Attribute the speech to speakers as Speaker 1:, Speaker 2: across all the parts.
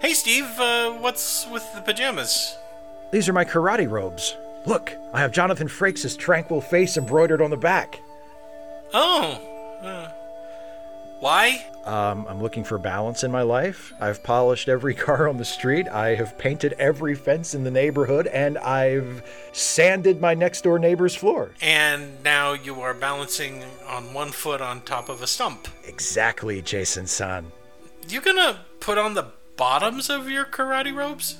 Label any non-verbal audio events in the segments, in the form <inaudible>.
Speaker 1: Hey, Steve, uh, what's with the pajamas?
Speaker 2: These are my karate robes. Look, I have Jonathan Frakes' tranquil face embroidered on the back.
Speaker 1: Oh. uh, why?
Speaker 2: Um, I'm looking for balance in my life. I've polished every <laughs> car on the street. I have painted every fence in the neighborhood, and I've sanded my next door neighbor's floor.
Speaker 1: And now you are balancing on one foot on top of a stump.
Speaker 2: Exactly, Jason San.
Speaker 1: You gonna put on the bottoms of your karate robes?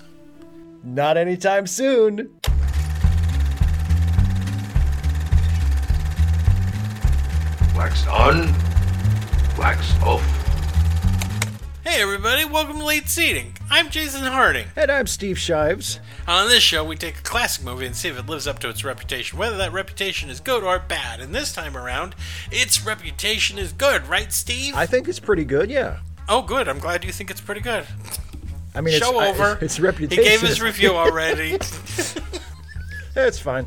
Speaker 2: Not anytime soon.
Speaker 3: Wax on, wax off.
Speaker 1: Hey, everybody, welcome to Late Seating. I'm Jason Harding.
Speaker 2: And I'm Steve Shives.
Speaker 1: On this show, we take a classic movie and see if it lives up to its reputation, whether that reputation is good or bad. And this time around, its reputation is good, right, Steve?
Speaker 2: I think it's pretty good, yeah.
Speaker 1: oh, good. I'm glad you think it's pretty good.
Speaker 2: I mean,
Speaker 1: show
Speaker 2: it's, I-
Speaker 1: over.
Speaker 2: <laughs> it's, it's
Speaker 1: He
Speaker 2: reputation.
Speaker 1: gave his
Speaker 2: <laughs>
Speaker 1: review already. <laughs>
Speaker 2: It's fine.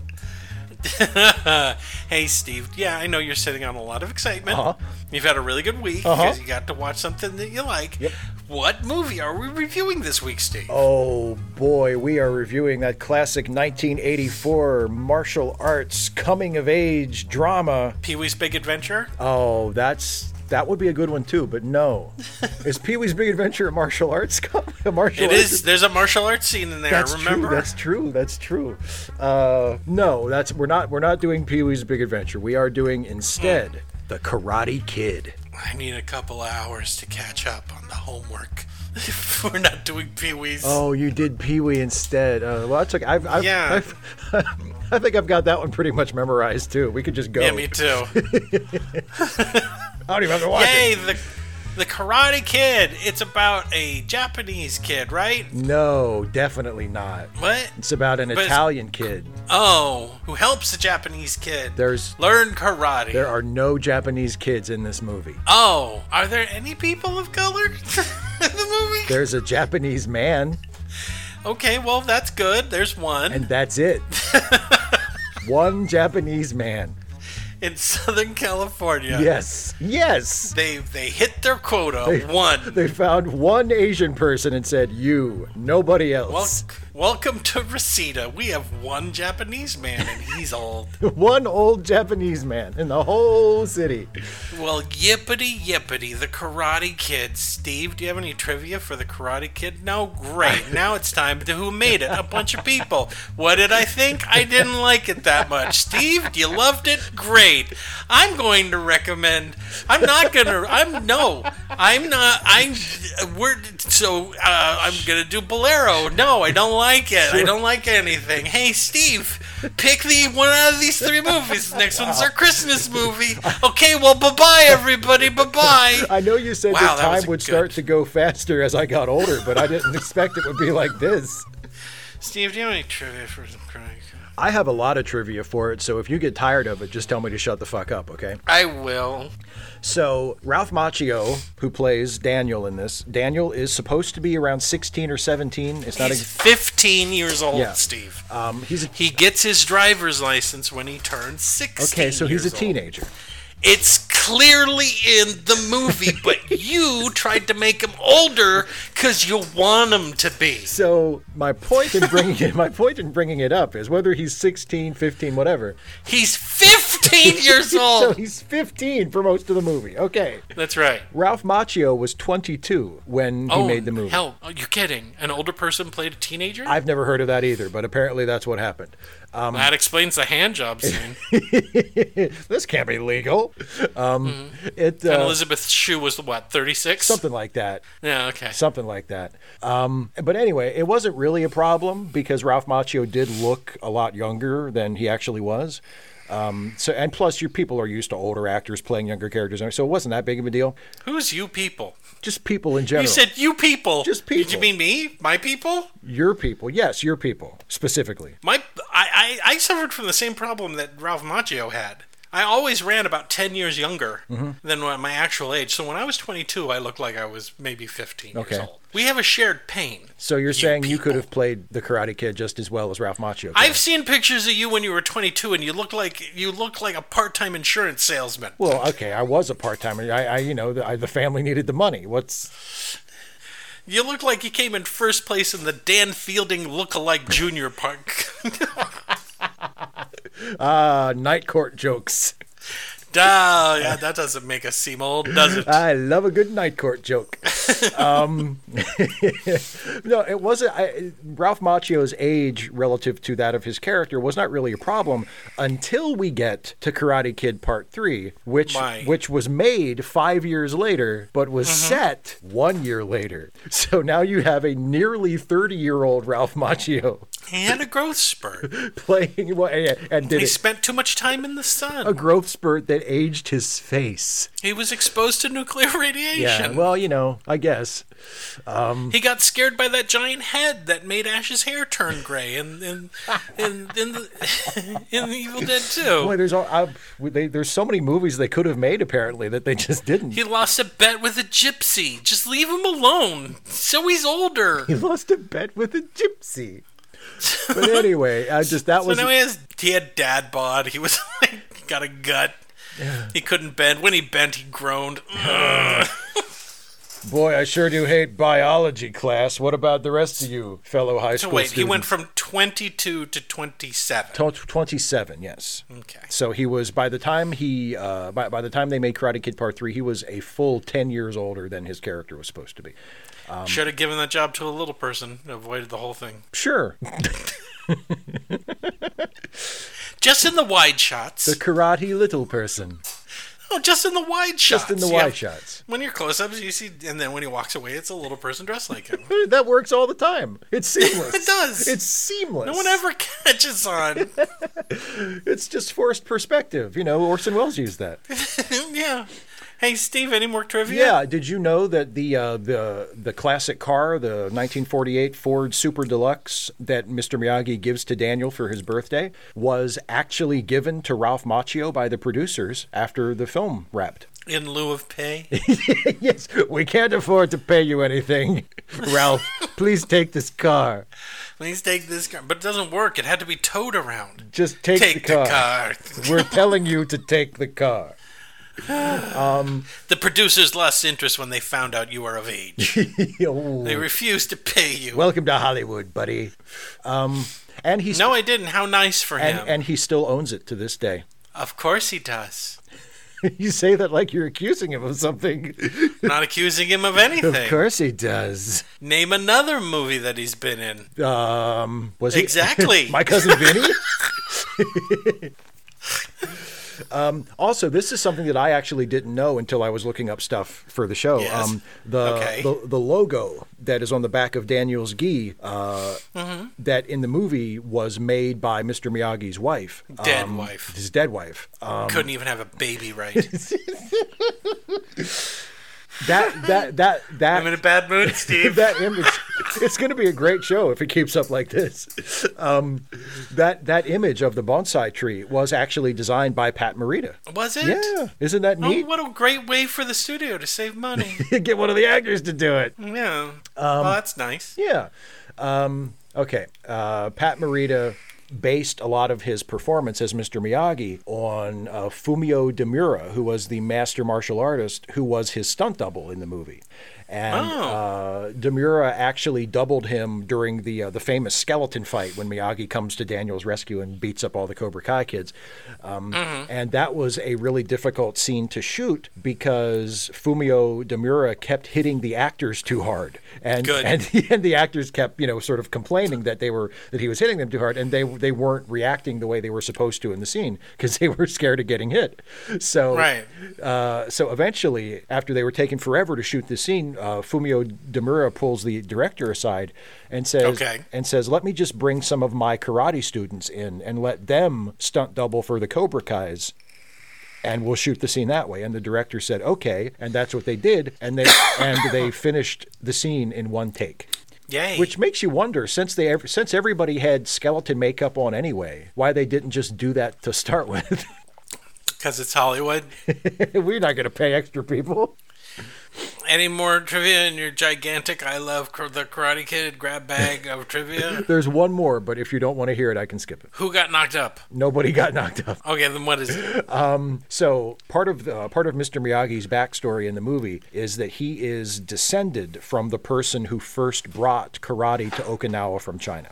Speaker 1: hey, Steve. Yeah, I know you're sitting on a lot of excitement.
Speaker 2: Uh-huh.
Speaker 1: You've had a really good week
Speaker 2: Uh-huh.
Speaker 1: because you got to watch something that you like.
Speaker 2: Yep.
Speaker 1: What movie are we reviewing this week, Steve?
Speaker 2: Oh boy, we are reviewing that classic 1984 martial arts coming of age drama.
Speaker 1: Pee Wee's Big Adventure?
Speaker 2: Oh, that's that would be a good one too, but no.
Speaker 1: <laughs>
Speaker 2: is Pee Wee's Big Adventure a martial arts <laughs> com- a martial
Speaker 1: It
Speaker 2: arts?
Speaker 1: is. There's a martial arts scene in there.
Speaker 2: That's
Speaker 1: remember?
Speaker 2: true. That's true. That's true. Uh, no, that's we're not we're not doing Pee Wee's Big Adventure. We are doing instead
Speaker 1: Hmm.
Speaker 2: the Karate Kid.
Speaker 1: I need a couple hours to catch up on the homework. <laughs> If We're not doing Pee Wee's.
Speaker 2: Oh, you did Pee Wee instead. Uh, well, that's okay. I've, I've,
Speaker 1: Yeah.
Speaker 2: I've, <laughs> I think I've got that one pretty much memorized too. We could just go.
Speaker 1: yeah, me too.
Speaker 2: <laughs> I don't even have to watch it.
Speaker 1: Yay, the the Karate Kid. It's about a Japanese kid, right?
Speaker 2: No, definitely not.
Speaker 1: What?
Speaker 2: It's about an
Speaker 1: it's-
Speaker 2: Italian kid.
Speaker 1: Oh, who helps a Japanese kid?
Speaker 2: There's-
Speaker 1: learn karate.
Speaker 2: There are no Japanese kids in this movie.
Speaker 1: oh, are there any people of color <laughs> in the movie?
Speaker 2: There's a Japanese man,
Speaker 1: okay, well that's good. There's one
Speaker 2: and that's it.
Speaker 1: <laughs>
Speaker 2: One Japanese man.
Speaker 1: in Southern California.
Speaker 2: Yes. Yes.
Speaker 1: They they hit their quota.
Speaker 2: <laughs>
Speaker 1: one.
Speaker 2: They found one Asian person and said, You, nobody
Speaker 1: Wel-
Speaker 2: else.
Speaker 1: welcome to Reseda. We have one Japanese man, and he's old.
Speaker 2: <laughs> One old Japanese man in the whole city.
Speaker 1: Well, yippity yippity, the Karate Kid. Steve, do you have any trivia for the Karate Kid? No, great. Now it's time to who made it? A bunch of people. What did I think? I didn't like it that much. Steve, you loved it? Great. I'm going to recommend. I'm not gonna. I'm no. I'm not. I'm. We're so. Uh, I'm gonna do Bolero. No, I don't like it. I don't like anything. Hey, Steve, pick the one out of these three movies. The next one's our Christmas movie. Okay. Well, bye bye everybody. Bye bye.
Speaker 2: I know you said
Speaker 1: Wow,
Speaker 2: that
Speaker 1: that was
Speaker 2: time
Speaker 1: a
Speaker 2: would
Speaker 1: good-
Speaker 2: start to go faster as I got older, but I didn't <laughs> expect it would be like this.
Speaker 1: Steve, do you have any trivia for the crying?
Speaker 2: I have a lot of trivia for it, so if you get tired of it, just tell me to shut the fuck up, okay?
Speaker 1: I will.
Speaker 2: So, Ralph Macchio, who plays Daniel in this, Daniel is supposed to be around 16 or 17. It's not
Speaker 1: He's
Speaker 2: ex
Speaker 1: 15 years old,
Speaker 2: Yeah.
Speaker 1: Steve.
Speaker 2: um he's a
Speaker 1: He gets his driver's license when he turns 16.
Speaker 2: Okay, so he's a
Speaker 1: years old.
Speaker 2: teenager.
Speaker 1: It's clearly in the movie, but you tried to make him older because you want him to be.
Speaker 2: So, my point in bringing it, my point in bringing it up is whether he's 16, 15, whatever.
Speaker 1: He's 15 years
Speaker 2: <laughs> So,
Speaker 1: old.
Speaker 2: he's 15 for most of the movie. Okay.
Speaker 1: That's right.
Speaker 2: Ralph Macchio was 22 when he
Speaker 1: oh,
Speaker 2: made the movie.
Speaker 1: Hell, are you kidding? An older person played a teenager?
Speaker 2: I've never heard of that either, but apparently that's what happened.
Speaker 1: that explains the hand job scene.
Speaker 2: <laughs> this can't be legal. Um,
Speaker 1: Mm-hmm.
Speaker 2: It
Speaker 1: and
Speaker 2: uh,
Speaker 1: Elizabeth Shue was what, 36?
Speaker 2: something like that,
Speaker 1: Yeah, okay.
Speaker 2: something like that. Um, but anyway, it wasn't really a problem because Ralph Macchio did look a lot younger than he actually was. Um, so and plus, your people are used to older actors playing younger characters, so it wasn't that big of a deal.
Speaker 1: Who's you people?
Speaker 2: Just people in general.
Speaker 1: You said you people.
Speaker 2: Just
Speaker 1: Did you
Speaker 2: people.
Speaker 1: mean me? My people?
Speaker 2: your people, yes, your people specifically.
Speaker 1: My, I, I, I suffered from the same problem that Ralph Macchio had. I always ran about 10 years younger
Speaker 2: Mm-hmm.
Speaker 1: than what my actual age. So when I was 22, I looked like I was maybe 15
Speaker 2: Okay.
Speaker 1: years old. We have a shared pain.
Speaker 2: So you're saying you could
Speaker 1: people.
Speaker 2: have played the Karate Kid just as well as Ralph Macchio. could
Speaker 1: I've seen pictures of you when you were 22, and you look like you look like a part-time insurance salesman.
Speaker 2: Well, okay, I was a part timer. I, I, you know, the, I, the family needed the money. What's
Speaker 1: You look like you came in first place in the Dan Fielding look-alike junior park. <laughs>
Speaker 2: Ah, night court jokes.
Speaker 1: Duh, yeah, that doesn't make us seem old, does it?
Speaker 2: I love a good night court joke. um, <laughs> no, it wasn't. I, Ralph Macchio's age relative to that of his character was not really a problem until we get to Karate Kid Part Three, which
Speaker 1: My.
Speaker 2: which was made five years later, but was set one year later. So now you have a nearly thirty-year-old Ralph Macchio <laughs>
Speaker 1: He had a growth spurt.
Speaker 2: playing well, and, and did
Speaker 1: He
Speaker 2: it.
Speaker 1: spent too much time in the sun.
Speaker 2: A growth spurt that aged his face.
Speaker 1: He was exposed to nuclear <laughs>
Speaker 2: Yeah.
Speaker 1: radiation.
Speaker 2: Well, you know, I guess.
Speaker 1: he got scared by that giant head that made Ash's hair turn gray in in in, in, the, <laughs> in the Evil Dead 2.
Speaker 2: Boy, there's all, I, they, there's so many movies they could have made apparently that they just didn't.
Speaker 1: He lost a bet with a gypsy. Just leave him alone. So he's older.
Speaker 2: He lost a bet with a gypsy.
Speaker 1: <laughs>
Speaker 2: But anyway, I just that
Speaker 1: So
Speaker 2: was
Speaker 1: now he has he had dad bod. He was <laughs> like got a gut. He couldn't bend. When he bent, he groaned.
Speaker 2: <sighs> boy. I sure do hate biology class. What about the rest of you, fellow high
Speaker 1: So
Speaker 2: school
Speaker 1: wait, he
Speaker 2: students?
Speaker 1: went from 22 to 27.
Speaker 2: Tot- 27, yes.
Speaker 1: Okay.
Speaker 2: So he was by the time he uh, by by the time they made Karate Kid Part Three, he was a full ten years older than his character was supposed to be. Um,
Speaker 1: Should have given that job to a little person. Avoided the whole thing.
Speaker 2: Sure,
Speaker 1: Just in the wide shots.
Speaker 2: the karate little person,
Speaker 1: oh, just in the wide shots.
Speaker 2: just in the
Speaker 1: You
Speaker 2: wide
Speaker 1: have-
Speaker 2: shots.
Speaker 1: When you're close-ups, you see, and then when he walks away, it's a little person dressed like him.
Speaker 2: That works all the time.
Speaker 1: <laughs>
Speaker 2: It's seamless.
Speaker 1: It does.
Speaker 2: It's seamless.
Speaker 1: no one ever <laughs> catches on. <laughs>
Speaker 2: It's just forced perspective. You know, Orson Welles used that.
Speaker 1: <laughs> yeah. Hey, Steve, any more trivia?
Speaker 2: Yeah. Did you know that the uh, the the classic car, the 1948 Ford Super Deluxe that Mr. Miyagi gives to Daniel for his birthday, was actually given to Ralph Macchio by the producers after the film wrapped? <laughs>
Speaker 1: In lieu of pay?
Speaker 2: yes, we can't afford to pay you anything, <laughs> Ralph. please take this car.
Speaker 1: Please take this car. But it doesn't work. It had to be towed around.
Speaker 2: Just take,
Speaker 1: Take
Speaker 2: the car.
Speaker 1: the car.
Speaker 2: We're telling you to take the car.
Speaker 1: The producers lost interest when they found out you were of age.
Speaker 2: <laughs> Yo.
Speaker 1: they refused to pay you.
Speaker 2: Welcome to Hollywood, buddy. Um, and he's
Speaker 1: no, I didn't. How nice for
Speaker 2: and,
Speaker 1: him.
Speaker 2: and he still owns it to this day. <laughs>
Speaker 1: of course he does.
Speaker 2: you say that like you're accusing him of something.
Speaker 1: Not accusing him of
Speaker 2: <laughs> of
Speaker 1: anything.
Speaker 2: course he does.
Speaker 1: Name another movie that he's been in.
Speaker 2: Um, was he
Speaker 1: Exactly.
Speaker 2: <laughs> my cousin Vinny?
Speaker 1: <laughs>
Speaker 2: Um, also, this is something that I actually didn't know until I was looking up stuff for the show.
Speaker 1: Yes.
Speaker 2: Um, the,
Speaker 1: Okay.
Speaker 2: the the logo that is on the back of Daniel's gi uh,
Speaker 1: Mm-hmm.
Speaker 2: that in the movie was made by Mr. Miyagi's wife,
Speaker 1: Dead
Speaker 2: um,
Speaker 1: wife.
Speaker 2: his dead wife. Uh,
Speaker 1: Couldn't even have a baby right.
Speaker 2: <laughs> That that that
Speaker 1: <laughs>
Speaker 2: that
Speaker 1: I'm in a bad mood,
Speaker 2: <laughs>
Speaker 1: Steve.
Speaker 2: that image it's going to be a great show if it keeps up like this um, that that image of the bonsai tree was actually designed by pat morita
Speaker 1: Was it?
Speaker 2: yeah isn't that
Speaker 1: Oh,
Speaker 2: neat
Speaker 1: what a great way for the studio to save
Speaker 2: <laughs>
Speaker 1: money.
Speaker 2: get one of the actors to do it
Speaker 1: yeah. well, that's nice.
Speaker 2: Um, yeah um, okay uh, pat morita based a lot of his performance as mr miyagi on uh, fumio demura who was the master martial artist who was his stunt double in the movie and
Speaker 1: Oh.
Speaker 2: uh, Demura actually doubled him during the uh, the famous skeleton fight when Miyagi comes to Daniel's rescue and beats up all the Cobra Kai kids. Um,
Speaker 1: Mm-hmm.
Speaker 2: And that was a really difficult scene to shoot because Fumio Demura kept hitting the actors too hard, and
Speaker 1: Good.
Speaker 2: and, <laughs> and the actors kept you know sort of complaining that they were that he was hitting them too hard, and they they weren't reacting the way they were supposed to in the scene because they were scared of getting hit. So
Speaker 1: Right.
Speaker 2: uh, so eventually, after they were taking forever to shoot this scene, uh, Fumio Demura pulls the director aside and says,
Speaker 1: Okay.
Speaker 2: and says, "Let me just bring some of my karate students in and let them stunt double for the Cobra Kai's." And we'll shoot the scene that way. And the director said, "Okay," and that's what they did. And they <coughs> and they finished the scene in one take,
Speaker 1: Yay.
Speaker 2: which makes you wonder since they ev- since everybody had skeleton makeup on anyway, why they didn't just do that to start with. <laughs>
Speaker 1: Because it's Hollywood.
Speaker 2: We're not going to pay extra people.
Speaker 1: Any more trivia in your gigantic "I love Kar- the Karate Kid" grab bag
Speaker 2: <laughs>
Speaker 1: of trivia?
Speaker 2: There's one more, but if you don't want to hear it, I can skip it.
Speaker 1: Who got knocked up?
Speaker 2: Nobody got knocked up.
Speaker 1: Okay, then what is
Speaker 2: <gasps>
Speaker 1: it?
Speaker 2: So part of uh, part of Mr. Miyagi's backstory in the movie is that he is descended from the person who first brought karate to Okinawa from China.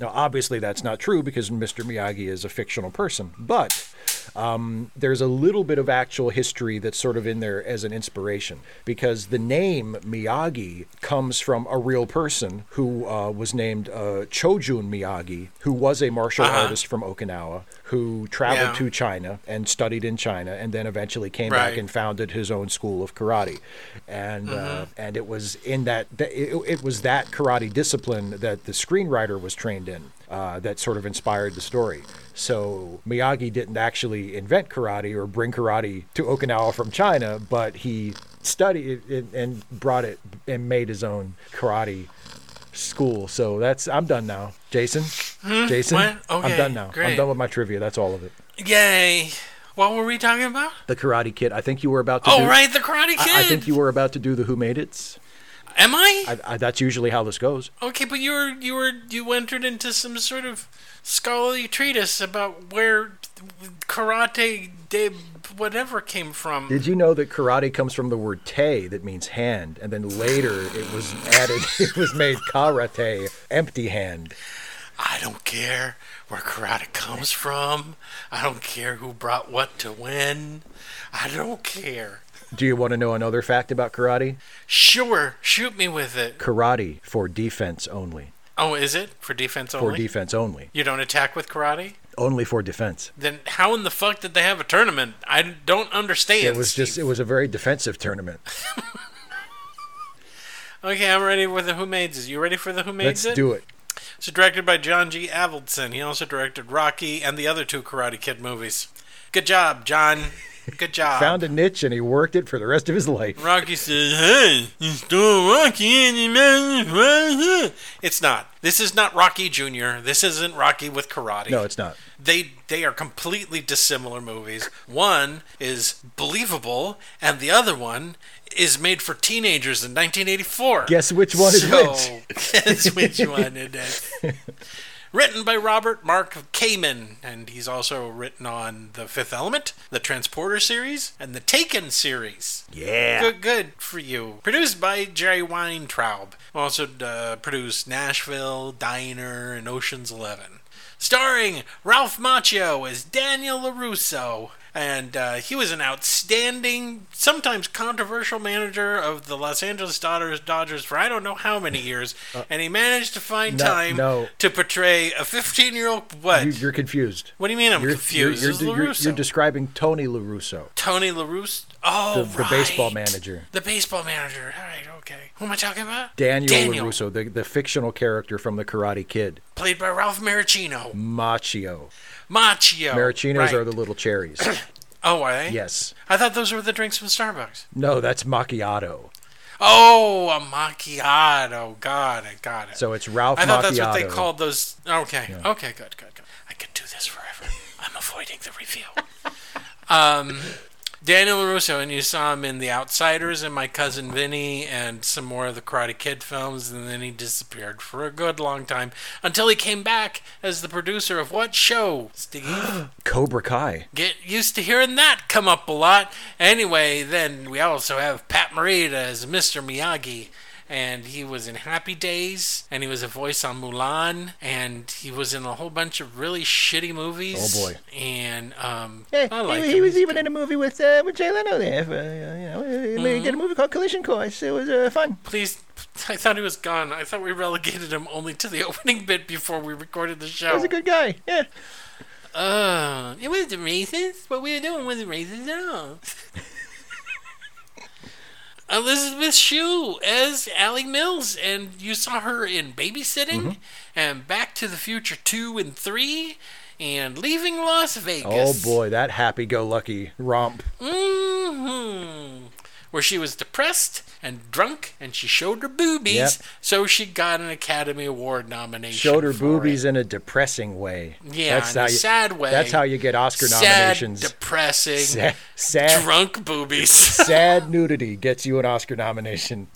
Speaker 2: Now, obviously, that's not true because Mr. Miyagi is a fictional person, but um, there's a little bit of actual history that's sort of in there as an inspiration because the name Miyagi comes from a real person who uh, was named uh, Chojun Miyagi, who was a martial artist from Okinawa who traveled
Speaker 1: Yeah.
Speaker 2: to China and studied in China and then eventually came back
Speaker 1: Right.
Speaker 2: and founded his own school of karate. And
Speaker 1: Mm-hmm.
Speaker 2: uh, and it was in that that- it, it was that karate discipline that the screenwriter was trained in uh, that sort of inspired the story. So Miyagi didn't actually invent karate or bring karate to Okinawa from China, but he studied it and brought it and made his own karate school. So that's I'm done now. Jason, Jason,
Speaker 1: Hmm? what?
Speaker 2: I'm
Speaker 1: Okay,
Speaker 2: done now. I'm
Speaker 1: great.
Speaker 2: done with my trivia. That's all of it.
Speaker 1: Yay! What were we talking about?
Speaker 2: The Karate Kid. I think you were about to.
Speaker 1: Oh,
Speaker 2: do,
Speaker 1: right, the Karate Kid.
Speaker 2: I, I think you were about to do the Who Made It's.
Speaker 1: Am I?
Speaker 2: I, I, that's usually how this goes.
Speaker 1: Okay, but you were you were you entered into some sort of scholarly treatise about where karate de whatever came from.
Speaker 2: Did you know that karate comes from the word te, that means hand, and then later it was added, <laughs> it was made karate, empty hand.
Speaker 1: I don't care where karate comes from. I don't care who brought what to when. I don't care.
Speaker 2: Do you want to know another fact about karate?
Speaker 1: Sure, shoot me with it.
Speaker 2: Karate for defense only.
Speaker 1: Oh, is it for defense
Speaker 2: For
Speaker 1: only?
Speaker 2: defense only.
Speaker 1: you don't attack with karate?
Speaker 2: Only for defense.
Speaker 1: Then how in the fuck did they have a tournament? I don't understand.
Speaker 2: It was just, it was a very defensive tournament.
Speaker 1: Okay, I'm ready for the Who Made It. You ready for the Who Made
Speaker 2: Let's
Speaker 1: It?
Speaker 2: do it.
Speaker 1: It's directed by John G. Avildsen. He also directed Rocky and the other two Karate Kid movies. Good job, John.
Speaker 2: <laughs>
Speaker 1: Good job.
Speaker 2: Found a niche and he worked it for the rest of his life.
Speaker 1: Rocky says, "Hey, it's still Rocky and he manages Rocky." It's not. This is not Rocky Junior. This isn't Rocky with karate.
Speaker 2: No, it's not.
Speaker 1: They they are completely dissimilar movies. One is believable, and the other one is made for teenagers in 1984.
Speaker 2: Guess which one is
Speaker 1: So, <laughs> guess which one it is. Written by Robert Mark Kamen, and he's also written on The Fifth Element, the Transporter series, and the Taken series.
Speaker 2: Yeah.
Speaker 1: Good, good for you. Produced by Jerry Weintraub. Also uh, produced Nashville, Diner, and Ocean's Eleven. Starring Ralph Macchio as Daniel LaRusso. And uh, he was an outstanding, sometimes controversial manager of the Los Angeles Dodgers, Dodgers for I don't know how many years. and he managed to find
Speaker 2: Uh, no,
Speaker 1: time
Speaker 2: no.
Speaker 1: to portray a 15 year old. What?
Speaker 2: You, you're confused.
Speaker 1: what do you mean I'm
Speaker 2: You're,
Speaker 1: confused?
Speaker 2: You're,
Speaker 1: This
Speaker 2: you're,
Speaker 1: is
Speaker 2: you're-
Speaker 1: LaRusso.
Speaker 2: you're describing Tony LaRusso,
Speaker 1: Tony LaRusso. Oh,
Speaker 2: the, the baseball
Speaker 1: right.
Speaker 2: manager.
Speaker 1: The baseball manager. All right, okay. Who am I talking about?
Speaker 2: Daniel, LaRusso, the, the fictional character from The Karate Kid.
Speaker 1: played by Ralph Maricino.
Speaker 2: Machio.
Speaker 1: Machio.
Speaker 2: Marachinos
Speaker 1: Oh, right.
Speaker 2: are the
Speaker 1: <clears throat>
Speaker 2: little cherries.
Speaker 1: Oh, are they?
Speaker 2: yes.
Speaker 1: I thought those were the drinks from Starbucks.
Speaker 2: No, that's macchiato.
Speaker 1: Oh, a macchiato. Got it. Got it.
Speaker 2: So it's Ralph
Speaker 1: I thought
Speaker 2: Macchiato.
Speaker 1: that's what they called those. Okay. Okay. Good. Good. Good. I could do this forever. I'm avoiding the reveal. <laughs> um, Daniel Russo, and you saw him in The Outsiders and My Cousin Vinny and some more of the Karate Kid films, and then he disappeared for a good long time until he came back as the producer of what show, Steve?
Speaker 2: Cobra Kai.
Speaker 1: get used to hearing that come up a lot. Anyway, then we also have Pat Morita as Mr. Miyagi. And he was in Happy Days, and he was a voice on Mulan, and he was in a whole bunch of really shitty movies.
Speaker 2: Oh, boy.
Speaker 1: And um, I like him.
Speaker 2: Eh, even in a movie with uh, with Jay Leno there. Uh, you know, he
Speaker 1: Mm-hmm.
Speaker 2: did a movie called Collision Course. It was uh, fun.
Speaker 1: Please, <laughs> I thought he was gone. I thought we relegated him only to the <laughs> opening bit before we recorded the show.
Speaker 2: good guy. Yeah.
Speaker 1: Uh, it wasn't racist. What we were doing wasn't racist at
Speaker 2: <laughs>
Speaker 1: all. Elizabeth Shue as Allie Mills, and you saw her in Babysitting
Speaker 2: Mm-hmm.
Speaker 1: and Back to the Future 2 and 3 and Leaving Las
Speaker 2: Oh
Speaker 1: Vegas.
Speaker 2: boy, that happy-go-lucky romp.
Speaker 1: hmm where she was depressed and drunk and she showed her boobies.
Speaker 2: Yep.
Speaker 1: So she got an Academy Award nomination.
Speaker 2: Showed her
Speaker 1: for
Speaker 2: boobies
Speaker 1: it.
Speaker 2: in a depressing way.
Speaker 1: Yeah, in a
Speaker 2: you,
Speaker 1: sad way.
Speaker 2: That's how you get Oscar
Speaker 1: Sad,
Speaker 2: nominations.
Speaker 1: depressing,
Speaker 2: <laughs> Sa- sad,
Speaker 1: drunk boobies.
Speaker 2: <laughs> sad nudity gets you an Oscar nomination.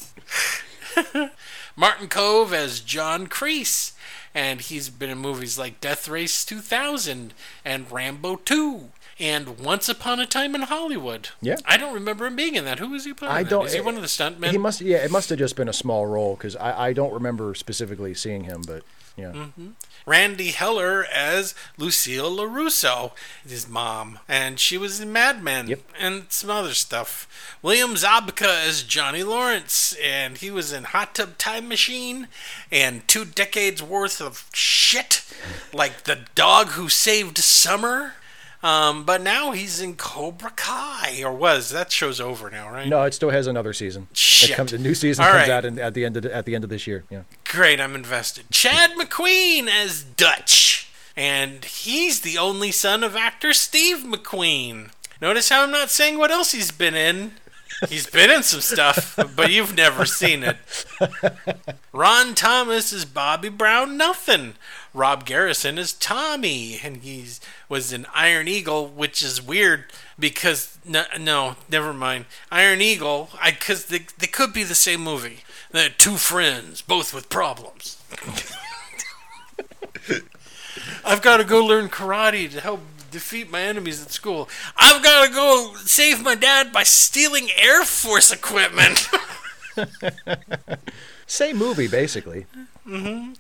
Speaker 1: Martin Cove as John Creese, and he's been in movies like Death Race 2000 and Rambo 2 and Once Upon a Time in Hollywood.
Speaker 2: Yeah.
Speaker 1: I don't remember him being in that. Who was he playing?
Speaker 2: I
Speaker 1: in that?
Speaker 2: don't.
Speaker 1: Is he one of the stuntmen?
Speaker 2: He must. Yeah, it must have just been a small role because I, I don't remember specifically seeing him, but yeah.
Speaker 1: Hmm. Randy Heller as Lucille LaRusso, his mom, and she was in Mad Men
Speaker 2: Yep.
Speaker 1: and some other stuff. William Zabka as Johnny Lawrence, and he was in Hot Tub Time Machine and two decades worth of shit, like The Dog Who Saved Summer. Um, but now he's in Cobra Kai, or was that show's over now, right?
Speaker 2: No, it still has another season.
Speaker 1: Shit.
Speaker 2: It comes. A new season
Speaker 1: All
Speaker 2: comes
Speaker 1: right.
Speaker 2: out in, at the end of the, at the end of this year. Yeah.
Speaker 1: Great, I'm invested. Chad McQueen as Dutch. And he's the only son of actor Steve McQueen. Notice how I'm not saying what else he's been in. He's been in some stuff, but you've never seen it. Ron Thomas is Bobby Brown Nothing. Rob Garrison is Tommy, and he's was an Iron Eagle, which is weird because no, no never mind. Iron Eagle, I because they, they could be the same movie. They're two friends, both with problems. <laughs> I've got to go learn karate to help defeat my enemies at school. I've got to go save my dad by stealing Air Force equipment. <laughs>
Speaker 2: Same movie basically.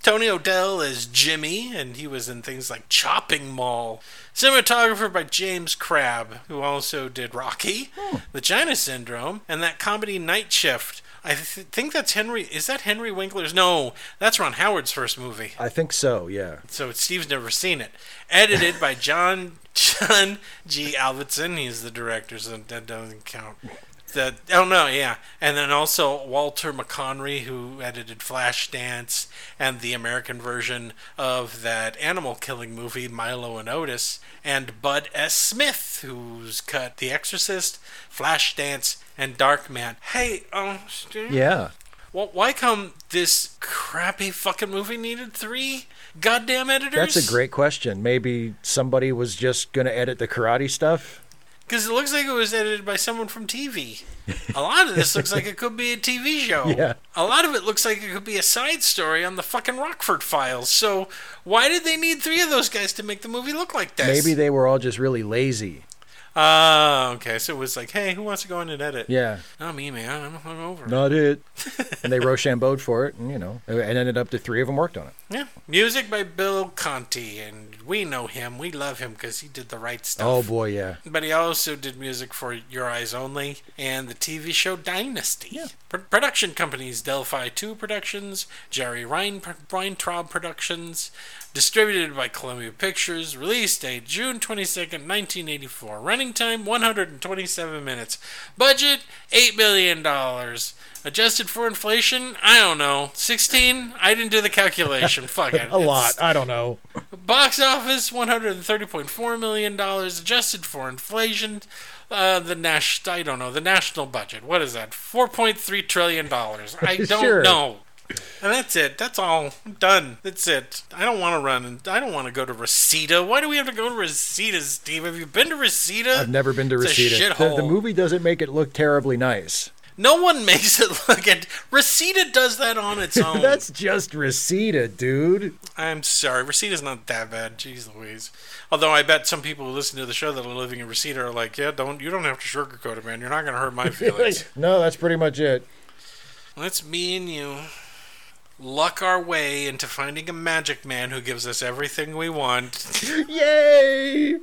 Speaker 1: Tony Odell as Jimmy, and he was in things like Chopping Mall. Cinematographer by James Crabb, who also did Rocky, The China Syndrome, and that comedy Night Shift. I th- think that's Henry. Is that Henry Winkler's? No, that's Ron Howard's first movie.
Speaker 2: I think so. Yeah.
Speaker 1: So Steve's never seen it. Edited by John John G. Albertson. He's the director, so that doesn't count. The, oh no, yeah, and then also Walter McConry, who edited Flashdance and the American version of that animal killing movie Milo and Otis, and Bud S. Smith, who's cut The Exorcist, Flashdance, and Darkman. Hey, um, Steve?
Speaker 2: Yeah.
Speaker 1: Well, why come this crappy fucking movie needed three goddamn editors?
Speaker 2: That's a great question. Maybe somebody was just gonna edit the karate stuff.
Speaker 1: Because it looks like it was edited by someone from TV. A lot of this looks like it could be a TV show.
Speaker 2: <laughs> Yeah.
Speaker 1: A lot of it looks like it could be a side story on the fucking Rockford Files. So why did they need three of those guys to make the movie look like this?
Speaker 2: Maybe they were all just really lazy.
Speaker 1: Ah, okay. So it was like, hey, who wants to go in and edit?
Speaker 2: Yeah.
Speaker 1: Not me, man. I'm hungover. <laughs>
Speaker 2: Not it. and they Rochambeau'd for it, and you know, and ended up the three of them worked on it.
Speaker 1: Yeah. Music by Bill Conti, and we know him. We love him because he did the right stuff.
Speaker 2: Oh boy, yeah.
Speaker 1: But he also did music for Your Eyes Only and the TV show Dynasty. Pr- production companies Delphi 2 Productions, Jerry Rein- Weintraub Productions, distributed by Columbia Pictures, release date June 22nd, 1984. Running time 127 minutes. Budget $8 million. Adjusted for inflation, I don't know. 16? I didn't do the calculation.
Speaker 2: <laughs>
Speaker 1: Fuck it.
Speaker 2: A lot. I don't know.
Speaker 1: Box office one hundred and thirty point four million dollars, adjusted for inflation. Uh, the nash I don't know the national budget. What is that? Four point three trillion dollars. I don't
Speaker 2: <laughs> Sure.
Speaker 1: know. And that's it. That's all. I'm done. That's it. I don't want to run. and I don't want to go to Reseda. Why do we have to go to Reseda, Steve? Have you been to Reseda?
Speaker 2: I've never been to
Speaker 1: It's a
Speaker 2: Reseda. The,
Speaker 1: shithole.
Speaker 2: the movie doesn't make it look terribly nice.
Speaker 1: No one <laughs> makes it look at Reseda. Does that on its own?
Speaker 2: <laughs> That's just Reseda, dude.
Speaker 1: I'm sorry, Receda's not that bad. Jeez Louise. Although I bet some people who listen to the show that are living in Reseda are like, yeah, don't you don't have to sugarcoat it, man. You're not gonna hurt my feelings.
Speaker 2: no, that's pretty much it.
Speaker 1: Let's me and you luck our way into finding a magic man who gives us everything we want
Speaker 2: Yay!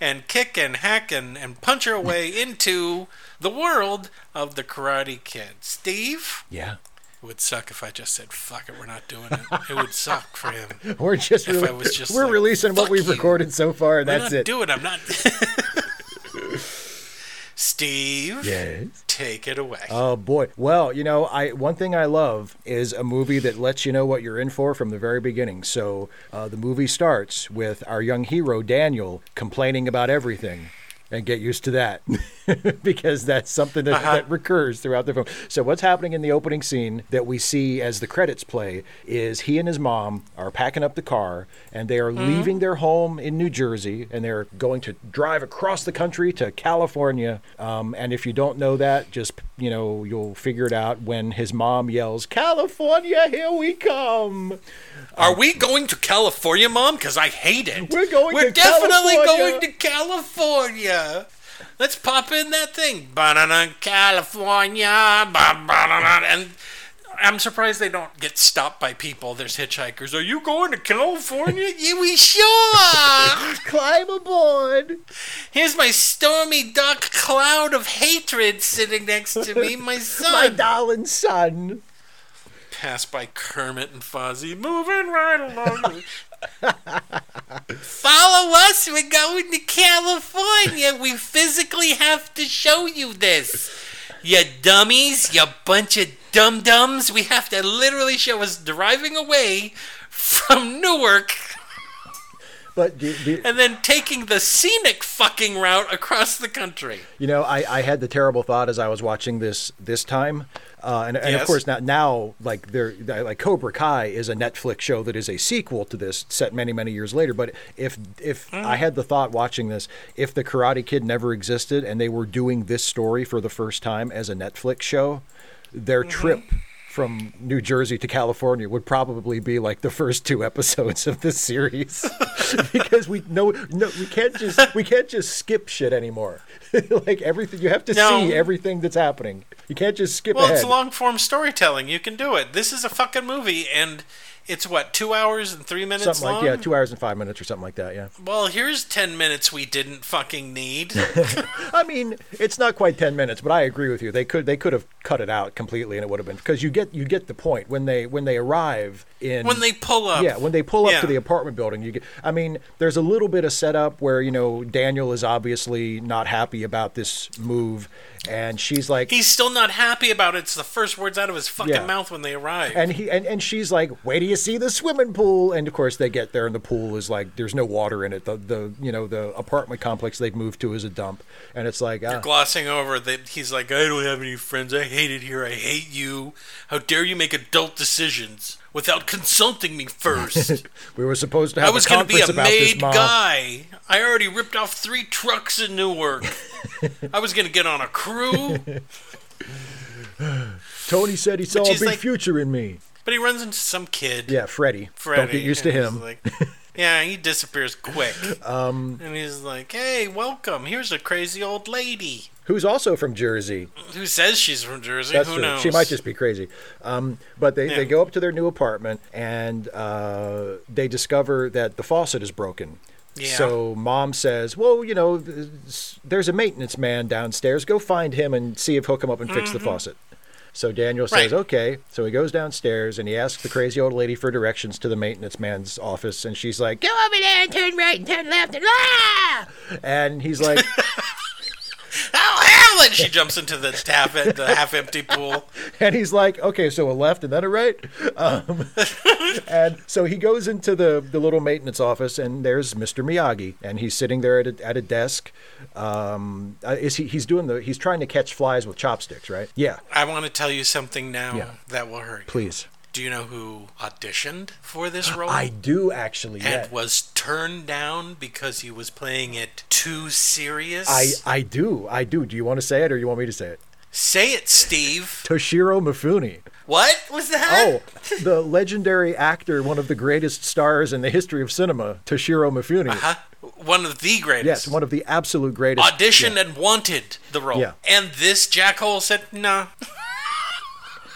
Speaker 1: and kick and hack and, and punch our way into the world of the karate kid. Steve?
Speaker 2: Yeah.
Speaker 1: It would suck if I just said, fuck it, we're not doing it. It would suck for him.
Speaker 2: We're just,
Speaker 1: I
Speaker 2: really,
Speaker 1: was just
Speaker 2: we're
Speaker 1: like,
Speaker 2: releasing what
Speaker 1: "Fuck
Speaker 2: we've
Speaker 1: you."
Speaker 2: recorded so far, and
Speaker 1: I'm
Speaker 2: that's
Speaker 1: not
Speaker 2: it.
Speaker 1: doing.
Speaker 2: <laughs>
Speaker 1: I'm not. Steve,
Speaker 2: Yes.
Speaker 1: take it away.
Speaker 2: Oh boy. Well, you know, I one thing I love is a movie that lets you know what you're in for from the very beginning. So uh, the movie starts with our young hero Daniel complaining about everything. and get used to that <laughs> because that's something that, <laughs> that recurs throughout the film. So, what's happening in the opening scene that we see as the credits play is he and his mom are packing up the car and they are leaving their home in New Jersey and they're going to drive across the country to California. Um, and if you don't know that, just you know, you'll figure it out when his mom yells, California, here we come.
Speaker 1: Are we going to California, Mom? Because I hate it.
Speaker 2: We're going
Speaker 1: We're
Speaker 2: to
Speaker 1: definitely
Speaker 2: California.
Speaker 1: going to California. Let's pop in that thing. Ba-na-na, California. ba-ba-na-na. And I'm surprised they don't get stopped by people. There's hitchhikers. Are you going to California?
Speaker 2: <laughs>
Speaker 1: yeah, we sure are.
Speaker 2: Climb aboard.
Speaker 1: Here's my stormy dark cloud of hatred sitting next to me, my son.
Speaker 2: <laughs> My darling son.
Speaker 1: passed by Kermit and Fozzie, moving right along. <laughs> Follow us. We're going to California. We physically have to show you this. You dummies. You bunch of dum dums. We have to literally show us driving away from Newark
Speaker 2: But do, do-
Speaker 1: and then taking the scenic fucking route across the country.
Speaker 2: you know, I, I had the terrible thought as I was watching this this time, uh, and, and of
Speaker 1: Yes.
Speaker 2: course now now like there like Cobra Kai is a Netflix show that is a sequel to this set many many years later. But if if
Speaker 1: Mm.
Speaker 2: I had the thought watching this, if the Karate Kid never existed and they were doing this story for the first time as a Netflix show,
Speaker 1: Mm-hmm.
Speaker 2: their trip. From New Jersey to California would probably be like the first two <laughs> episodes of this series, <laughs> because we no no we can't just we can't just skip shit anymore. <laughs> like everything you have to
Speaker 1: No.
Speaker 2: see everything that's happening. You can't just skip
Speaker 1: Well,
Speaker 2: ahead.
Speaker 1: it's long form storytelling. You can do it. This is a fucking movie, and it's what two hours and three minutes
Speaker 2: something
Speaker 1: long.
Speaker 2: like yeah, two hours and five minutes or something like that. Yeah,
Speaker 1: Well, here's 10 minutes we didn't fucking
Speaker 2: <laughs>
Speaker 1: need.
Speaker 2: I mean it's not quite ten minutes, but I agree with you. They could they could have cut it out completely, and it would have been because you get you get the point when they when they arrive in
Speaker 1: when they pull up.
Speaker 2: Yeah, when they pull up
Speaker 1: Yeah.
Speaker 2: to the apartment building, you get. I mean, there's a little bit of setup where you know Daniel is obviously not happy about this move, and she's like,
Speaker 1: He's still not happy about it. It's the first words out of his fucking
Speaker 2: Yeah.
Speaker 1: mouth when they arrive.
Speaker 2: and he and, and she's like, "Wait do you see the swimming pool?" And of course, they get there, and the pool is like, there's no water in it. The the you know the apartment complex they've moved to is a dump, and it's like, ah,
Speaker 1: Glossing over that he's like, I don't have any friends. I hate it here. I hate you. How dare you make adult decisions without consulting me
Speaker 2: <laughs>
Speaker 1: first?
Speaker 2: we were supposed to
Speaker 1: I
Speaker 2: have
Speaker 1: was
Speaker 2: a
Speaker 1: going to be
Speaker 2: conference
Speaker 1: a
Speaker 2: about this,
Speaker 1: made
Speaker 2: mom.
Speaker 1: guy. I already ripped off three trucks in
Speaker 2: <laughs>
Speaker 1: Newark. I was going to get on a crew.
Speaker 2: Tony said he saw a
Speaker 1: he's
Speaker 2: big
Speaker 1: like-
Speaker 2: future in me.
Speaker 1: But he runs into some kid.
Speaker 2: Yeah, Freddie.
Speaker 1: Freddy.
Speaker 2: Don't get used to
Speaker 1: and he's
Speaker 2: him. Um,
Speaker 1: like- yeah, he disappears
Speaker 2: <laughs>
Speaker 1: quick. and he's like, "Hey, welcome. Here's a crazy old lady
Speaker 2: Who's also from Jersey.
Speaker 1: who says she's from Jersey.
Speaker 2: That's
Speaker 1: Who
Speaker 2: the-
Speaker 1: knows?
Speaker 2: She might just be crazy. Um, but they,
Speaker 1: Yeah.
Speaker 2: they go up to their new apartment and uh, they discover that the faucet is broken.
Speaker 1: Yeah.
Speaker 2: So mom says, "Well, you know, th- there's a maintenance man downstairs. Go find him and see if he'll come up and fix the faucet." So Daniel says,
Speaker 1: Mm-hmm. Right.
Speaker 2: "Okay." So he goes downstairs and he asks the crazy old lady for directions to the maintenance man's office, and she's like, "Go over there and turn right and turn left and ah!" And
Speaker 1: <laughs>
Speaker 2: he's like,
Speaker 1: Oh hell! And she jumps into the half the half empty pool.
Speaker 2: and he's like, okay, so a left and then a right. Um, and so he goes into the, the little maintenance office, and there's Mr. Miyagi, and he's sitting there at a, at a desk. Um, uh, is he? He's doing the. He's trying to catch flies with chopsticks, right? Yeah.
Speaker 1: I want to tell you something now
Speaker 2: Yeah.
Speaker 1: that will hurt. you.
Speaker 2: Please.
Speaker 1: Do you know who auditioned for this role?
Speaker 2: <gasps> I do actually.
Speaker 1: and
Speaker 2: Yeah.
Speaker 1: was turned down because he was playing it too serious.
Speaker 2: I, I do. I do. Do you want to say it or you want me to say it?
Speaker 1: say it, Steve.
Speaker 2: Toshiro Mifune.
Speaker 1: What was that?
Speaker 2: Oh, the legendary actor, one of the greatest stars in the history of cinema, Toshiro Mifune.
Speaker 1: Huh? One of the greatest.
Speaker 2: Yes, one of the absolute greatest.
Speaker 1: auditioned and wanted the role.
Speaker 2: Yeah. Um,
Speaker 1: And this jackhole said, nah.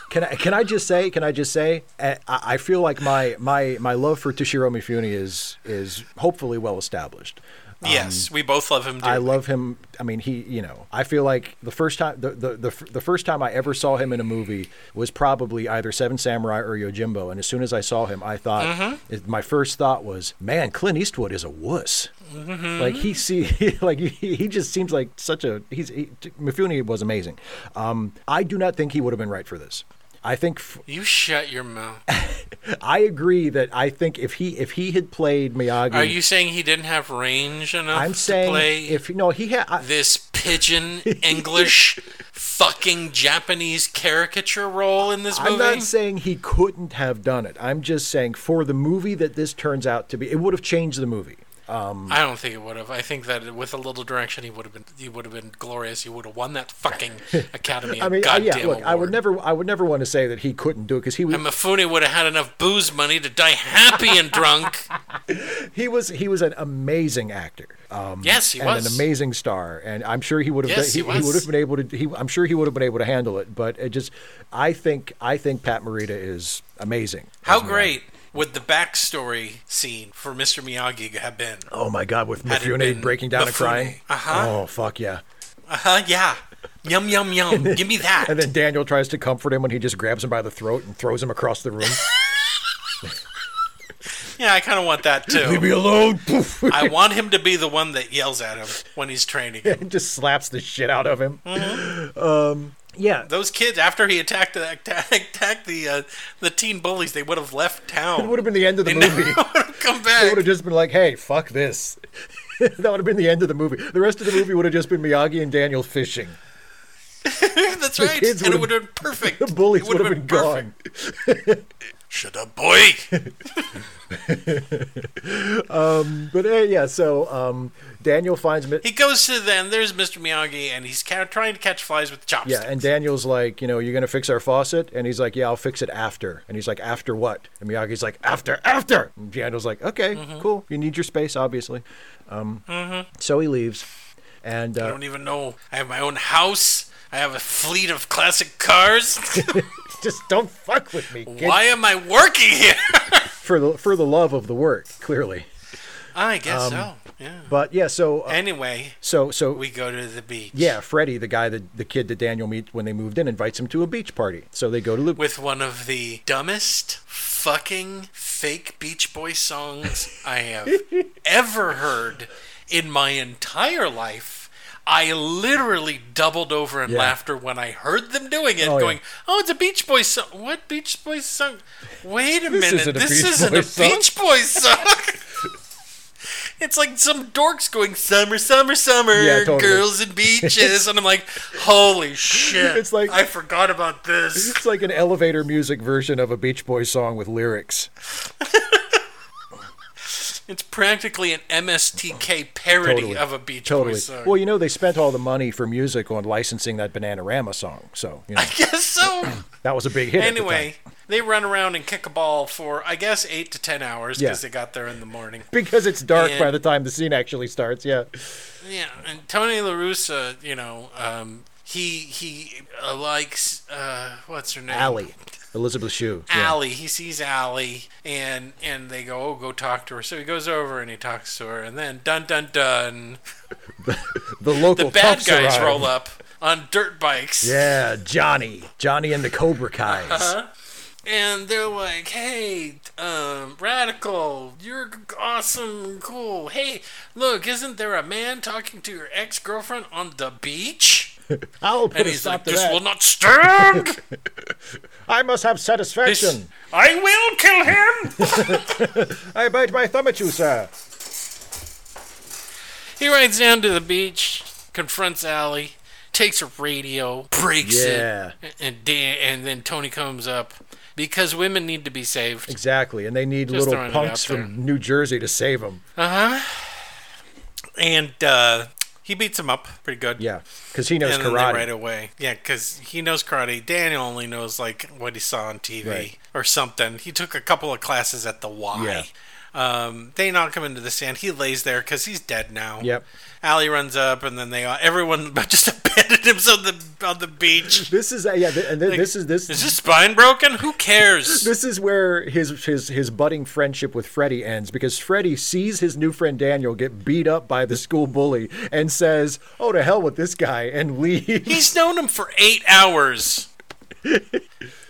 Speaker 2: Can I can I just say can I just say I, I I feel like my my my love for Toshiro Mifune is is hopefully well established.
Speaker 1: yes, we both love him.
Speaker 2: I
Speaker 1: dearly.
Speaker 2: love him. I mean, he you know I feel like the first time the the, the f- the first time I ever saw him in a movie was probably either Seven Samurai or Yojimbo, and as soon as I saw him, I thought it, my first thought was, man, Clint Eastwood is a wuss. Like he see <laughs> like he, he just seems like such a he's he, Mifune was amazing. Um, I do not think he would have been right for this. I think f-
Speaker 1: you shut your mouth.
Speaker 2: I agree that I think if he if he had played Miyagi, <laughs>
Speaker 1: Are you saying he didn't have range enough
Speaker 2: I'm saying
Speaker 1: to play
Speaker 2: if no he had I,
Speaker 1: this
Speaker 2: <laughs>
Speaker 1: pigeon English fucking Japanese caricature role in this movie?
Speaker 2: I'm not saying he couldn't have done it. I'm just saying for the movie that this turns out to be, it would have changed the movie.
Speaker 1: I don't think it would have. I think that with a little direction, he would have been he would have been glorious. He would have won that
Speaker 2: <laughs>
Speaker 1: fucking Academy.
Speaker 2: I mean, I-
Speaker 1: goddamn
Speaker 2: yeah, look, I would
Speaker 1: award.
Speaker 2: never, I would never want to say that he couldn't do it because he was,
Speaker 1: And Mifune would have had enough booze money to die happy and drunk.
Speaker 2: he was, he was an amazing actor. Um,
Speaker 1: Yes, he
Speaker 2: and
Speaker 1: was.
Speaker 2: an amazing star, and I'm sure he would have.
Speaker 1: Yes,
Speaker 2: been,
Speaker 1: he was.
Speaker 2: would have been able to. He, I'm sure he would have been able to handle it. But it just, I think, I think Pat Morita is amazing.
Speaker 1: How great would the backstory scene for Mr. Miyagi have been?
Speaker 2: Oh my God, with
Speaker 1: Had it
Speaker 2: Mifune
Speaker 1: been
Speaker 2: breaking down and
Speaker 1: Mifune.
Speaker 2: crying.
Speaker 1: Uh-huh.
Speaker 2: Oh fuck yeah!
Speaker 1: Uh huh. Yeah. Yum yum yum. Give me that.
Speaker 2: And then Daniel tries to comfort him when he just grabs him by the throat and throws him across the room.
Speaker 1: yeah, I kind of want that
Speaker 2: Leave
Speaker 1: too.
Speaker 2: me alone! Poof! <laughs>
Speaker 1: I want him to be the one that yells at him when he's training him.
Speaker 2: and just slaps the shit out of him. Um, yeah,
Speaker 1: Those kids, after he attacked the attacked, attacked the uh, the teen bullies, they would have left town.
Speaker 2: that would have been the end of the
Speaker 1: never <laughs>
Speaker 2: movie.
Speaker 1: would have come
Speaker 2: They would
Speaker 1: back.
Speaker 2: have just been like, "Hey, fuck this." <laughs> that would have been the end of the movie. The rest of the movie would have just been Miyagi and Daniel fishing.
Speaker 1: <laughs> That's right.
Speaker 2: kids
Speaker 1: And it
Speaker 2: would
Speaker 1: would have been perfect.
Speaker 2: The bullies
Speaker 1: It
Speaker 2: would have been
Speaker 1: perfect.
Speaker 2: gone.
Speaker 1: Shut up, boy.
Speaker 2: <laughs> But uh, yeah, so um, Daniel finds Mi-
Speaker 1: he goes to then. There's Mr. Miyagi, and he's ca- trying to catch flies with chopsticks.
Speaker 2: Yeah, and Daniel's like, you know, you're gonna fix our faucet, and he's like, yeah, I'll fix it after. And he's like, after what? And Miyagi's like, after, after. And Daniel's like, okay,
Speaker 1: Mm-hmm.
Speaker 2: cool. You need your space, obviously. Um, So he leaves, and
Speaker 1: I
Speaker 2: uh,
Speaker 1: Mm-hmm. don't even know. I have my own house. I have a fleet of classic cars.
Speaker 2: <laughs> just don't fuck with me. Kid.
Speaker 1: Why am I working here? <laughs>
Speaker 2: For the for the love of the work, clearly.
Speaker 1: I guess so. Yeah.
Speaker 2: But yeah, so uh,
Speaker 1: Anyway,
Speaker 2: so so
Speaker 1: we go to the beach.
Speaker 2: yeah, Freddie, the guy that the kid that Daniel meets when they moved in, invites him to a beach party. So they go to the
Speaker 1: with one of the dumbest fucking fake Beach Boy songs I
Speaker 2: <laughs>
Speaker 1: have ever heard in my entire life. I literally doubled over in
Speaker 2: Yeah.
Speaker 1: laughter when I heard them doing it,
Speaker 2: Oh, yeah.
Speaker 1: going, "Oh, it's a Beach Boy song. What Beach Boy song? Wait a minute,
Speaker 2: isn't a
Speaker 1: this
Speaker 2: Beach
Speaker 1: isn't
Speaker 2: Boy
Speaker 1: a
Speaker 2: song."
Speaker 1: Beach Boy song." <laughs> It's like some dorks going summer, summer, summer,
Speaker 2: Yeah, totally.
Speaker 1: girls and beaches, and I'm like, holy
Speaker 2: <laughs>
Speaker 1: shit!
Speaker 2: It's like-
Speaker 1: I forgot about this.
Speaker 2: It's like an elevator music version of a Beach Boys song with lyrics.
Speaker 1: It's practically an MSTK parody
Speaker 2: Totally.
Speaker 1: of a Beach
Speaker 2: Totally.
Speaker 1: Boys song. <laughs>
Speaker 2: Well, you know, they spent all the money for music on licensing that Bananarama song, so you know,
Speaker 1: I guess
Speaker 2: <laughs>
Speaker 1: so.
Speaker 2: that was a big hit. at the time.
Speaker 1: anyway, they run around and kick a ball for, I guess, eight to ten hours because
Speaker 2: Yeah.
Speaker 1: they got there in the morning.
Speaker 2: because it's dark
Speaker 1: And-
Speaker 2: by the time the scene actually starts, yeah,
Speaker 1: Yeah, and Tony LaRussa, you know, um, he he uh, likes uh, what's her name?
Speaker 2: Allie, Elizabeth Shue, yeah.
Speaker 1: Allie. He sees Allie, and and they go, oh, go talk to her. So he goes over and he talks to her, and then dun dun dun,
Speaker 2: the
Speaker 1: the
Speaker 2: local
Speaker 1: bad
Speaker 2: toughs
Speaker 1: guys
Speaker 2: arrive.
Speaker 1: roll up on dirt bikes.
Speaker 2: Yeah, Johnny, Johnny and the Cobra Kai's.
Speaker 1: Uh-huh. and they're like, "Hey, um, radical, you're awesome and cool. Hey, look, isn't there a man talking to your ex-girlfriend on the beach?"
Speaker 2: I'll put
Speaker 1: And
Speaker 2: a
Speaker 1: he's
Speaker 2: stop
Speaker 1: like,
Speaker 2: to
Speaker 1: "This
Speaker 2: that.
Speaker 1: will not
Speaker 2: <laughs>
Speaker 1: stand.
Speaker 2: I must have
Speaker 1: This-
Speaker 2: satisfaction.
Speaker 1: I will kill him." <laughs>
Speaker 2: I bite my thumb at you, sir.
Speaker 1: he rides down to the beach, confronts Allie, takes her radio, breaks
Speaker 2: Yeah.
Speaker 1: it, and Dan- and then Tony comes up because women need to be saved.
Speaker 2: Exactly, and they need
Speaker 1: Just
Speaker 2: little
Speaker 1: throwing it
Speaker 2: punks
Speaker 1: out there.
Speaker 2: from New Jersey to save them.
Speaker 1: And uh, he beats him up pretty good.
Speaker 2: Yeah, because he
Speaker 1: <laughs>
Speaker 2: knows
Speaker 1: and then they
Speaker 2: karate.
Speaker 1: right away. Yeah, because he knows karate. Daniel only knows like what he saw on TV
Speaker 2: Right.
Speaker 1: or something. He took a couple of classes at the Y.
Speaker 2: Yeah.
Speaker 1: Um, they knock him into the sand. He lays there because he's dead now.
Speaker 2: Yep.
Speaker 1: Allie runs up, and then they all, everyone <laughs> just abandoned him on the on the beach.
Speaker 2: This is yeah, th- and th- this is this
Speaker 1: Is his spine broken? Who cares?
Speaker 2: this is where his his his budding friendship with Freddy ends because Freddy sees his new friend Daniel get beat up by the school bully and says, "Oh to hell with this guy," and leaves.
Speaker 1: he's known him for eight hours.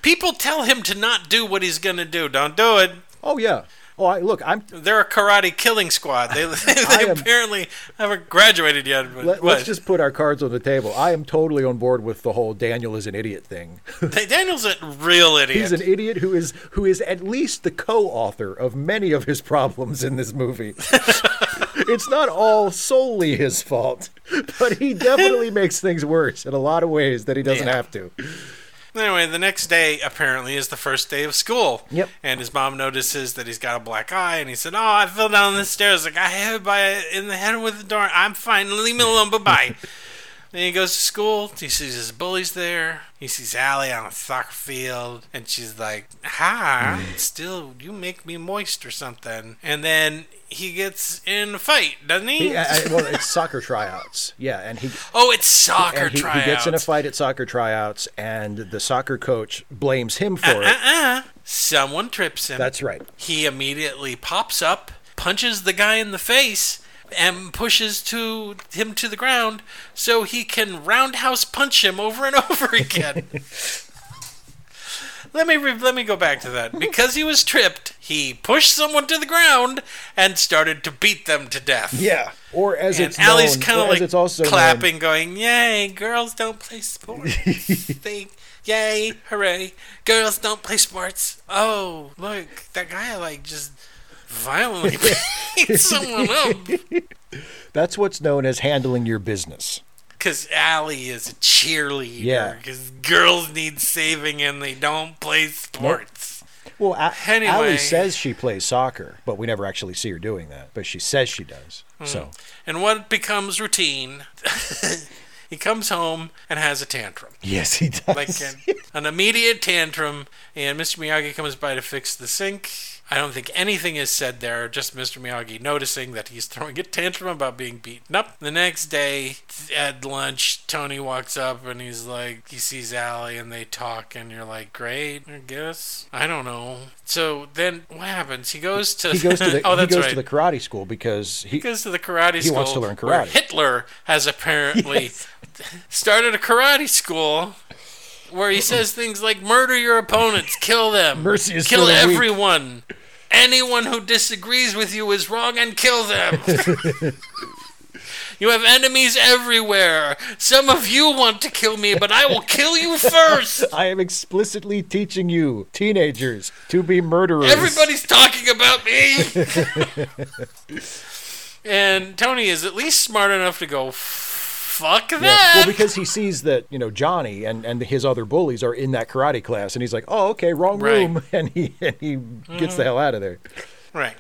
Speaker 1: People tell him to not do what he's gonna do. Don't do it.
Speaker 2: <laughs> Oh yeah, Oh, I, look, I'm.
Speaker 1: They're a karate killing squad. They, <laughs> they
Speaker 2: am-
Speaker 1: apparently haven't graduated yet. But
Speaker 2: Let,
Speaker 1: what?
Speaker 2: let's just put our cards on the table. I am totally on board with the whole Daniel is an idiot thing. <laughs>
Speaker 1: Da- Daniel's a real idiot.
Speaker 2: He's an idiot who is who is at least the co-author of many of his problems in
Speaker 1: <laughs>
Speaker 2: this movie. it's not all solely his fault, <laughs> but
Speaker 1: <laughs>
Speaker 2: he definitely makes things worse in a lot of ways that he doesn't
Speaker 1: Yeah.
Speaker 2: have to.
Speaker 1: Anyway, the next day apparently is the first day of school.
Speaker 2: Yep.
Speaker 1: And his mom notices that he's got a black eye, and he said, "Oh, I fell down the stairs. I got hit by in the head with a door. I'm fine. Leave me alone. Bye
Speaker 2: <laughs>
Speaker 1: bye." Then he goes to school. He sees his bullies there. He sees Allie on a soccer field, and she's like, "Hi,
Speaker 2: Hmm.
Speaker 1: still, you make me moist or something." And then he gets in a fight, doesn't he?
Speaker 2: He, uh, I, I- well, it's soccer tryouts. Yeah, and he
Speaker 1: oh, it's soccer
Speaker 2: and he, he
Speaker 1: tryouts.
Speaker 2: gets in a fight at soccer tryouts, and the soccer coach blames him for it.
Speaker 1: Uh-uh. Someone trips him.
Speaker 2: That's right.
Speaker 1: He immediately pops up, punches the guy in the face, and pushes to him to the ground so he can roundhouse punch him over and <laughs> over again. let me re- let me go back to that. Because he was tripped, he pushed someone to the ground and started to beat them to death.
Speaker 2: Yeah, or as
Speaker 1: And
Speaker 2: it's
Speaker 1: Allie's
Speaker 2: known-
Speaker 1: kind
Speaker 2: or
Speaker 1: of
Speaker 2: as
Speaker 1: like
Speaker 2: it's also known-
Speaker 1: clapping, going, "Yay, girls don't play
Speaker 2: <laughs>
Speaker 1: sports." they, yay, hooray, girls don't play sports. Oh, look, that guy like just
Speaker 2: <laughs>
Speaker 1: violently beat someone up
Speaker 2: That's what's known as handling your business.
Speaker 1: because Allie is a cheerleader.
Speaker 2: Yeah.
Speaker 1: because girls need saving and they don't play sports.
Speaker 2: Well, A-
Speaker 1: Anyway.
Speaker 2: Allie says she plays soccer, but we never actually see her doing that. But she says she does.
Speaker 1: Hmm.
Speaker 2: So
Speaker 1: And what becomes routine? <laughs> he comes home and has a tantrum.
Speaker 2: yes, he does.
Speaker 1: like an, an immediate tantrum, and Mr. Miyagi comes by to fix the sink. I don't think anything is said there, just Mr. Miyagi noticing that he's throwing a tantrum about being beaten up. The next day, at lunch, Tony walks up and he's like, he sees Allie and they talk, and you're like, great, I guess. I don't know. So then what happens? He goes to,
Speaker 2: <laughs> he goes to the
Speaker 1: <laughs> oh,
Speaker 2: he
Speaker 1: that's
Speaker 2: goes
Speaker 1: right.
Speaker 2: to the karate school because he.
Speaker 1: He goes to the karate
Speaker 2: He
Speaker 1: school.
Speaker 2: wants to learn
Speaker 1: where
Speaker 2: karate.
Speaker 1: Hitler has apparently started a karate school where he says things like murder your opponents, kill them,
Speaker 2: Mercy is
Speaker 1: kill
Speaker 2: for the weak."
Speaker 1: everyone. Anyone who disagrees with you is wrong and kill
Speaker 2: <laughs>
Speaker 1: them. you have enemies everywhere. Some of you want to kill me, but I will kill you first.
Speaker 2: I am explicitly teaching you, teenagers, to be murderers.
Speaker 1: Everybody's talking about me.
Speaker 2: <laughs>
Speaker 1: and Tony is at least smart enough to go, fuck that.
Speaker 2: Yeah.
Speaker 1: <laughs>
Speaker 2: Well, because he sees that you know Johnny and, and his other bullies are in that karate class, and he's like, "Oh, okay, wrong
Speaker 1: Right. Mm-hmm.
Speaker 2: room," <laughs> and he and he gets the hell out of there.
Speaker 1: right.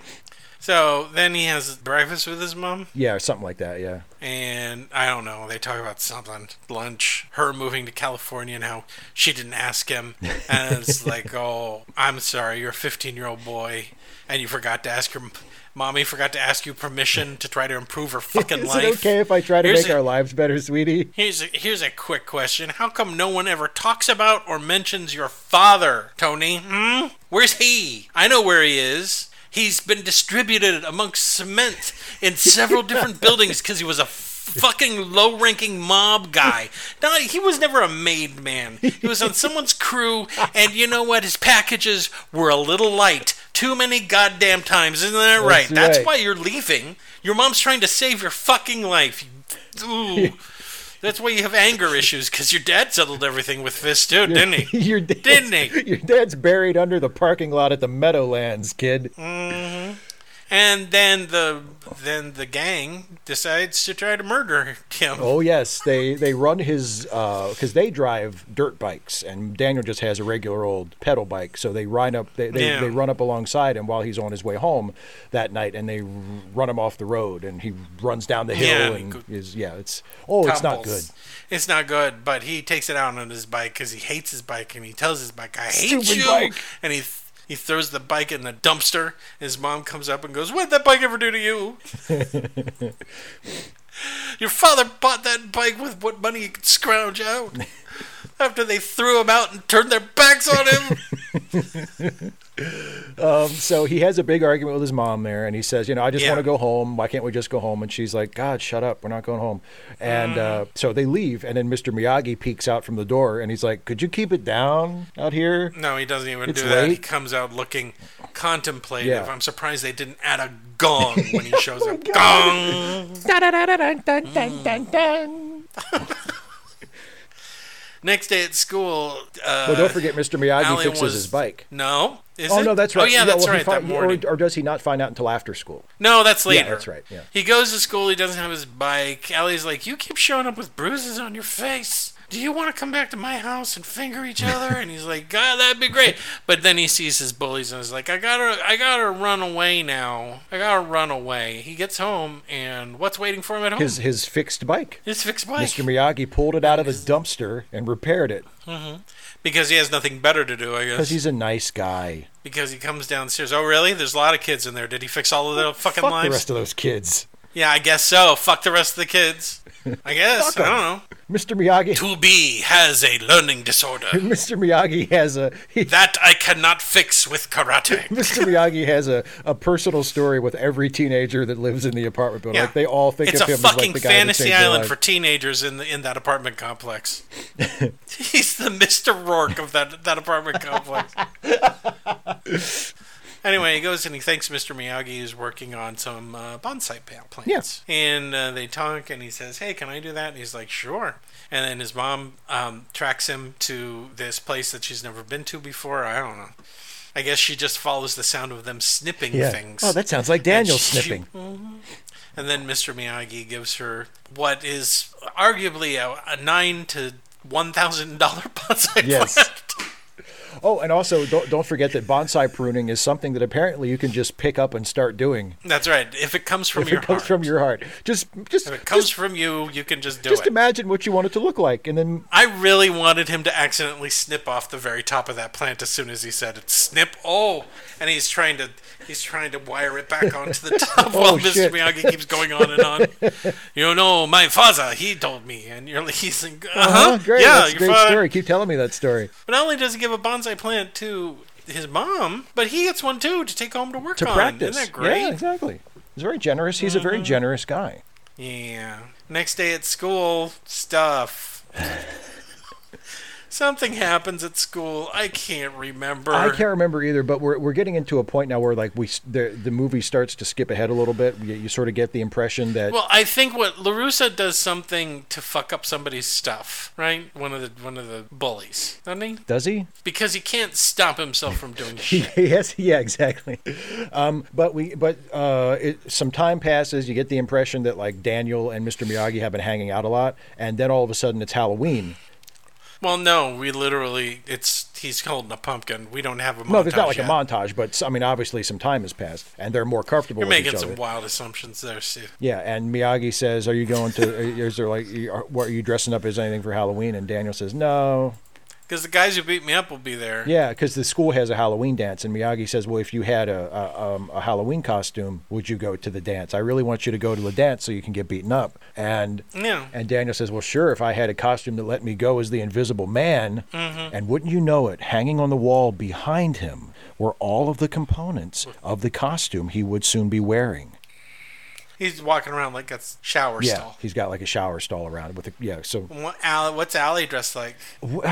Speaker 1: So then he has breakfast with his mom,
Speaker 2: Yeah, something like that. Yeah,
Speaker 1: and I don't know. They talk about something, lunch, her moving to California, and how she didn't ask him. And
Speaker 2: <laughs>
Speaker 1: it's like, oh, I'm sorry, you're a 15 year old boy, and you forgot to ask your mommy forgot to ask you permission to try to improve her fucking
Speaker 2: <laughs> is
Speaker 1: life.
Speaker 2: it okay if I try to
Speaker 1: Here's
Speaker 2: make
Speaker 1: a-
Speaker 2: our lives better, sweetie? <laughs>
Speaker 1: Here's a, here's a quick question. How come no one ever talks about or mentions your father, Tony? Hmm? Where's he? I know where he is. He's been distributed amongst cement in several different buildings because he was a fucking low-ranking mob guy. No, he was never a made man. He was on someone's crew, and you know what? His packages were a little light. Too many goddamn times, isn't that right? That's
Speaker 2: right.
Speaker 1: why you're leaving. Your mom's trying to save your fucking life. you- Ooh. That's why you have anger
Speaker 2: <laughs>
Speaker 1: issues, because your dad settled everything with fists too, didn't he?
Speaker 2: Your dad's,
Speaker 1: Didn't he?
Speaker 2: Your dad's buried under the parking lot at the Meadowlands, kid.
Speaker 1: And then the then the gang decides to try to murder him.
Speaker 2: Oh yes, they they run his because they drive dirt bikes, and Daniel just has a regular old pedal bike. So they ride up, they they,
Speaker 1: Yeah.
Speaker 2: they run up alongside him while he's on his way home that night, and they r- run him off the road, and he runs down the hill,
Speaker 1: Yeah,
Speaker 2: and
Speaker 1: good.
Speaker 2: is yeah, it's oh, it's not good.
Speaker 1: Topples. It's not good, but he takes it out on his bike because he hates his bike and he tells his bike, "I hate
Speaker 2: Stupid
Speaker 1: you,"
Speaker 2: bike.
Speaker 1: and he. Th- he throws the bike in the dumpster. His mom comes up and goes, What'd that bike ever do to
Speaker 2: <laughs>
Speaker 1: you? Your father bought that bike with what money he could scrounge out
Speaker 2: <laughs>
Speaker 1: after they threw him out and turned their backs on him.
Speaker 2: <laughs> Um, So he has a big argument with his mom there, and he says, "You know, I just
Speaker 1: Yeah.
Speaker 2: want to go home. Why can't we just go home?" And she's like, "God, shut up. We're not going home." And uh, so they leave, and then Mr. Miyagi peeks out from the door, and he's like, "Could you keep it down out here?"
Speaker 1: No, he doesn't even
Speaker 2: It's
Speaker 1: do that. He
Speaker 2: late.
Speaker 1: comes out looking contemplative.
Speaker 2: Yeah. Oh
Speaker 1: I'm surprised they didn't add a gong when
Speaker 2: <laughs>
Speaker 1: he shows up. gong. Mm. Next day at school, uh,
Speaker 2: Well, don't forget, Mr. Miyagi
Speaker 1: Alan
Speaker 2: fixes
Speaker 1: was-
Speaker 2: his bike.
Speaker 1: No. Is
Speaker 2: Oh
Speaker 1: it?
Speaker 2: no, that's right.
Speaker 1: Oh yeah, that's
Speaker 2: well, he
Speaker 1: right.
Speaker 2: fin-
Speaker 1: that morning.
Speaker 2: Or, or does he not find out until after school?
Speaker 1: No, that's later.
Speaker 2: that's right, yeah.
Speaker 1: He goes to school. He doesn't have his bike. Allie's like, "You keep showing up with bruises on your face. Do you want to come back to my house and finger
Speaker 2: <laughs>
Speaker 1: each other?" and he's like, "God, that'd be great." But then he sees his bullies and is like, "I gotta, I gotta run away now. I gotta run away." He gets home and what's waiting for him at home?
Speaker 2: His his fixed bike.
Speaker 1: His fixed bike.
Speaker 2: Mr. Miyagi pulled it out of the dumpster and repaired it
Speaker 1: Because he has nothing better to do, I
Speaker 2: because
Speaker 1: guess.
Speaker 2: he's a nice guy.
Speaker 1: Because he comes downstairs. Oh, really? There's a lot of kids in there. Did he fix all of their fucking
Speaker 2: Fuck
Speaker 1: lives?
Speaker 2: the rest of those kids.
Speaker 1: yeah, I guess so. Fuck the rest of the
Speaker 2: <laughs>
Speaker 1: kids. I guess.
Speaker 2: Fuck
Speaker 1: I
Speaker 2: 'em.
Speaker 1: don't know.
Speaker 2: Mr. Miyagi. <laughs>
Speaker 1: To be has a learning disorder
Speaker 2: Mr. Miyagi has a he, <laughs>
Speaker 1: that I cannot fix with karate.
Speaker 2: Mr. Miyagi has a, a personal story with every teenager that lives in the apartment building.
Speaker 1: Yeah.
Speaker 2: Like they all think
Speaker 1: it's
Speaker 2: of
Speaker 1: a
Speaker 2: him as
Speaker 1: fucking
Speaker 2: like the guy that
Speaker 1: fantasy
Speaker 2: changed their
Speaker 1: island
Speaker 2: life.
Speaker 1: for teenagers in the, in that apartment
Speaker 2: <laughs>
Speaker 1: complex. He's the Mister Rourke of that that apartment complex. Anyway, he goes and he thanks Mr. Miyagi, who's working on some uh, bonsai pa- plants.
Speaker 2: Yes.
Speaker 1: And uh, they talk, and he says, Hey, can I do that? And he's like, Sure. And then his mom um, tracks him to this place that she's never been to before. I don't know. I guess she just follows the sound of them snipping
Speaker 2: yeah.
Speaker 1: things.
Speaker 2: Oh, that sounds like Daniel
Speaker 1: And she-
Speaker 2: snipping.
Speaker 1: Mm-hmm. And then Mr. Miyagi gives her what is arguably a, a nine to one thousand dollar <laughs> bonsai
Speaker 2: Yes.
Speaker 1: plant.
Speaker 2: Oh, and also don't, don't forget that bonsai pruning is something that apparently you can just pick up and start doing.
Speaker 1: That's right. If it comes from
Speaker 2: If
Speaker 1: your
Speaker 2: it comes
Speaker 1: heart,
Speaker 2: from your heart. Just just
Speaker 1: if it comes from you, you can just do
Speaker 2: just
Speaker 1: it.
Speaker 2: imagine what you want it to look like and then
Speaker 1: I really wanted him to accidentally snip off the very top of that plant as soon as he said it. Snip! Oh, and he's trying to he's trying to wire it back onto the <laughs> top while Mr.
Speaker 2: Oh, shit.
Speaker 1: Miyagi keeps going on and
Speaker 2: <laughs>
Speaker 1: on. you know, my father, he told me, and you're like, he's like, uh-huh,
Speaker 2: oh, great,
Speaker 1: yeah,
Speaker 2: that's a
Speaker 1: your
Speaker 2: great
Speaker 1: father-
Speaker 2: story. Keep telling me that story.
Speaker 1: But not only does he give a bonsai plant to his mom, but he gets one too to take home to work
Speaker 2: To
Speaker 1: on.
Speaker 2: practice.
Speaker 1: Isn't that
Speaker 2: Yeah,
Speaker 1: great? Mm-hmm.
Speaker 2: exactly. He's very generous. He's a very generous guy.
Speaker 1: Yeah. Next day at school,
Speaker 2: <laughs>
Speaker 1: stuff. Something happens at school. I can't remember.
Speaker 2: I can't remember either, but we're, we're getting into a point now where like we s- the the movie starts to skip ahead a little bit. You, you sort of get the impression that
Speaker 1: Well, I think what Larusa does something to fuck up somebody's stuff, right? One of the one of the bullies, doesn't he?
Speaker 2: does he?
Speaker 1: Because he can't stop himself from
Speaker 2: <laughs>
Speaker 1: doing shit.
Speaker 2: yes, yeah, exactly. Um, but we but uh, it, some time passes. You get the impression that like Daniel and Mr. Miyagi have been hanging out a lot, and then all of a sudden it's Halloween.
Speaker 1: Well, no, we literally it's he's holding a pumpkin. We don't have a montage.
Speaker 2: No, there's not like
Speaker 1: yet.
Speaker 2: a montage, but s- I mean obviously some time has passed, and they're more comfortable
Speaker 1: You're
Speaker 2: with
Speaker 1: making
Speaker 2: each
Speaker 1: some
Speaker 2: other.
Speaker 1: wild assumptions there, Steve.
Speaker 2: Yeah, and Miyagi says, "Are you going to? <laughs> Is there like, are, what are you dressing up as anything for Halloween?" And Daniel says, "No,
Speaker 1: Because the guys who beat me up will be there.
Speaker 2: Yeah, because the school has a Halloween dance, and Miyagi says, "Well, if you had a a, um, a Halloween costume, would you go to the dance? I really want you to go to the dance so you can get beaten up." And
Speaker 1: Yeah.
Speaker 2: and Daniel says, "Well, sure, if I had a costume that let me go as the Invisible Man, and wouldn't you know it, hanging on the wall behind him were all of the components of the costume he would soon be wearing."
Speaker 1: He's walking around like a shower
Speaker 2: Yeah,
Speaker 1: stall.
Speaker 2: he's got like a shower stall around with a yeah. So
Speaker 1: What, Al, what's Allie dressed like?
Speaker 2: <sighs>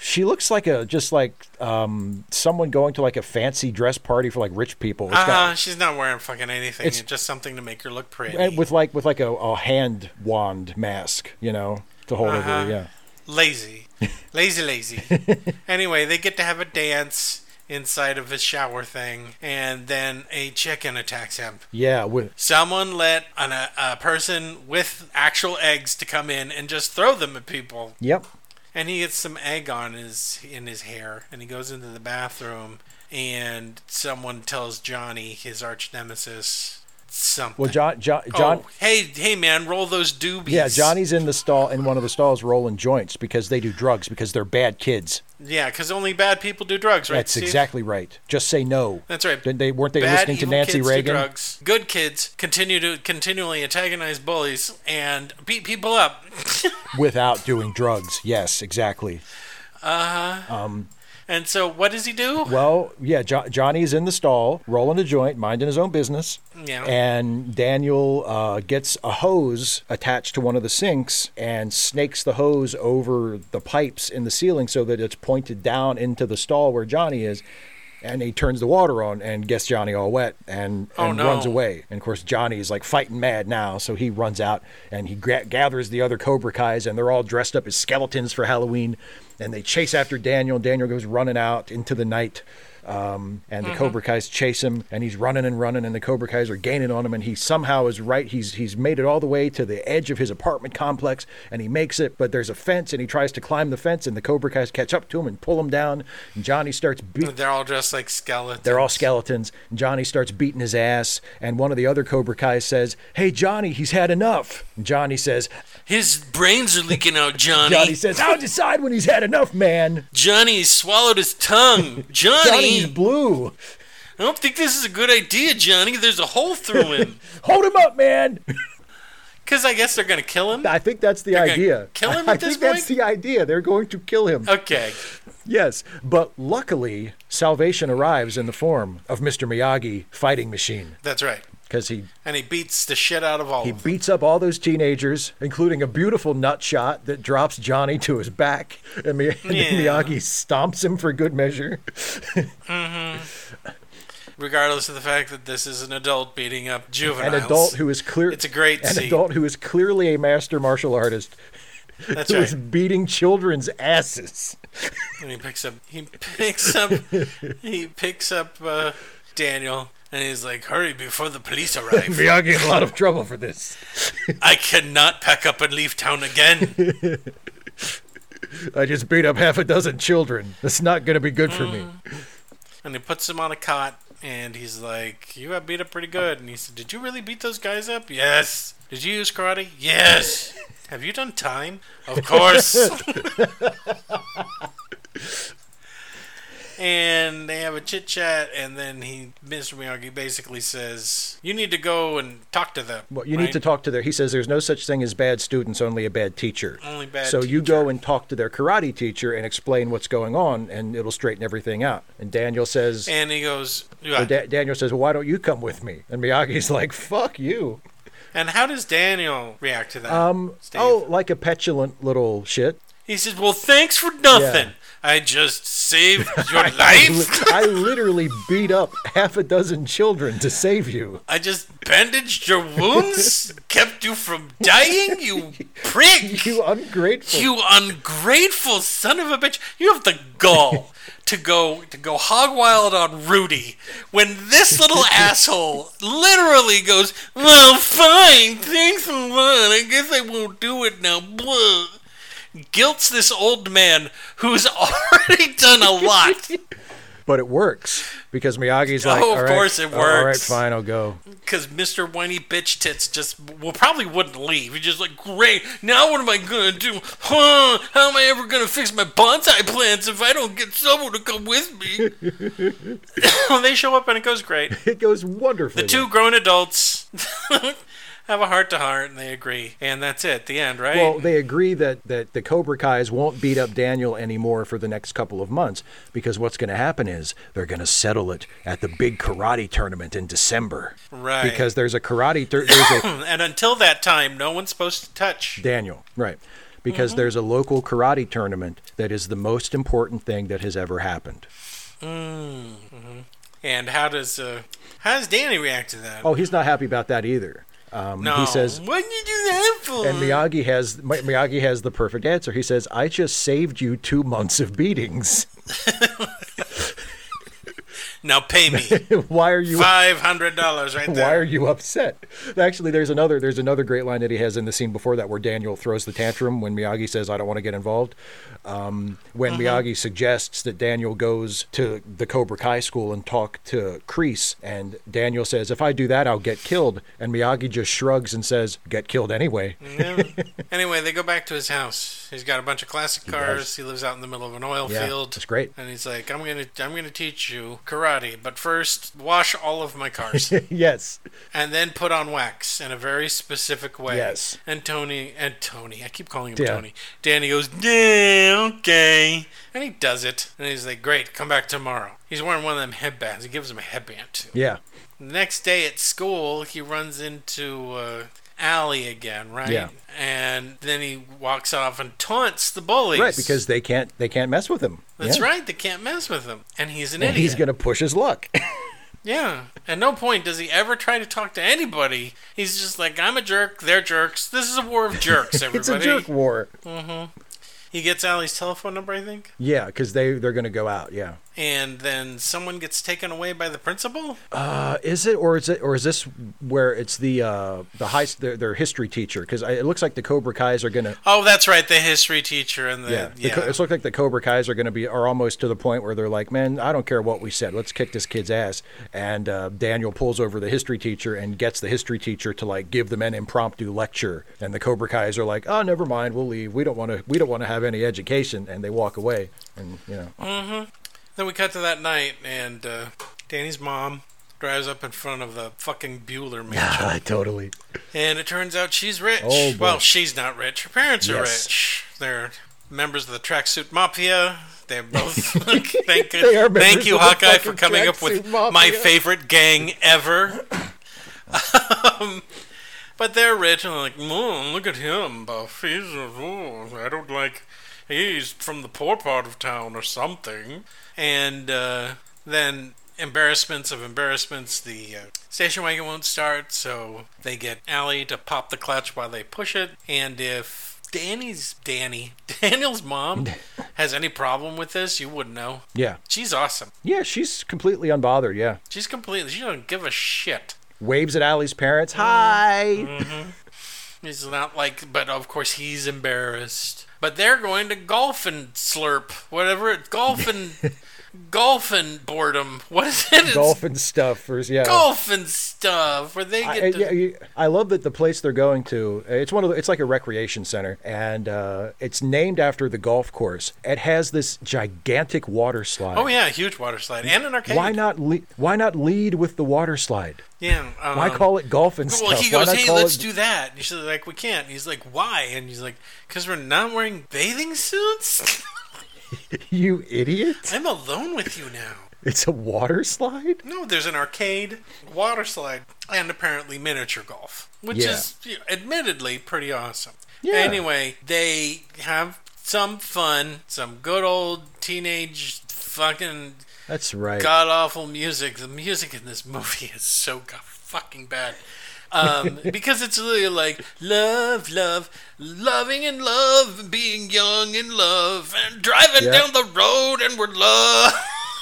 Speaker 2: she looks like a just like um someone going to like a fancy dress party for like rich people. It's
Speaker 1: Uh
Speaker 2: got-
Speaker 1: huh. She's not wearing fucking anything. It's,
Speaker 2: It's-
Speaker 1: just something to make her look pretty.
Speaker 2: and with like with like a, a hand wand mask, you know, to hold
Speaker 1: Uh-huh.
Speaker 2: over. Yeah, <laughs>
Speaker 1: lazy. Lazy, lazy. anyway, they get to have a dance inside of his shower thing, and then a chicken attacks him.
Speaker 2: yeah. With
Speaker 1: Someone let an, a, a person with actual eggs to come in and just throw them at people.
Speaker 2: yep.
Speaker 1: and he gets some egg on his in his hair and he goes into the bathroom and someone tells johnny his arch nemesis something
Speaker 2: Well, John, John, John.
Speaker 1: oh, hey hey man roll those doobies
Speaker 2: Yeah, Johnny's in the stall in one of the stalls rolling joints because they do drugs because they're bad kids.
Speaker 1: yeah because only bad people do drugs right
Speaker 2: That's
Speaker 1: Steve?
Speaker 2: exactly right. Just say no.
Speaker 1: that's right
Speaker 2: Didn't they weren't they
Speaker 1: Bad,
Speaker 2: listening to
Speaker 1: evil
Speaker 2: Nancy
Speaker 1: kids do
Speaker 2: Reagan?
Speaker 1: drugs. Good kids continue to continually antagonize bullies and beat people up. <laughs>
Speaker 2: Without doing drugs. Yes, exactly.
Speaker 1: and so, what does he do?
Speaker 2: <laughs> Well, yeah, jo- Johnny's in the stall, rolling a joint, minding his own business.
Speaker 1: Yeah.
Speaker 2: And Daniel uh, gets a hose attached to one of the sinks and snakes the hose over the pipes in the ceiling so that it's pointed down into the stall where Johnny is. and he turns the water on and gets Johnny all wet and,
Speaker 1: Oh,
Speaker 2: and
Speaker 1: no.
Speaker 2: runs away. And of course, Johnny is like fighting mad now, so he runs out and he gra- gathers the other Cobra Kai's, and they're all dressed up as skeletons for Halloween, and they chase after Daniel. Daniel goes running out into the night. Um, and the Cobra Kai's chase him, and he's running and running, and the Cobra Kai's are gaining on him, and he somehow is right. He's he's made it all the way to the edge of his apartment complex, and he makes it, but there's a fence, and he tries to climb the fence, and the Cobra Kai's catch up to him and pull him down. And Johnny starts beating
Speaker 1: They're all dressed like skeletons.
Speaker 2: they're all skeletons. And Johnny starts beating his ass, and one of the other Cobra Kai says, "Hey Johnny, he's had enough." And Johnny says,
Speaker 1: His brains are leaking out,
Speaker 2: <laughs>
Speaker 1: Johnny.
Speaker 2: "Johnny says, I'll decide when he's had enough, man."
Speaker 1: Johnny swallowed his
Speaker 2: <laughs>
Speaker 1: tongue.
Speaker 2: Johnny's
Speaker 1: Johnny,
Speaker 2: blue.
Speaker 1: I don't think this is a good idea, Johnny. There's a hole through
Speaker 2: <laughs>
Speaker 1: him.
Speaker 2: Hold him up, man. <laughs>
Speaker 1: Because I guess they're gonna kill him.
Speaker 2: I think that's the
Speaker 1: gonna
Speaker 2: idea.
Speaker 1: kill him
Speaker 2: <laughs> I
Speaker 1: at this
Speaker 2: think that's
Speaker 1: point?
Speaker 2: the idea. They're going to kill him.
Speaker 1: Okay.
Speaker 2: Yes, but luckily, salvation arrives in the form of Mr. Miyagi fighting machine
Speaker 1: That's right.
Speaker 2: because he
Speaker 1: And he beats the shit out of all
Speaker 2: He
Speaker 1: of them.
Speaker 2: beats up all those teenagers, including a beautiful nut shot that drops Johnny to his back, and, Mi- <laughs> and
Speaker 1: Yeah.
Speaker 2: Miyagi stomps him for good measure.
Speaker 1: Regardless of the fact that this is an adult beating up
Speaker 2: An
Speaker 1: juveniles.
Speaker 2: adult who is clear
Speaker 1: It's a great
Speaker 2: an
Speaker 1: scene.
Speaker 2: adult who is clearly a master martial artist
Speaker 1: That's
Speaker 2: who
Speaker 1: right.
Speaker 2: is beating children's
Speaker 1: <laughs>
Speaker 2: asses.
Speaker 1: And he picks up. He picks
Speaker 2: <laughs>
Speaker 1: up. he picks up uh, Daniel, and he's like, "Hurry before the police arrive!
Speaker 2: Miyagi in <laughs> a lot of trouble for this.
Speaker 1: I cannot pack up and leave town again."
Speaker 2: I just beat up half a dozen children. That's not going to be good for me.
Speaker 1: And he puts him on a cot, and he's like, "You got beat up pretty good." And he said, "Did you really beat those guys up?" "Yes." "Did you use karate?" "Yes." "Have you done time?" "Of course." <laughs> and they have a chit chat, and then he, Mr. Miyagi, basically says, "You need to go and talk to them."
Speaker 2: Well, you need to talk to their. He says there's no such thing as bad students, only a bad teacher.
Speaker 1: Only bad
Speaker 2: So you go and talk to their karate teacher and explain what's going on, and it'll straighten everything out. And Daniel says,
Speaker 1: And he goes,
Speaker 2: or
Speaker 1: yeah.
Speaker 2: da- Daniel says, well, why don't you come with me? And Miyagi's <laughs> like, fuck you.
Speaker 1: and how does Daniel react to that?
Speaker 2: Um,
Speaker 1: Steve?
Speaker 2: oh, like a petulant little shit.
Speaker 1: he says, "Well, thanks for nothing.
Speaker 2: Yeah.
Speaker 1: I just saved your
Speaker 2: <laughs>
Speaker 1: life.
Speaker 2: I literally beat up half a dozen children to save you. <laughs>
Speaker 1: I just bandaged your wounds, kept you from dying. You prick.
Speaker 2: <laughs> You ungrateful.
Speaker 1: You ungrateful son of a bitch! You have the gall to go to go hog wild on Rudy when this little asshole literally goes, "Well, fine, thanks a lot. I guess I won't do it now." Blah. Guilts this old man who's <laughs> already done a lot
Speaker 2: but it works because Miyagi's like,
Speaker 1: Oh, of
Speaker 2: "All right,
Speaker 1: course it
Speaker 2: oh, All right,
Speaker 1: works."
Speaker 2: fine, I'll go.
Speaker 1: because Mr. Whiny Bitch Tits just well probably wouldn't leave. He's just like, "Great, now what am I gonna do? Huh? How am I ever gonna fix my bonsai plants if I don't get someone to come with
Speaker 2: <laughs>
Speaker 1: me?" they show up and it goes great.
Speaker 2: It goes wonderfully.
Speaker 1: The two grown adults <laughs> have a heart to heart and they agree, and that's it. The end, right?
Speaker 2: Well, they agree that, that the Cobra Kai's won't beat up Daniel anymore for the next couple of months because what's going to happen is they're going to settle it at the big karate tournament in December.
Speaker 1: Right.
Speaker 2: Because there's a karate tur- there's a <coughs>
Speaker 1: and until that time, no one's supposed to touch.
Speaker 2: Daniel, right? Because
Speaker 1: Mm-hmm.
Speaker 2: there's a local karate tournament that is the most important thing that has ever happened.
Speaker 1: And how does uh, how does Danny react to that?
Speaker 2: Oh, he's not happy about that either. Um,
Speaker 1: no,
Speaker 2: He says,
Speaker 1: "What did you do that for?"
Speaker 2: and Miyagi has Mi- Miyagi has the perfect answer. He says, "I just saved you two months of beatings. <laughs>
Speaker 1: now pay
Speaker 2: <laughs>
Speaker 1: me.
Speaker 2: Why are you
Speaker 1: Five hundred dollars right there.
Speaker 2: <laughs> Why are you upset? Actually, there's another there's another great line that he has in the scene before that where Daniel throws the tantrum when Miyagi says, "I don't want to get involved." Um, when
Speaker 1: Uh-huh.
Speaker 2: Miyagi suggests that Daniel goes to the Cobra Kai school and talk to Kreese, and Daniel says, "If I do that, I'll get killed," and Miyagi just shrugs and says, "Get killed anyway."
Speaker 1: Yeah. <laughs> anyway, they go back to his house. He's got a bunch of classic cars. He, lives out in the middle of an oil
Speaker 2: Yeah,
Speaker 1: field.
Speaker 2: it's great.
Speaker 1: And he's like, "I'm gonna, I'm gonna teach you karate, but first, wash all of my
Speaker 2: <laughs>
Speaker 1: cars,
Speaker 2: yes,
Speaker 1: and then put on wax in a very specific way."
Speaker 2: Yes.
Speaker 1: And Tony, and Tony, I keep calling him
Speaker 2: Yeah.
Speaker 1: Tony. Danny goes, "Yeah, okay," and he does it. And he's like, "Great, come back tomorrow." He's wearing one of them headbands. He gives him a headband too.
Speaker 2: yeah,
Speaker 1: The next day at school, he runs into uh, alley again, right?
Speaker 2: Yeah.
Speaker 1: And then he walks off and taunts the bullies.
Speaker 2: Right, because they can't they can't mess with him.
Speaker 1: that's
Speaker 2: Yeah.
Speaker 1: right. They can't mess with him, and he's an
Speaker 2: And
Speaker 1: idiot.
Speaker 2: he's going to push his luck. <laughs>
Speaker 1: Yeah. At no point does he ever try to talk to anybody. He's just like, I'm a jerk. They're jerks. This is a war
Speaker 2: <laughs>
Speaker 1: of jerks,
Speaker 2: it's
Speaker 1: everybody.
Speaker 2: a jerk war.
Speaker 1: He gets Allie's telephone number, I think,
Speaker 2: Yeah, because they they're going to go out. Yeah.
Speaker 1: and then someone gets taken away by the principal.
Speaker 2: Uh, is it or is it or is this where it's the uh, the high their, their history teacher? Because it looks like the Cobra Kai's are going to
Speaker 1: Oh, that's right. The history teacher and the
Speaker 2: yeah.
Speaker 1: yeah.
Speaker 2: the Co- it looks like the Cobra Kai's are going to be are almost to the point where they're like, man, I don't care what we said, let's kick this kid's ass. And uh, Daniel pulls over the history teacher and gets the history teacher to like give them an impromptu lecture. And the Cobra Kai's are like, oh, never mind, we'll leave. We don't want to. We don't want to have any education. And they walk away. And you know,
Speaker 1: Then we cut to that night, and uh, Danny's mom drives up in front of the fucking Bueller mansion,
Speaker 2: <laughs> totally.
Speaker 1: and it turns out she's rich.
Speaker 2: Oh, boy.
Speaker 1: well, she's not rich. Her parents are
Speaker 2: Yes.
Speaker 1: rich. They're members of the tracksuit mafia. They're
Speaker 2: <laughs>
Speaker 1: both. <laughs> thank
Speaker 2: They are members
Speaker 1: thank you,
Speaker 2: of the
Speaker 1: Hawkeye, for
Speaker 2: fucking
Speaker 1: coming up with
Speaker 2: tracksuit mafia.
Speaker 1: my favorite gang ever. um, but they're rich, and like, Mom, look at him, Buff. He's a fool. I don't like. He's from the poor part of town or something. And uh, then embarrassments of embarrassments. The uh, station wagon won't start, so they get Allie to pop the clutch while they push it. And if Danny's Danny, <laughs> Daniel's
Speaker 2: <laughs>
Speaker 1: mom, has any problem with this, you wouldn't know.
Speaker 2: Yeah,
Speaker 1: She's awesome.
Speaker 2: yeah. She's completely unbothered. Yeah,
Speaker 1: She's completely. She doesn't give a shit.
Speaker 2: waves at Allie's parents. Hi.
Speaker 1: He's not like, but of course he's embarrassed. But they're going to golf and slurp, whatever it golf and
Speaker 2: <laughs>
Speaker 1: golf and boredom. What is it? It's
Speaker 2: Golf and stuff. Or, yeah.
Speaker 1: golf and stuff. Where they
Speaker 2: I,
Speaker 1: get
Speaker 2: I-
Speaker 1: to,
Speaker 2: yeah, you- I love that the place they're going to. It's one of the, it's like a recreation center, and uh, it's named after the golf course. It has this gigantic water slide.
Speaker 1: oh yeah, huge water slide and an arcade.
Speaker 2: Why not? Le- why not lead with the water slide?
Speaker 1: Yeah. Um,
Speaker 2: Why call it golf and
Speaker 1: Well,
Speaker 2: stuff?
Speaker 1: he
Speaker 2: why
Speaker 1: goes,
Speaker 2: not
Speaker 1: "Hey,
Speaker 2: call
Speaker 1: let's
Speaker 2: it-
Speaker 1: do that." And she's like, "We can't." And he's like, "Why?" And he's like, "Cause we're not wearing bathing suits. <laughs>
Speaker 2: <laughs> You idiot!
Speaker 1: I'm alone with you now."
Speaker 2: It's a water slide.
Speaker 1: No, there's an arcade, water slide, and apparently miniature golf, which
Speaker 2: Yeah.
Speaker 1: is you know, admittedly pretty awesome.
Speaker 2: Yeah.
Speaker 1: Anyway, they have some fun, some good old teenage fucking
Speaker 2: That's right.
Speaker 1: god awful music. The music in this movie is so god fucking bad.
Speaker 2: <laughs>
Speaker 1: Um, because it's really like love, love, loving and love, and being young and love, and driving
Speaker 2: Yeah.
Speaker 1: down the road and we're love.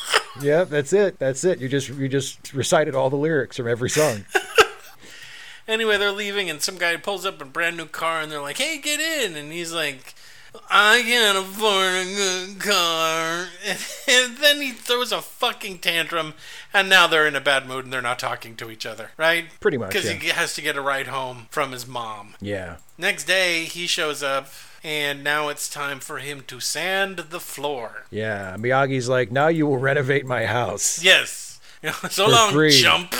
Speaker 1: <laughs>
Speaker 2: Yeah, that's it. That's it. You just you just recited all the lyrics from every song. <laughs>
Speaker 1: Anyway, they're leaving, and some guy pulls up in a brand new car, and they're like, "Hey, get in!" And he's like, "I can't afford a good car." <laughs> And then he throws a fucking tantrum, and now they're in a bad mood, and they're not talking to each other, right?
Speaker 2: Pretty much,
Speaker 1: because
Speaker 2: yeah.
Speaker 1: he has to get a ride home from his mom.
Speaker 2: yeah.
Speaker 1: Next day, he shows up, and now it's time for him to sand the floor.
Speaker 2: Yeah, Miyagi's like, now you will renovate my house.
Speaker 1: Yes. <laughs> so
Speaker 2: For
Speaker 1: long,
Speaker 2: free.
Speaker 1: jump.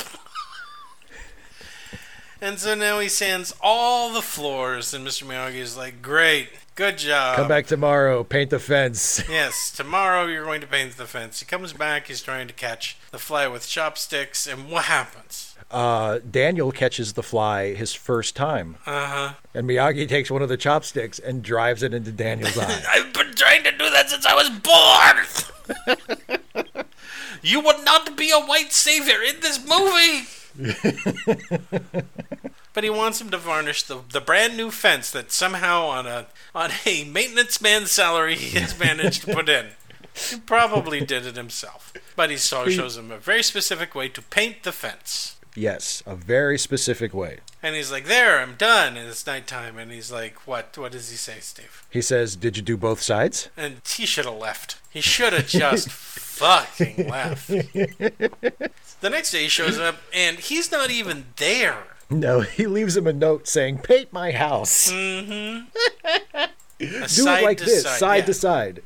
Speaker 1: and so now he sands all the floors, and Mr. Miyagi is like, great, good job.
Speaker 2: Come back tomorrow, paint the fence.
Speaker 1: Yes, tomorrow you're going to paint the fence. He comes back, he's trying to catch the fly with chopsticks, and what happens?
Speaker 2: Uh, Daniel catches the fly his first time,
Speaker 1: Uh huh.
Speaker 2: and Miyagi takes one of the chopsticks and drives it into <laughs> Daniel's eye.
Speaker 1: I've been trying to do that since I was born! <laughs> you would not be a white savior in this movie! <laughs> but he wants him to varnish the, the brand new fence that somehow on a on a maintenance man's salary he has managed to put in. He probably did it himself. But he saw, shows him a very specific way to paint the fence.
Speaker 2: Yes, a very specific way.
Speaker 1: And he's like, There, I'm done, and it's nighttime. And he's like, What what does he say, Steve?
Speaker 2: He says, "Did you do both sides?" <laughs>
Speaker 1: And he should have left. He should have just fucking left. The next day he shows up and he's not even there.
Speaker 2: No, he leaves him a note saying, "Paint my house.
Speaker 1: A
Speaker 2: do it like this, Mm, side Mm.
Speaker 1: yeah.
Speaker 2: to side."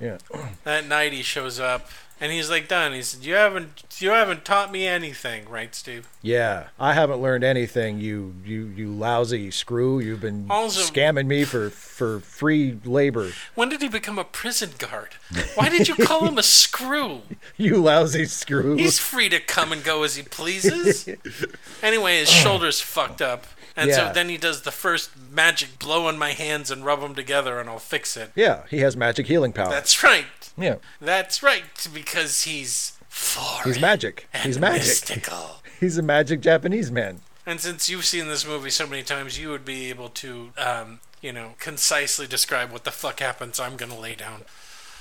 Speaker 2: Yeah,
Speaker 1: That night he shows up and he's like done. He said, You haven't you haven't taught me anything, right, Steve?
Speaker 2: yeah. I haven't learned anything. You, you, you lousy screw. You've been
Speaker 1: Also-
Speaker 2: scamming me for for free labor. <laughs>
Speaker 1: When did he become a prison guard? Why did you call him a screw?
Speaker 2: You lousy screw.
Speaker 1: He's free to come and go as he pleases. Anyway, his shoulder's fucked up. And
Speaker 2: Yeah.
Speaker 1: so then he does the first magic blow on my hands and rub them together and I'll fix it.
Speaker 2: Yeah, he has magic healing power.
Speaker 1: That's right.
Speaker 2: yeah,
Speaker 1: That's right, because he's foreign
Speaker 2: he's magic.
Speaker 1: and
Speaker 2: He's magic.
Speaker 1: mystical.
Speaker 2: He's a magic Japanese man.
Speaker 1: And since you've seen this movie so many times, you would be able to, um, you know, concisely describe what the fuck happens. I'm gonna lay down.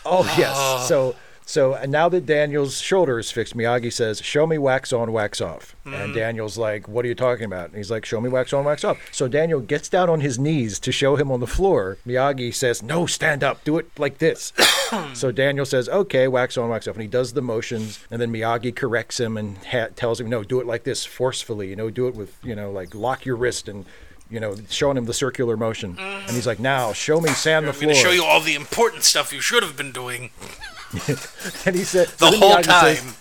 Speaker 2: Oh
Speaker 1: Ah.
Speaker 2: yes. So so and now that Daniel's shoulder is fixed, Miyagi says, "Show me wax on, wax off."
Speaker 1: Mm-hmm.
Speaker 2: And Daniel's like, "What are you talking about?" And he's like, "Show me wax on, wax off." So Daniel gets down on his knees to show him on the floor. Miyagi says, "No, stand up. Do it
Speaker 1: <coughs>
Speaker 2: like this." so Daniel says, "Okay, wax on, wax off." And he does the motions, and then Miyagi corrects him and ha- tells him, "No, do it like this, forcefully. You know, do it with, you know, like lock your wrist and you know, showing him the circular motion." And he's like, "Now, show me sand the
Speaker 1: Mm. I'm
Speaker 2: floor."
Speaker 1: gonna show you all the important stuff you should have been doing
Speaker 2: <laughs> and he said,
Speaker 1: the
Speaker 2: so then
Speaker 1: whole
Speaker 2: Miyagi says-
Speaker 1: time.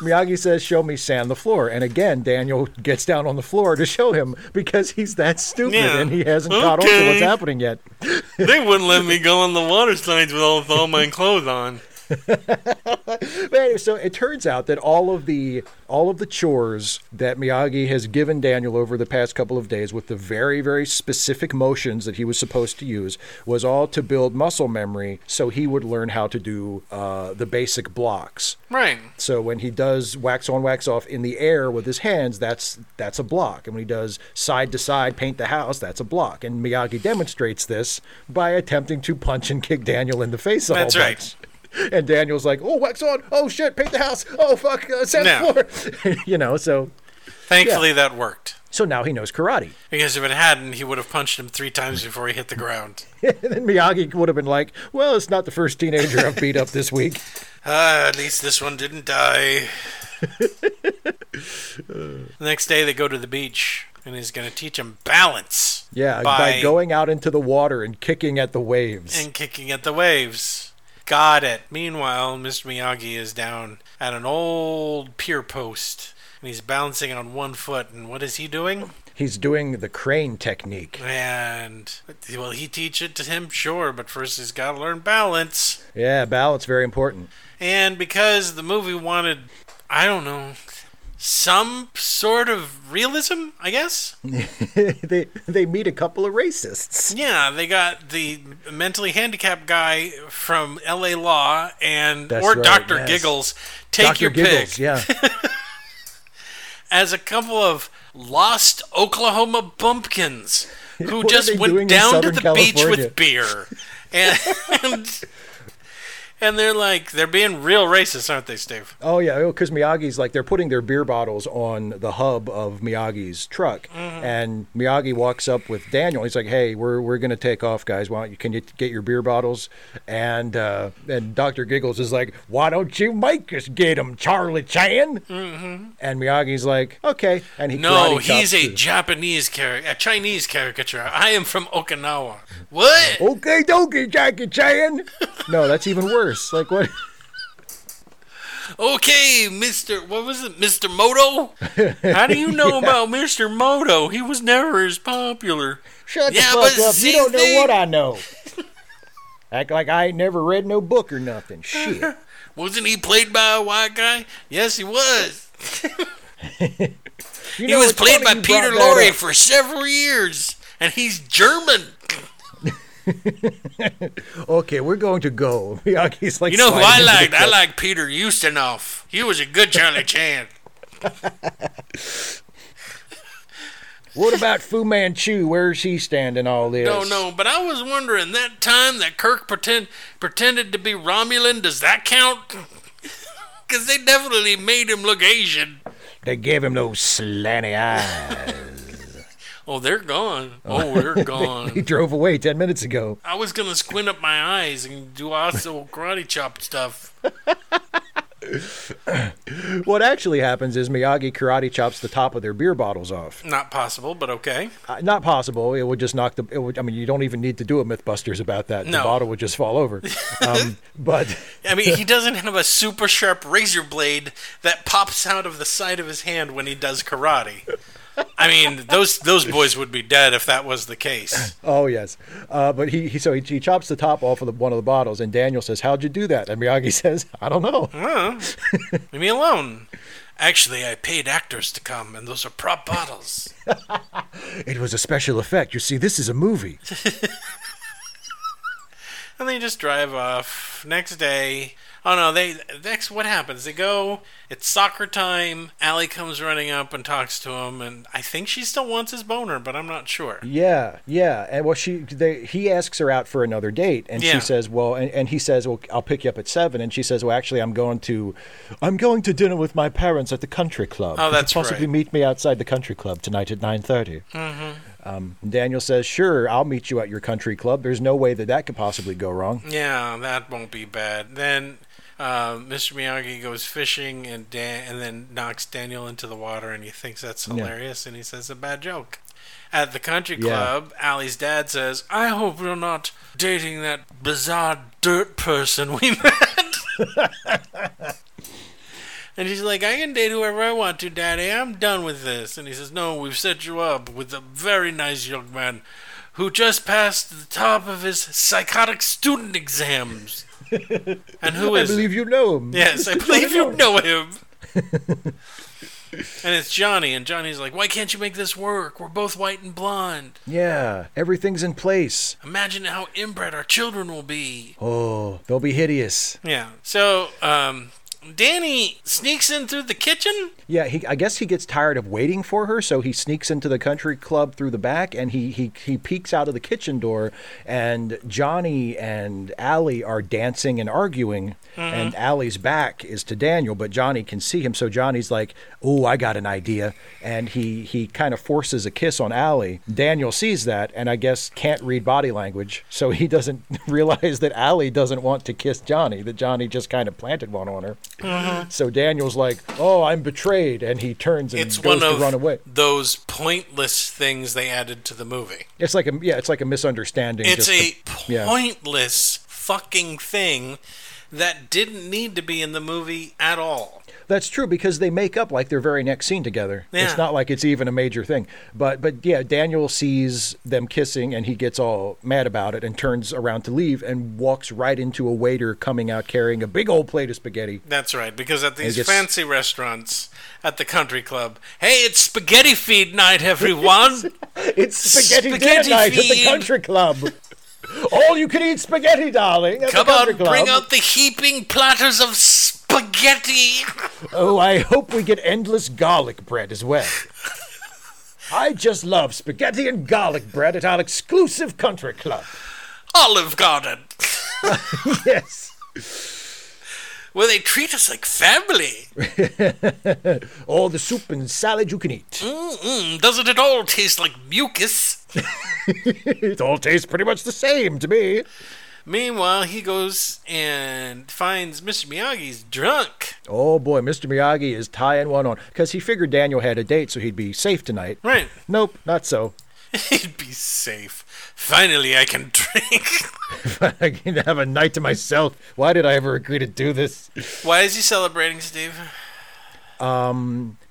Speaker 2: Miyagi says, "Show me sand the floor," and again Daniel gets down on the floor to show him because he's that stupid
Speaker 1: Yeah.
Speaker 2: and he hasn't caught on to
Speaker 1: Okay.
Speaker 2: what's happening yet.
Speaker 1: <laughs> they wouldn't let me go on the water slides with all, with all my clothes on.
Speaker 2: <laughs> But anyway, so it turns out that all of the all of the chores that Miyagi has given Daniel over the past couple of days, with the very very specific motions that he was supposed to use, was all to build muscle memory so he would learn how to do uh, the basic blocks.
Speaker 1: Right.
Speaker 2: So when he does wax on, wax off in the air with his hands, that's that's a block. And when he does side to side paint the house, that's a block. And Miyagi demonstrates this by attempting to punch and kick Daniel in the face a
Speaker 1: That's
Speaker 2: whole
Speaker 1: right.
Speaker 2: bunch. And Daniel's like, "Oh, wax on! Oh shit, paint the house! Oh fuck, uh, sand
Speaker 1: No.
Speaker 2: the floor!" <laughs> you know. So
Speaker 1: Thankfully, that worked.
Speaker 2: so now he knows karate.
Speaker 1: Because if it hadn't, he would have punched him three times before he hit the ground.
Speaker 2: and then Miyagi would have been like, "Well, it's not the first teenager I've beat up
Speaker 1: <laughs>
Speaker 2: this week."
Speaker 1: Ah, at least this one didn't
Speaker 2: <laughs>
Speaker 1: die. the next day, they go to the beach, and he's going to teach him balance.
Speaker 2: Yeah, by,
Speaker 1: by,
Speaker 2: going out into the water and kicking at the waves.
Speaker 1: and kicking at the waves. Got it. Meanwhile, Mr. Miyagi is down at an old pier post, and he's balancing on one foot. And what is he doing?
Speaker 2: He's doing the crane technique.
Speaker 1: And will he teach it to him? Sure, but first he's got to learn balance.
Speaker 2: Yeah, balance very important.
Speaker 1: And because the movie wanted, I don't know, some sort of realism, I guess.
Speaker 2: <laughs> they they meet a couple of racists.
Speaker 1: Yeah, they got the mentally handicapped guy from L.A. Law and
Speaker 2: That's
Speaker 1: or
Speaker 2: right,
Speaker 1: Doctor
Speaker 2: yes.
Speaker 1: Giggles. Take your pick. <laughs>
Speaker 2: yeah,
Speaker 1: as a couple of lost Oklahoma
Speaker 2: <laughs>
Speaker 1: bumpkins who
Speaker 2: What are they
Speaker 1: just
Speaker 2: doing in
Speaker 1: went down to
Speaker 2: Southern
Speaker 1: the beach
Speaker 2: California?
Speaker 1: with beer. And,
Speaker 2: <laughs>
Speaker 1: and they're like they're being real racist, aren't they, Steve?
Speaker 2: oh yeah, because Miyagi's like they're putting their beer bottles on the hub of Miyagi's truck,
Speaker 1: Mm.
Speaker 2: and Miyagi walks up with Daniel. He's like, "Hey, we're we're gonna take off, guys. Why don't you can you get your beer bottles?" And uh, and Doctor Giggles is like, "Why don't you make us get 'em, Charlie Chan?" Mm-hmm. And Miyagi's like, "Okay," and he
Speaker 1: No,
Speaker 2: karate
Speaker 1: he's
Speaker 2: chops
Speaker 1: a
Speaker 2: the-
Speaker 1: Japanese character, a Chinese caricature. I am from Okinawa. What?
Speaker 2: Okay, dokie, Jackie Chan. <laughs> no, that's even worse. Like what?
Speaker 1: Okay, Mister, what was it, Mister Moto? How do you
Speaker 2: <laughs>
Speaker 1: know about Mister Moto? He was never as popular.
Speaker 2: Shut
Speaker 1: Yeah,
Speaker 2: the fuck
Speaker 1: but
Speaker 2: up. You don't know
Speaker 1: see-
Speaker 2: what I know. <laughs> Act like I ain't never read no book or nothing. Shit.
Speaker 1: Wasn't he played by a white guy? Yes, he was.
Speaker 2: You
Speaker 1: He
Speaker 2: know,
Speaker 1: was
Speaker 2: it's
Speaker 1: played by
Speaker 2: funny you
Speaker 1: Peter
Speaker 2: brought that
Speaker 1: Lorre
Speaker 2: up.
Speaker 1: for several years, and he's German.
Speaker 2: Okay, we're going to go. <laughs> Miyagi's like,
Speaker 1: You know who
Speaker 2: sliding
Speaker 1: I
Speaker 2: into the
Speaker 1: liked? I
Speaker 2: club.
Speaker 1: liked Peter Ustinov. He was a good Charlie Chan.
Speaker 2: What about Fu Manchu? Where's he stand in all this?
Speaker 1: No, no, but I was wondering that time that Kirk pretend, pretended to be Romulan, does that count? <laughs> Because they definitely made him look Asian.
Speaker 2: They gave him those slanty eyes. <laughs>
Speaker 1: Oh, they're gone. Oh, they're
Speaker 2: he
Speaker 1: gone.
Speaker 2: drove away ten minutes ago.
Speaker 1: I was going to squint up my eyes and do also karate chop stuff.
Speaker 2: What actually happens is Miyagi karate chops the top of their beer bottles off.
Speaker 1: Not possible, but okay.
Speaker 2: Uh, not possible. It would just knock the. It would, I mean, you don't even need to do a MythBusters about that. The
Speaker 1: No.
Speaker 2: bottle would just
Speaker 1: <laughs>
Speaker 2: fall over. Um, but
Speaker 1: I mean, he doesn't have a super sharp razor blade that pops out of the side of his hand when he does karate. I mean, those those boys would be dead if that was the case.
Speaker 2: oh yes, uh, but he, he so he, he chops the top off of the, one of the bottles, <laughs> and Daniel says, "How'd you do that?" And Miyagi says, "I don't know."
Speaker 1: Leave me alone. Actually, I paid actors to come, and those are prop bottles.
Speaker 2: It was a special effect. You see, this is a movie.
Speaker 1: and they just drive off. Next day, oh no, they next what happens? They go. It's soccer time. Allie comes running up and talks to him, and I think she still wants his boner, but I'm not sure.
Speaker 2: Yeah, yeah. And well, she they, he asks her out for another date, and
Speaker 1: Yeah.
Speaker 2: she says, "Well," and, and he says, "Well, I'll pick you up at seven. And she says, "Well, actually, I'm going to, I'm going to dinner with my parents at the country club.
Speaker 1: Oh,
Speaker 2: Could you
Speaker 1: that's
Speaker 2: possibly
Speaker 1: right. Mm-hmm.
Speaker 2: meet me outside the country club tonight at 9.30 Um, Daniel says, "Sure, I'll meet you at your country club. There's no way that that could possibly go wrong."
Speaker 1: Yeah, that won't be bad. Then uh, Mr. Miyagi goes fishing and Dan- and then knocks Daniel into the water, and he thinks that's hilarious, and he says a bad joke. At the country
Speaker 2: Yeah.
Speaker 1: club, Allie's dad says, "I hope you're not dating that bizarre dirt person we <laughs> met." And she's like, I can date whoever I want to, Daddy. I'm done with this. And he says, No, we've set you up with a very nice young man who just passed the top of his psychotic student exams. and who
Speaker 2: <laughs> I
Speaker 1: is.
Speaker 2: believe you know him.
Speaker 1: yes, I believe you know him. and it's Johnny. And Johnny's like, Why can't you make this work? We're both white and blonde.
Speaker 2: Yeah, everything's in place.
Speaker 1: Imagine how inbred our children will be.
Speaker 2: Oh, they'll be hideous.
Speaker 1: Yeah. So, um, Danny sneaks in through the kitchen.
Speaker 2: Yeah, he, I guess he gets tired of waiting for her, so he sneaks into the country club through the back, and he he he peeks out of the kitchen door, and Johnny and Allie are dancing and arguing, and Allie's back is to Daniel, but Johnny can see him, so Johnny's like, "Oh, I got an idea," and he he kind of forces a kiss on Allie. Daniel sees that, and I guess can't read body language, so he doesn't <laughs> realize that Allie doesn't want to kiss Johnny. That Johnny just kind of planted one on her. So Daniel's like, "Oh, I'm betrayed," and he turns and
Speaker 1: it's
Speaker 2: goes
Speaker 1: one
Speaker 2: to
Speaker 1: of
Speaker 2: run away.
Speaker 1: those pointless things they added to the movie.
Speaker 2: It's like a yeah, it's like a misunderstanding.
Speaker 1: It's
Speaker 2: just
Speaker 1: a
Speaker 2: yeah.
Speaker 1: pointless fucking thing that didn't need to be in the movie at all.
Speaker 2: that's true because they make up like their very next scene together.
Speaker 1: Yeah.
Speaker 2: It's not like it's even a major thing. But but yeah, Daniel sees them kissing and he gets all mad about it and turns around to leave and walks right into a waiter coming out carrying a big old plate of spaghetti.
Speaker 1: That's right, because at these
Speaker 2: gets-
Speaker 1: fancy restaurants at the country club, hey, it's spaghetti feed night, everyone.
Speaker 2: <laughs> It's spaghetti,
Speaker 1: Spaghetti
Speaker 2: dinner night at
Speaker 1: feed.
Speaker 2: the country club. all you can eat spaghetti, darling. At
Speaker 1: Come
Speaker 2: the
Speaker 1: on,
Speaker 2: country club.
Speaker 1: bring out the heaping platters of spaghetti. <laughs>
Speaker 2: Oh, I hope we get endless garlic bread as well. I just love spaghetti and garlic bread at our exclusive country club.
Speaker 1: Olive Garden, <laughs>
Speaker 2: Yes.
Speaker 1: where they treat us like family.
Speaker 2: All the soup and salad you can eat.
Speaker 1: Mm. Mm-mm, doesn't it all taste like mucus?
Speaker 2: <laughs> It all tastes pretty much the same to me.
Speaker 1: Meanwhile, he goes and finds Mr. Miyagi's drunk.
Speaker 2: Oh boy, Mr. Miyagi is tying one on because he figured Daniel had a date, so he'd be safe tonight.
Speaker 1: Right.
Speaker 2: Nope, not so.
Speaker 1: <laughs>
Speaker 2: <laughs>
Speaker 1: He'd be safe. Finally, I can drink. <laughs>
Speaker 2: I can have a night to myself. Why did I ever agree to do this?
Speaker 1: Why is he celebrating, Steve?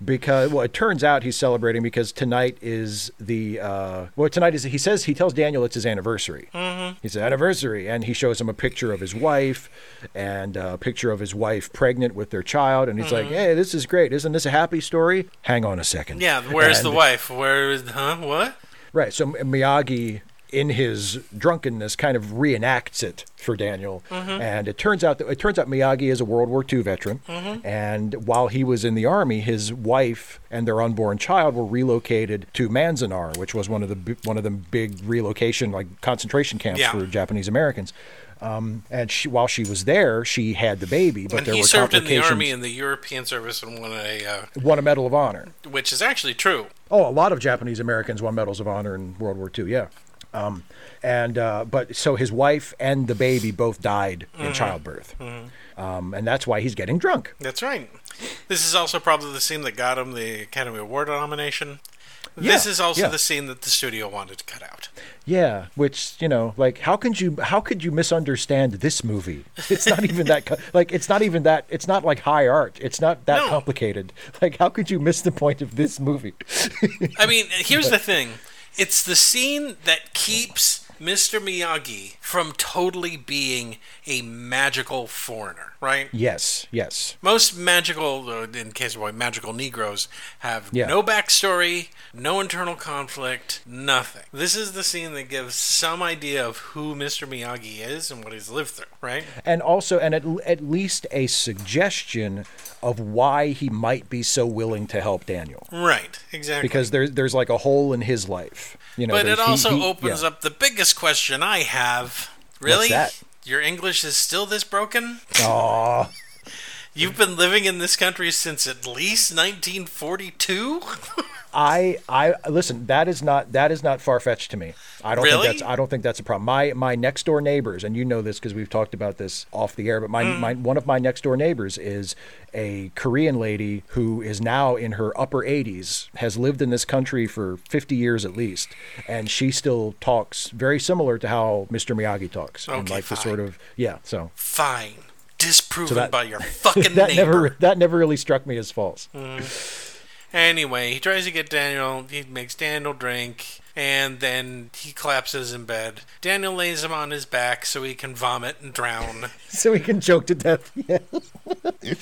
Speaker 2: because well, it turns out he's celebrating because tonight is the uh, well tonight is he says he tells Daniel it's his anniversary. Mm-hmm. His anniversary, and he shows him a picture of his wife and a picture of his wife pregnant with their child, and he's like, "Hey, this is great! Isn't this a happy story?" Hang on a second.
Speaker 1: Yeah, where's the
Speaker 2: And-
Speaker 1: wife? Where is, huh? What?
Speaker 2: Right. So Miyagi, in his drunkenness, kind of reenacts it for Daniel,
Speaker 1: Mm-hmm.
Speaker 2: and it turns out that it turns out Miyagi is a World War II veteran,
Speaker 1: Mm-hmm.
Speaker 2: and while he was in the army, his wife and their unborn child were relocated to Manzanar, which was one of the b- one of the big relocation like concentration camps
Speaker 1: Yeah.
Speaker 2: for Japanese Americans. Um, and she, while she was there, she had the baby, but
Speaker 1: And
Speaker 2: there
Speaker 1: he
Speaker 2: were
Speaker 1: served in the
Speaker 2: complications.
Speaker 1: army in the European service and won a, uh,
Speaker 2: won a Medal of Honor.
Speaker 1: which is actually true.
Speaker 2: Oh, a lot of Japanese Americans won medals of honor in World War II. Yeah, um, and uh, but so his wife and the baby both died in childbirth, um, and that's why he's getting drunk.
Speaker 1: That's right. This is also probably the scene that got him the Academy Award nomination. this
Speaker 2: Yeah,
Speaker 1: is also
Speaker 2: yeah.
Speaker 1: the scene that the studio wanted to cut out.
Speaker 2: Yeah, which you know, like how could you how could you misunderstand this movie? It's not even that co- like it's not even that it's not like high art. It's not that
Speaker 1: No.
Speaker 2: complicated. Like how could you miss the point of this movie? <laughs>
Speaker 1: I mean, here's the thing. It's the scene that keeps Mr. Miyagi from totally being a magical foreigner, right?
Speaker 2: Yes, yes.
Speaker 1: Most magical, uh, in case of why magical Negroes, have
Speaker 2: Yeah.
Speaker 1: no backstory, no internal conflict, nothing. This is the scene that gives some idea of who Mr. Miyagi is and what he's lived through, right?
Speaker 2: And also, and at, at least a suggestion of why he might be so willing to help Daniel.
Speaker 1: Right, exactly.
Speaker 2: Because there, there's like a hole in his life. You know,
Speaker 1: but
Speaker 2: there's-
Speaker 1: it
Speaker 2: he-
Speaker 1: also
Speaker 2: he-
Speaker 1: opens
Speaker 2: yeah.
Speaker 1: up the biggest question I have. Really?
Speaker 2: that?
Speaker 1: Your English is still this broken?
Speaker 2: Aw.
Speaker 1: <laughs> You've been living in this country since at least 1942?
Speaker 2: I I listen. That is not that is not far fetched to me. I don't
Speaker 1: Really?
Speaker 2: think that's I don't think that's a problem. My my next door neighbors, and you know this because we've talked about this off the air. But my,
Speaker 1: Mm.
Speaker 2: my one of my next door neighbors is a Korean lady who is now in her upper 80s, has lived in this country for 50 years at least, and she still talks very similar to how Mr. Miyagi talks, and
Speaker 1: Okay,
Speaker 2: like the
Speaker 1: fine.
Speaker 2: sort of yeah. So
Speaker 1: <laughs> Fine. Disproven
Speaker 2: that-
Speaker 1: by your fucking
Speaker 2: <laughs> that
Speaker 1: neighbor.
Speaker 2: never that never really struck me as false.
Speaker 1: Mm. Anyway, he tries to get Daniel. He makes Daniel drink, and then he collapses in bed. Daniel lays him on his back so he can vomit and
Speaker 2: <laughs>
Speaker 1: drown.
Speaker 2: So we can joke to death. <laughs> Yeah.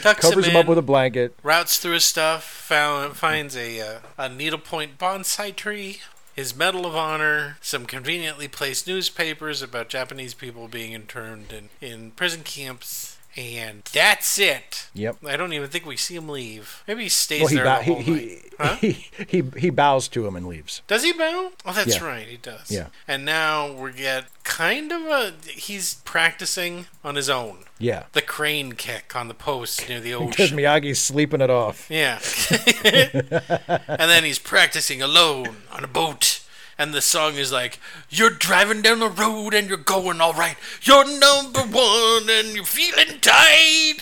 Speaker 1: Tucks
Speaker 2: Covers him
Speaker 1: in,
Speaker 2: up with a blanket.
Speaker 1: routes through his stuff, found, finds a, uh, a needlepoint bonsai tree, his Medal of Honor, some conveniently placed newspapers about Japanese people being interned in, in prison camps, and that's it.
Speaker 2: Yep.
Speaker 1: I don't even think we see him leave. Maybe he stays
Speaker 2: Well, he,
Speaker 1: there
Speaker 2: bow-
Speaker 1: the
Speaker 2: he,
Speaker 1: whole
Speaker 2: <laughs> he,
Speaker 1: night. Huh?
Speaker 2: he, he, he bows to him and leaves.
Speaker 1: Does he bow? Oh, that's
Speaker 2: Yeah.
Speaker 1: right, he does.
Speaker 2: Yeah.
Speaker 1: And now we get kind of a. He's practicing on his own.
Speaker 2: Yeah.
Speaker 1: The crane kick on the post
Speaker 2: <laughs>
Speaker 1: near the
Speaker 2: Because
Speaker 1: ocean.
Speaker 2: Miyagi's sleeping it off. <laughs>
Speaker 1: Yeah. <laughs> and then he's practicing alone on a boat. And the song is like, You're driving down the road and you're going all right. You're number one and you're feeling tight.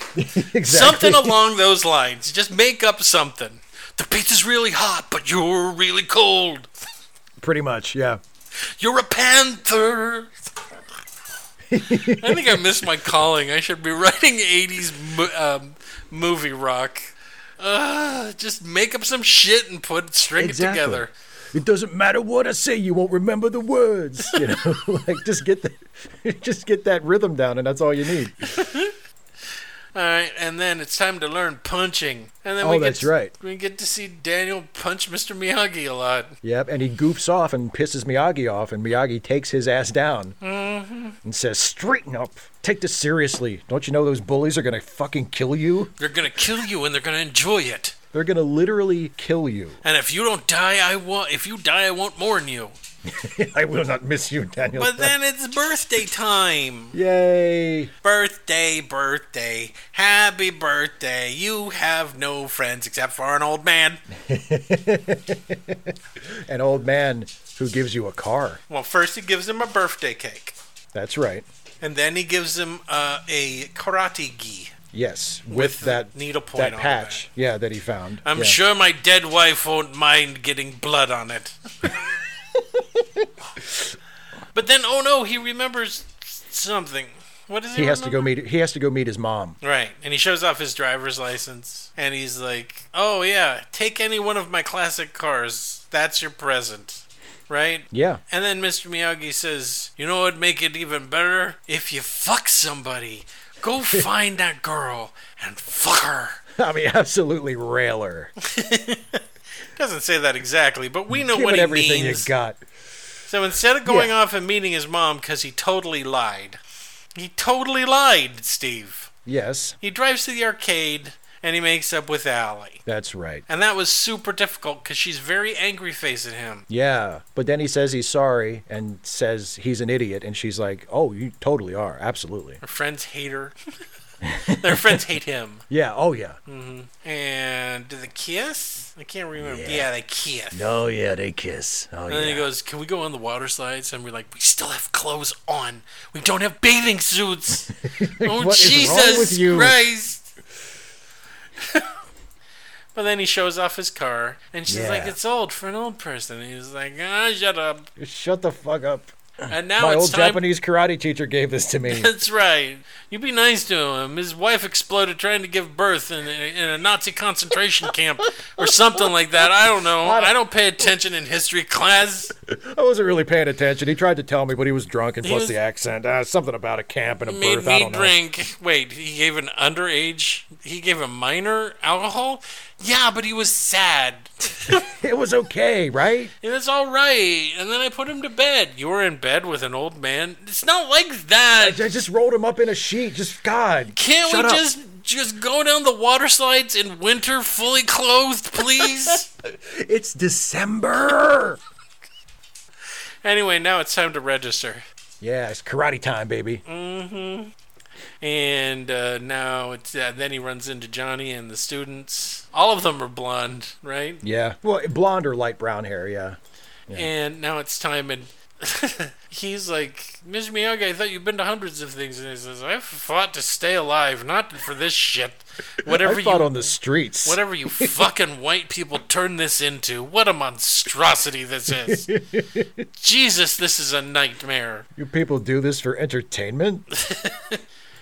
Speaker 1: Something along those lines. Just make up something. The pizza's really hot, but you're really cold.
Speaker 2: Pretty much, yeah.
Speaker 1: You're a panther. I think I missed my calling. I should be writing 80s mo- um, movie rock. Uh, just make up some shit and put string
Speaker 2: Exactly.
Speaker 1: it together.
Speaker 2: It doesn't matter what I say, you won't remember the words. <laughs> You know, like just get the, <laughs> just get that rhythm down, and that's all you need.
Speaker 1: All right, and then it's time to learn punching. And then
Speaker 2: Oh,
Speaker 1: we get
Speaker 2: that's
Speaker 1: to-
Speaker 2: right.
Speaker 1: We get to see Daniel punch Mr. Miyagi a lot.
Speaker 2: Yep. And he goofs off and pisses Miyagi off, and Miyagi takes his ass down
Speaker 1: Mm-hmm.
Speaker 2: and says, "Straighten up. Take this seriously. Don't you know those bullies are gonna fucking kill you?
Speaker 1: They're gonna kill you, and they're gonna enjoy it.
Speaker 2: They're gonna literally kill you. <laughs>
Speaker 1: And if you don't die, I won't. If you die, I won't mourn you.
Speaker 2: I will not miss you, Daniel."
Speaker 1: But then it's birthday time.
Speaker 2: Yay!
Speaker 1: Birthday, birthday, happy birthday. You have no friends except for an old man.
Speaker 2: An old man who gives you a car.
Speaker 1: Well, first he gives him a birthday cake,
Speaker 2: That's right.
Speaker 1: and then he gives him uh, a karate gi.
Speaker 2: Yes, with,
Speaker 1: With
Speaker 2: that
Speaker 1: needlepoint
Speaker 2: that
Speaker 1: on the
Speaker 2: patch, yeah, that he found.
Speaker 1: I'm
Speaker 2: Yeah.
Speaker 1: sure my dead wife won't mind getting blood on
Speaker 2: <laughs>
Speaker 1: it. but then, oh no, he remembers something. What does he?
Speaker 2: he has to
Speaker 1: remember?
Speaker 2: go meet. He has to go meet his mom. <laughs>
Speaker 1: Right. And he shows off his driver's license and he's like, "Oh yeah, take any one of my classic cars. That's your present." Right?
Speaker 2: Yeah.
Speaker 1: And then Mr. Miyagi says, "You know what would make it even better? If you fuck somebody.
Speaker 2: <laughs>
Speaker 1: Go find that girl and fuck her."
Speaker 2: I mean, absolutely
Speaker 1: <laughs>
Speaker 2: railer.
Speaker 1: Doesn't say that exactly, but we know
Speaker 2: Give
Speaker 1: what
Speaker 2: it
Speaker 1: he
Speaker 2: everything
Speaker 1: means.
Speaker 2: you got.
Speaker 1: So instead of going
Speaker 2: Yeah.
Speaker 1: off and meeting his mom cuz he totally lied. He totally lied, Steve.
Speaker 2: Yes,
Speaker 1: He drives to the arcade and he makes up with Allie.
Speaker 2: that's right.
Speaker 1: And that was super difficult because she's very angry facing him.
Speaker 2: Yeah, but then he says he's sorry and says he's an idiot, and she's like, "Oh, you totally are,
Speaker 1: <laughs>
Speaker 2: absolutely."
Speaker 1: Her friends hate
Speaker 2: <laughs>
Speaker 1: her. Their friends hate him.
Speaker 2: Yeah. Oh yeah.
Speaker 1: And do they kiss? I can't remember. Yeah, they kiss.
Speaker 2: Oh yeah, they kiss. Oh
Speaker 1: And then he goes, Can we go on the water slides? And we're like, We still have clothes on. We don't have bathing
Speaker 2: <laughs>
Speaker 1: suits. oh,
Speaker 2: what is
Speaker 1: Jesus
Speaker 2: wrong with you?
Speaker 1: Christ. <laughs> but then he shows off his car. And she's like,
Speaker 2: Yeah.
Speaker 1: It's old for an old person. And he's like, Ah, shut up.
Speaker 2: Shut the fuck up.
Speaker 1: And now
Speaker 2: My
Speaker 1: it's
Speaker 2: old
Speaker 1: time
Speaker 2: Japanese karate teacher gave this to me.
Speaker 1: That's right. You be nice to him. His wife exploded trying to give birth in a, in a Nazi
Speaker 2: <laughs>
Speaker 1: concentration camp or something like that. I don't know. I don't pay attention in history class.
Speaker 2: I wasn't really paying attention. He tried to tell me, but he was drunk and plus
Speaker 1: was-
Speaker 2: the accent. Uh, something about a camp and a
Speaker 1: made
Speaker 2: birth. I
Speaker 1: me
Speaker 2: don't know.
Speaker 1: drink. Wait, he gave an underage. He gave a minor alcohol. Yeah, but he was sad. <laughs>
Speaker 2: It was okay, right?
Speaker 1: And it's all right. And then I put him to bed. You were in bed with an old man. It's not like that.
Speaker 2: I just rolled him up in a sheet. Just God.
Speaker 1: Can't
Speaker 2: shut
Speaker 1: we
Speaker 2: up.
Speaker 1: just just go down the water slides in winter, fully clothed, please?
Speaker 2: It's December.
Speaker 1: anyway, now it's time to register.
Speaker 2: yeah, it's karate time, baby.
Speaker 1: Mm. And uh, now it's uh, then he runs into Johnny and the students. All of them are blonde, right?
Speaker 2: Yeah. Well, blonde or light brown hair. Yeah.
Speaker 1: And now it's time and <laughs> he's like, Ms. Miyagi, I thought you've been to hundreds of things and he says, I've fought to stay alive, not for this shit. Whatever
Speaker 2: I fought
Speaker 1: you
Speaker 2: on the streets.
Speaker 1: whatever
Speaker 2: <laughs>
Speaker 1: you fucking white people turn this into, what a monstrosity this
Speaker 2: <laughs>
Speaker 1: is. Jesus, this is a nightmare.
Speaker 2: You people do this for entertainment?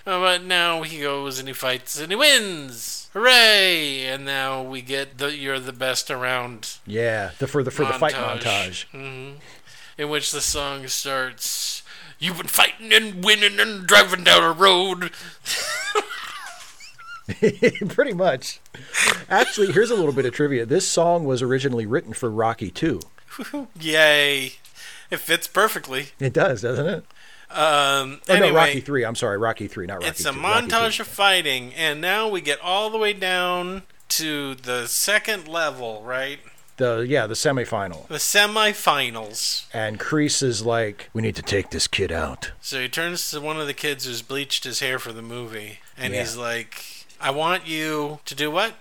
Speaker 1: Uh, But now he goes and he fights and he wins. Hooray! And now we get the you're the best around
Speaker 2: Yeah, the, for the for the fight montage.
Speaker 1: Montage. Mm-hmm. in which the song starts You've been fighting and winning and driving down a road.
Speaker 2: <laughs> Pretty much. Actually, here's a little bit of trivia. This song was originally written for Rocky 2.
Speaker 1: Yay. It fits perfectly.
Speaker 2: It does, doesn't it?
Speaker 1: Um
Speaker 2: Oh,
Speaker 1: anyway,
Speaker 2: no, Rocky 3. I'm sorry, Rocky 3, not Rocky
Speaker 1: it's
Speaker 2: 2.
Speaker 1: a
Speaker 2: Rocky
Speaker 1: montage of fighting and now we get all the way down to the second level, right?
Speaker 2: 3. The yeah, the semifinal.
Speaker 1: The semifinals.
Speaker 2: And Crease is like, "We need to take this kid out."
Speaker 1: So he turns to one of the kids who's bleached his hair for the movie, and
Speaker 2: Yeah.
Speaker 1: he's like, "I want you to do what?"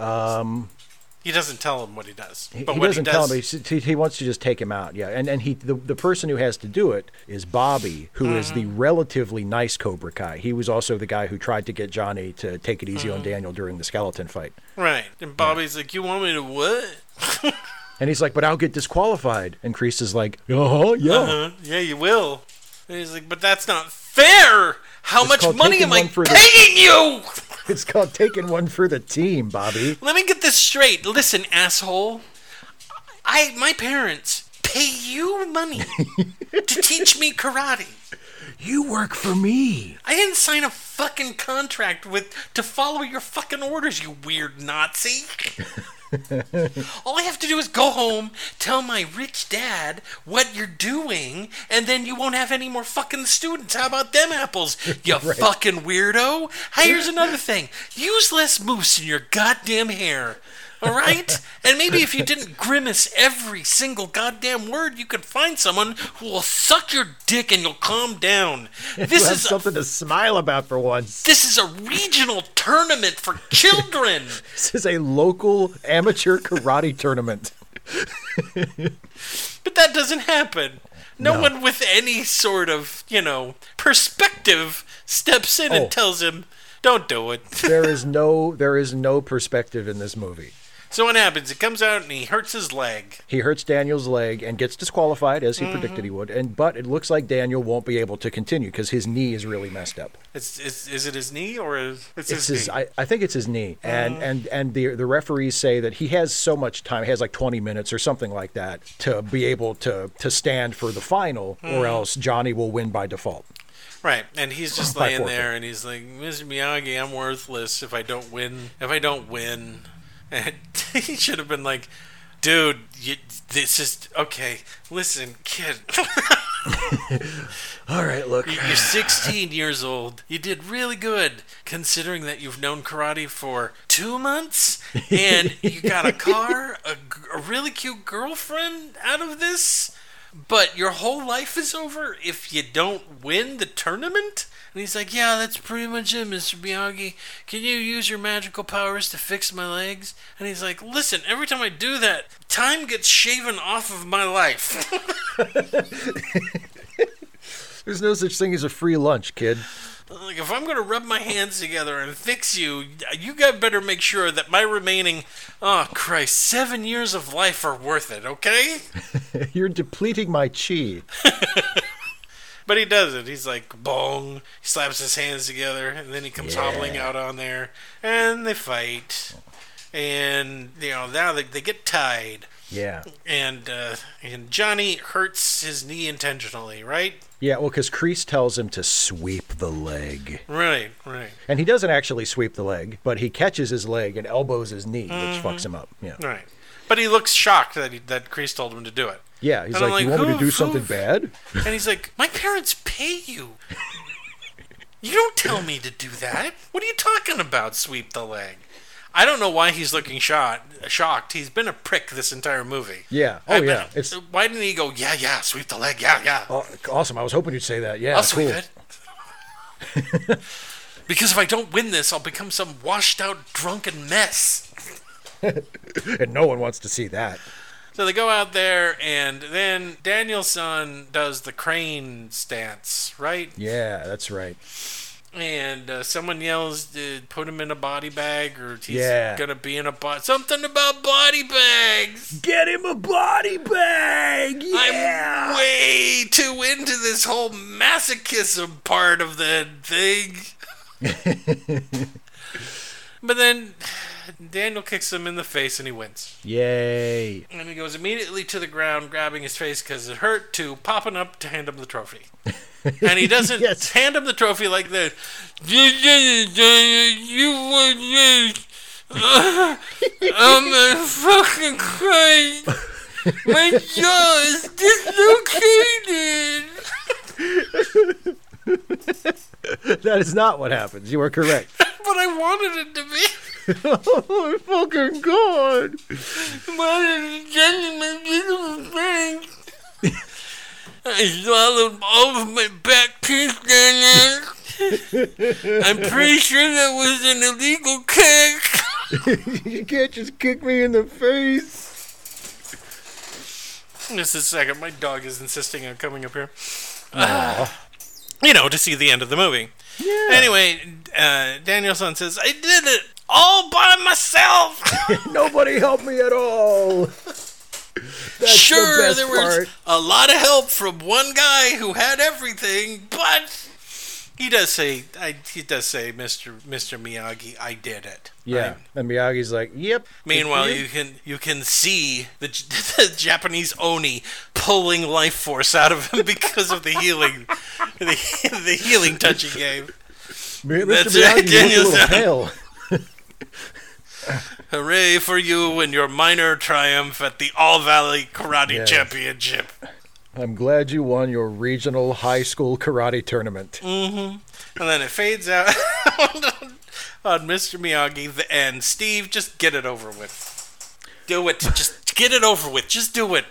Speaker 2: Um,
Speaker 1: He doesn't tell him what he does,
Speaker 2: he,
Speaker 1: but
Speaker 2: he
Speaker 1: what
Speaker 2: doesn't
Speaker 1: he
Speaker 2: tell
Speaker 1: does,
Speaker 2: him. He, he, he wants to just take him out. Yeah, and and he the, the person who has to do it is Bobby, who is
Speaker 1: Mm-hmm.
Speaker 2: the relatively nice Cobra Kai. He was also the guy who tried to get Johnny to take it easy on
Speaker 1: Mm-hmm.
Speaker 2: Daniel during the skeleton fight.
Speaker 1: right? And Bobby's like, "You want me to what?"
Speaker 2: And he's like, but I'll get disqualified. And Kreese is like, uh-huh, yeah.
Speaker 1: Uh, yeah, you will. And he's like, "But that's not fair. How much
Speaker 2: called
Speaker 1: money
Speaker 2: taking
Speaker 1: am I
Speaker 2: one for the-
Speaker 1: paying you?"
Speaker 2: It's called taking one for the team, Bobby.
Speaker 1: Let me get this straight. Listen, asshole. I my parents pay you
Speaker 2: <laughs>
Speaker 1: money to teach me karate.
Speaker 2: You work for me.
Speaker 1: I didn't sign a fucking contract with to follow your fucking orders, you weird Nazi. All I have to do is go home, tell my rich dad what you're doing, and then you won't have any more fucking students. How about them apples, you fucking weirdo? Hey, here's another thing use less mousse in your goddamn hair. All right? And maybe if you didn't grimace every single goddamn word, you could find someone who will suck your dick and you'll calm down. This
Speaker 2: This
Speaker 1: is a
Speaker 2: something to smile about for once.
Speaker 1: this is a regional tournament for children.
Speaker 2: This is a local amateur karate tournament.
Speaker 1: <laughs> but that doesn't happen. No,
Speaker 2: No.
Speaker 1: one with any sort of, you know, perspective steps in
Speaker 2: Oh.
Speaker 1: and tells him, don't do it.
Speaker 2: There is no, there is no perspective in this movie.
Speaker 1: so what happens? It comes out and he hurts his leg.
Speaker 2: He hurts Daniel's leg and gets disqualified as he predicted he would. And but it looks like Daniel won't be able to continue because his knee is really messed up.
Speaker 1: It's, it's, is it his knee or is it's, his,
Speaker 2: It's his,
Speaker 1: knee?
Speaker 2: I, I think it's his knee, and and and the the referees say that he has so much time, he has like 20 minutes or something like that to be able to to stand for the final, or else Johnny will win by default.
Speaker 1: Right, and he's just
Speaker 2: By
Speaker 1: laying
Speaker 2: forfeit.
Speaker 1: there, and he's like, "Mr. Miyagi, I'm worthless if I don't win. If I don't win," and <laughs> he should have been like, "Dude, you, this is okay. Listen, kid,
Speaker 2: All right, look,
Speaker 1: you're 16 years old. You did really good considering that you've known karate for two months, and you got a car, a, g- a really cute girlfriend out of this. But your whole life is over if you don't win the tournament." And he's like, "Yeah, that's pretty much it, Mr. Miyagi. Can you use your magical powers to fix my legs?" And he's like, "Listen, every time I do that, time gets shaven off of my life." <laughs>
Speaker 2: there's no such thing as a free lunch, kid. <laughs>
Speaker 1: Like, if I'm going to rub my hands together and fix you, you got better make sure that my remaining, oh Christ, seven years of life are worth it, okay?
Speaker 2: You're depleting my chi.
Speaker 1: But he does it. He's like, bong. He slaps his hands together, and then he comes hobbling out on there, and they fight. and you know now they, they get tied,
Speaker 2: Yeah.
Speaker 1: and uh, and Johnny hurts his knee intentionally, right?
Speaker 2: Yeah, well, because Kreese tells him to sweep the leg.
Speaker 1: Right, right,
Speaker 2: And he doesn't actually sweep the leg, but he catches his leg and elbows his knee, which fucks him up. Yeah.
Speaker 1: right. But he looks shocked that he, that Kreese told him to do it.
Speaker 2: Yeah, he's
Speaker 1: And I'm
Speaker 2: like, You want me to
Speaker 1: who-
Speaker 2: do
Speaker 1: who-
Speaker 2: something bad?
Speaker 1: And he's like, "My parents pay you. You don't tell me to do that. What are you talking about? Sweep the leg." I don't know why he's looking shot, shocked. He's been a prick this entire movie.
Speaker 2: Yeah. Oh,
Speaker 1: I mean,
Speaker 2: yeah. It's
Speaker 1: why didn't he go? Yeah, yeah. Sweep the leg. Yeah, yeah.
Speaker 2: aw- Uh, awesome. I was hoping you'd say that. Yeah,
Speaker 1: I'll
Speaker 2: cool.
Speaker 1: sweep it. <laughs> because if I don't win this, I'll become some washed-out drunken mess.
Speaker 2: <laughs> And no one wants to see that.
Speaker 1: So they go out there, and then Daniel's son does the crane stance, right?
Speaker 2: Yeah, that's right.
Speaker 1: and uh, someone yells, uh, "Put him in a body bag, or he's
Speaker 2: Yeah.
Speaker 1: gonna be in a body." Something about body bags.
Speaker 2: Get him a body bag.
Speaker 1: I'm way too into this whole masochism part of the thing. but then Daniel kicks him in the face, and he wins.
Speaker 2: Yay. <laughs>
Speaker 1: And he goes immediately to the ground, grabbing his face because it hurt, to popping up to hand him the trophy. And he doesn't
Speaker 2: Yes.
Speaker 1: hand him the trophy like this. You won this. Uh, I'm a fucking crying. My jaw is dislocated.
Speaker 2: That is not what happens. You are correct. <laughs>
Speaker 1: But I wanted it to be.
Speaker 2: oh, my fucking God. <laughs>
Speaker 1: Ladies and gentlemen, beautiful friends. <laughs> I swallowed all of my back teeth down there. I'm pretty sure that was an illegal kick.
Speaker 2: you can't just kick me in the face.
Speaker 1: Just a second, my dog is insisting on coming up here. <sighs> you know, to see the end of the movie.
Speaker 2: Yeah.
Speaker 1: Anyway, uh, Danielson says, I did it all by myself.
Speaker 2: <laughs> Nobody helped me at all. That's
Speaker 1: sure,
Speaker 2: the best
Speaker 1: there was
Speaker 2: part.
Speaker 1: a lot of help from one guy who had everything, but he does say, I, he does say, Mister Mister Miyagi, I did it.
Speaker 2: Yeah,
Speaker 1: Right?
Speaker 2: and Miyagi's like, "Yep."
Speaker 1: Meanwile, you can you can see the, <laughs> J- the Japanese oni pulling life force out of him because of the healing, <laughs> the, the healing touch he gave.
Speaker 2: Mi- Mr.
Speaker 1: that's
Speaker 2: Miyagi
Speaker 1: right,
Speaker 2: looked a little
Speaker 1: Danielson.
Speaker 2: pale.
Speaker 1: Hooray for you and your minor triumph at the All Valley Karate
Speaker 2: Yes.
Speaker 1: Championship.
Speaker 2: I'm glad you won your regional high school karate tournament.
Speaker 1: Mm. And then it fades out <laughs> on Mr. Miyagi the end. Steve, just get it over with. Do it. Just get it over with. Just do it.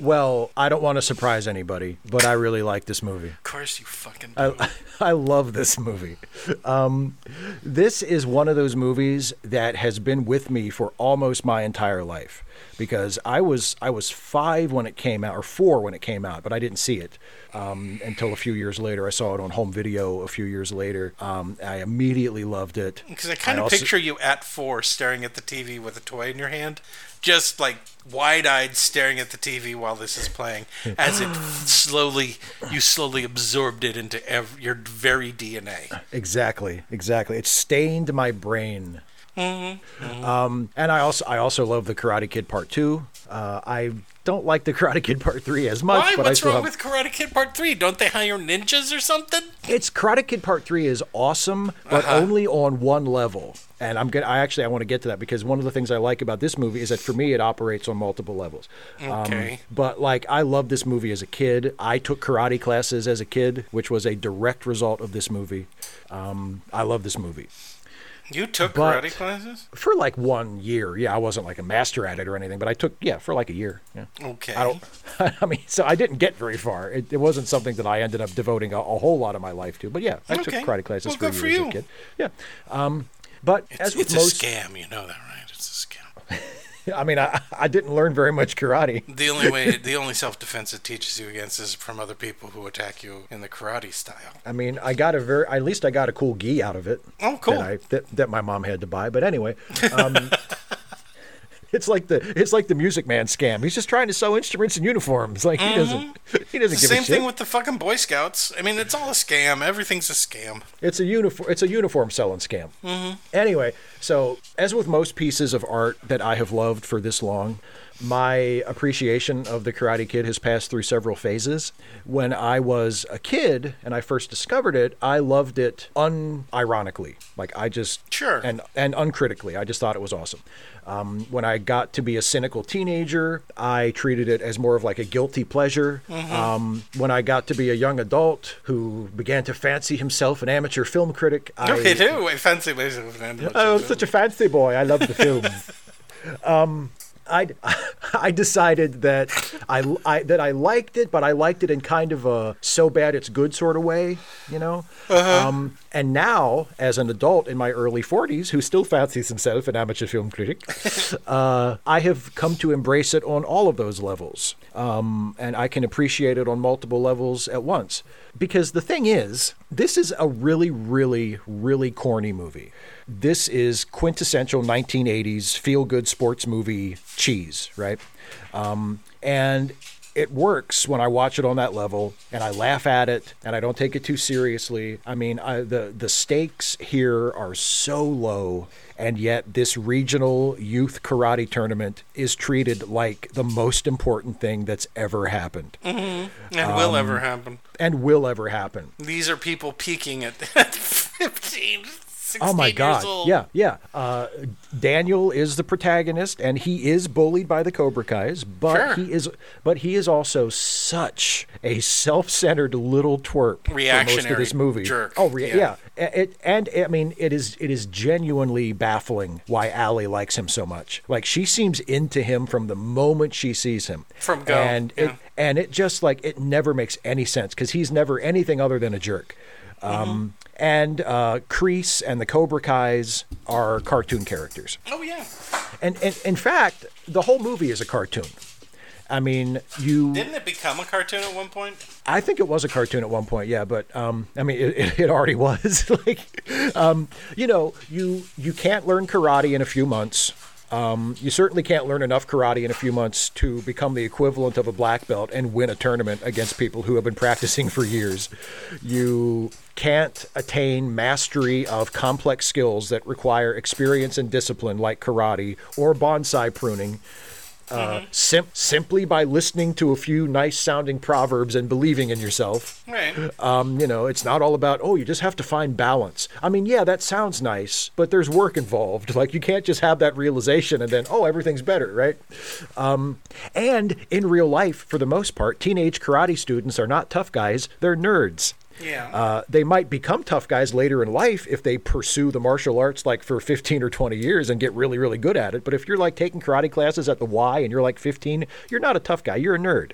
Speaker 2: Well, I don't want to surprise anybody, but I really like this movie.
Speaker 1: Of course you fucking do.
Speaker 2: I, <laughs> I love this movie. Um, this is one of those movies that has been with me for almost my entire life because I was I was five when it came out or four when it came out, but I didn't see it um, until a few years later. I saw it on home video a few years later. Um, I immediately loved it
Speaker 1: Because I kind
Speaker 2: I
Speaker 1: of
Speaker 2: also-
Speaker 1: picture you at four staring at the TV with a toy in your hand. Just like wide eyed staring at the TV while this is
Speaker 2: <laughs>
Speaker 1: playing. As it slowly, you slowly absorbed it into ev- your very DNA.
Speaker 2: Exactly, exactly. It stained my brain.
Speaker 1: Mm-hmm.
Speaker 2: Um, and I also I also love the Karate Kid Part Two. Uh, I don't like the Karate Kid Part Three as much,
Speaker 1: Why?
Speaker 2: but I
Speaker 1: What's
Speaker 2: still
Speaker 1: wrong
Speaker 2: have.
Speaker 1: with Karate Kid Part 3? Don't they hire ninjas or something?
Speaker 2: It's Karate Kid Part Three is awesome, but
Speaker 1: Uh-huh.
Speaker 2: only on one level. And I'm gonna I actually I want to get to that because one of the things I like about this movie is that for me it operates on multiple levels. Um,
Speaker 1: Okay.
Speaker 2: but like I loved this movie as a kid. I took karate classes as a kid, which was a direct result of this movie. Um, I love this movie.
Speaker 1: You took
Speaker 2: But-
Speaker 1: karate classes?
Speaker 2: for like one year. Yeah, I wasn't like a master at it or anything, but I took yeah for like a year. Yeah.
Speaker 1: Okay.
Speaker 2: I don't. <laughs> I mean, so I didn't get very far. It, it wasn't something that I ended up devoting a, a whole lot of my life to. But yeah, I
Speaker 1: Okay.
Speaker 2: took karate classes
Speaker 1: Well,
Speaker 2: for a
Speaker 1: good for
Speaker 2: year as
Speaker 1: you.
Speaker 2: a kid. Yeah. Um, but as with
Speaker 1: it's
Speaker 2: most,
Speaker 1: a scam, you know that, right? It's a
Speaker 2: <laughs>
Speaker 1: scam.
Speaker 2: I mean, I, I didn't learn very much karate.
Speaker 1: The only way, the only self defense it teaches you against is from other people who attack you in the karate style.
Speaker 2: I mean, I got a very, at least I got a cool gi out of it.
Speaker 1: Oh, cool.
Speaker 2: That, I, that, that my mom had to buy. But anyway, um, <laughs> It's like the it's like the Music Man scam. He's just trying to sell instruments and uniforms. Like he doesn't he doesn't give
Speaker 1: Mm-hmm. Same
Speaker 2: a shit.
Speaker 1: thing with the fucking Boy Scouts. I mean, it's all a scam. Everything's a scam.
Speaker 2: It's a uniform. It's a uniform selling scam. Anyway, so as with most pieces of art that I have loved for this long, my appreciation of the Karate Kid has passed through several phases. When I was a kid and I first discovered it, I loved it unironically. Like I just
Speaker 1: Sure.
Speaker 2: and and uncritically. I just thought it was awesome. Um, when I got to be a cynical teenager, I treated it as more of like a guilty pleasure. Um, when I got to be a young adult who began to fancy himself an amateur film critic, I
Speaker 1: No, they do. I fancy myself with an ambulance.
Speaker 2: <laughs> Oh, I'm such a fancy boy. I love the film. um, I, <laughs> I decided that I, I that I liked it, but I liked it in kind of a so bad it's good sort of way, you know. Um, and now, as an adult in my early 40s, who still fancies himself an amateur film critic, uh, I have come to embrace it on all of those levels, um, and I can appreciate it on multiple levels at once. Because the thing is, this is a really, really, really corny movie. This is quintessential 1980s feel good sports movie cheese, right? Um, and it works when I watch it on that level and I laugh at it and I don't take it too seriously. I mean, I, the, the stakes here are so low, and yet this regional youth karate tournament is treated like the most important thing that's ever happened
Speaker 1: and
Speaker 2: Um,
Speaker 1: will ever happen.
Speaker 2: and will ever happen.
Speaker 1: These are people peaking at <laughs> 15, 16
Speaker 2: Oh my
Speaker 1: years
Speaker 2: God!
Speaker 1: old.
Speaker 2: Yeah, yeah. Uh, Daniel is the protagonist, and he is bullied by the Cobra Kai's,
Speaker 1: Sure.
Speaker 2: but he is, but he is also such a self-centered little twerp for most of
Speaker 1: Reactionary
Speaker 2: this movie.
Speaker 1: jerk.
Speaker 2: Oh, re-
Speaker 1: Yeah.
Speaker 2: yeah. A- It, and I mean, it is it is genuinely baffling why Allie likes him so much. Like she seems into him from the moment she sees him.
Speaker 1: From go,
Speaker 2: and
Speaker 1: yeah.
Speaker 2: it and it just like it never makes any sense because he's never anything other than a jerk.
Speaker 1: Mm-hmm.
Speaker 2: Um, And uh, Crease and the Cobra Kai's are cartoon characters.
Speaker 1: Oh, yeah.
Speaker 2: And, and in fact, the whole movie is a cartoon. I mean, you.
Speaker 1: Didn't it become a cartoon at one point?
Speaker 2: I think it was a cartoon at one point, yeah. But um, I mean, it, it, it already <laughs> was. like, um, you know, you you can't learn karate in a few months. Um, you certainly can't learn enough karate in a few months to become the equivalent of a black belt and win a tournament against people who have been practicing for years. You can't attain mastery of complex skills that require experience and discipline, like karate or bonsai pruning uh, sim- simply by listening to a few nice sounding proverbs and believing in yourself.
Speaker 1: Right.
Speaker 2: Um, you know, it's not all about, oh, you just have to find balance. I mean, yeah, that sounds nice, but there's work involved. Like, you can't just have that realization and then, oh, everything's better, right? Um, and in real life, for the most part, teenage karate students are not tough guys, they're nerds.
Speaker 1: Yeah.
Speaker 2: Uh, they might become tough guys later in life if they pursue the martial arts like for 15 or 20 years and get really, really good at it. But if you're like taking karate classes at the Y and you're like 15, you're not a tough guy, you're a nerd.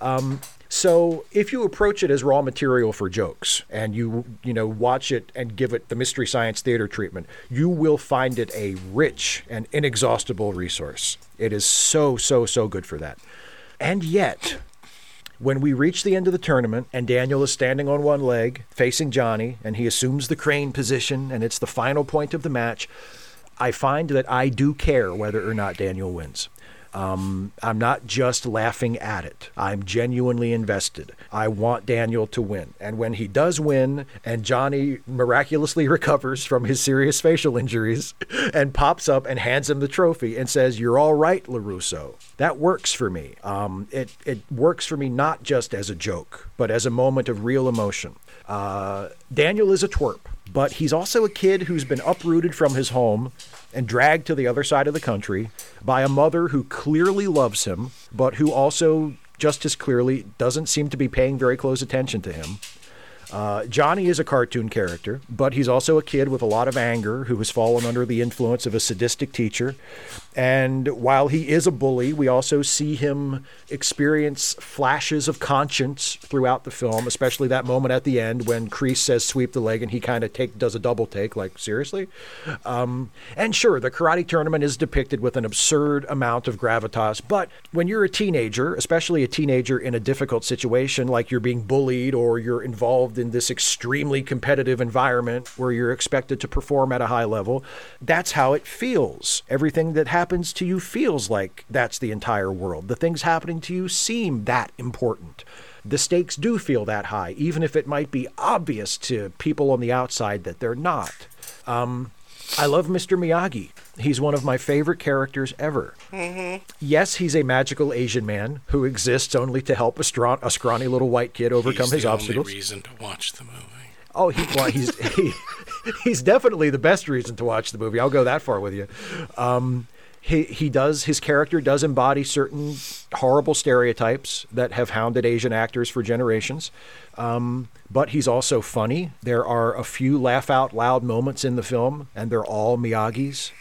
Speaker 2: Um, so if you approach it as raw material for jokes and you you know watch it and give it the mystery science theater treatment, you will find it a rich and inexhaustible resource. It is so so so good for that. And yet, when we reach the end of the tournament and Daniel is standing on one leg facing Johnny and he assumes the crane position and it's the final point of the match, I find that I do care whether or not Daniel wins. Um, I'm not just laughing at it. I'm genuinely invested. I want Daniel to win. And when he does win, and Johnny miraculously <laughs> recovers from his serious facial injuries and pops up and hands him the trophy and says, You're all right, LaRusso. That works for me. Um, it, it works for me not just as a joke, but as a moment of real emotion. Uh, Daniel is a twerp, but he's also a kid who's been uprooted from his home and dragged to the other side of the country by a mother who clearly loves him, but who also just as clearly doesn't seem to be paying very close attention to him. Uh, Johnny is a cartoon character, but he's also a kid with a lot of anger who has fallen under the influence of a sadistic teacher. And while he is a bully, we also see him experience flashes of conscience throughout the film, especially that moment at the end when Kreese says sweep the leg and he kind of take does a double take, like seriously. Um, and sure, the karate tournament is depicted with an absurd amount of gravitas, but when you're a teenager, especially a teenager in a difficult situation like you're being bullied or you're involved in this extremely competitive environment where you're expected to perform at a high level, that's how it feels. Everything that happens happens to you feels like that's the entire world. The things happening to you seem that important. The stakes do feel that high, even if it might be obvious to people on the outside that they're not. Um, I love Mr. Miyagi. He's one of my favorite characters ever.
Speaker 1: Mm-hmm.
Speaker 2: Yes, he's a magical Asian man who exists only to help a, stron- a scrawny little white kid overcome
Speaker 1: He's
Speaker 2: his
Speaker 1: the
Speaker 2: obstacles.
Speaker 1: Only reason to watch the movie.
Speaker 2: Oh, he, well, he's he, he's definitely the best reason to watch the movie. I'll go that far with you. Um, he he does his character does embody certain horrible stereotypes that have hounded Asian actors for generations. Um, but he's also funny. There are a few laugh out loud moments in the film, and they're all Miyagi's.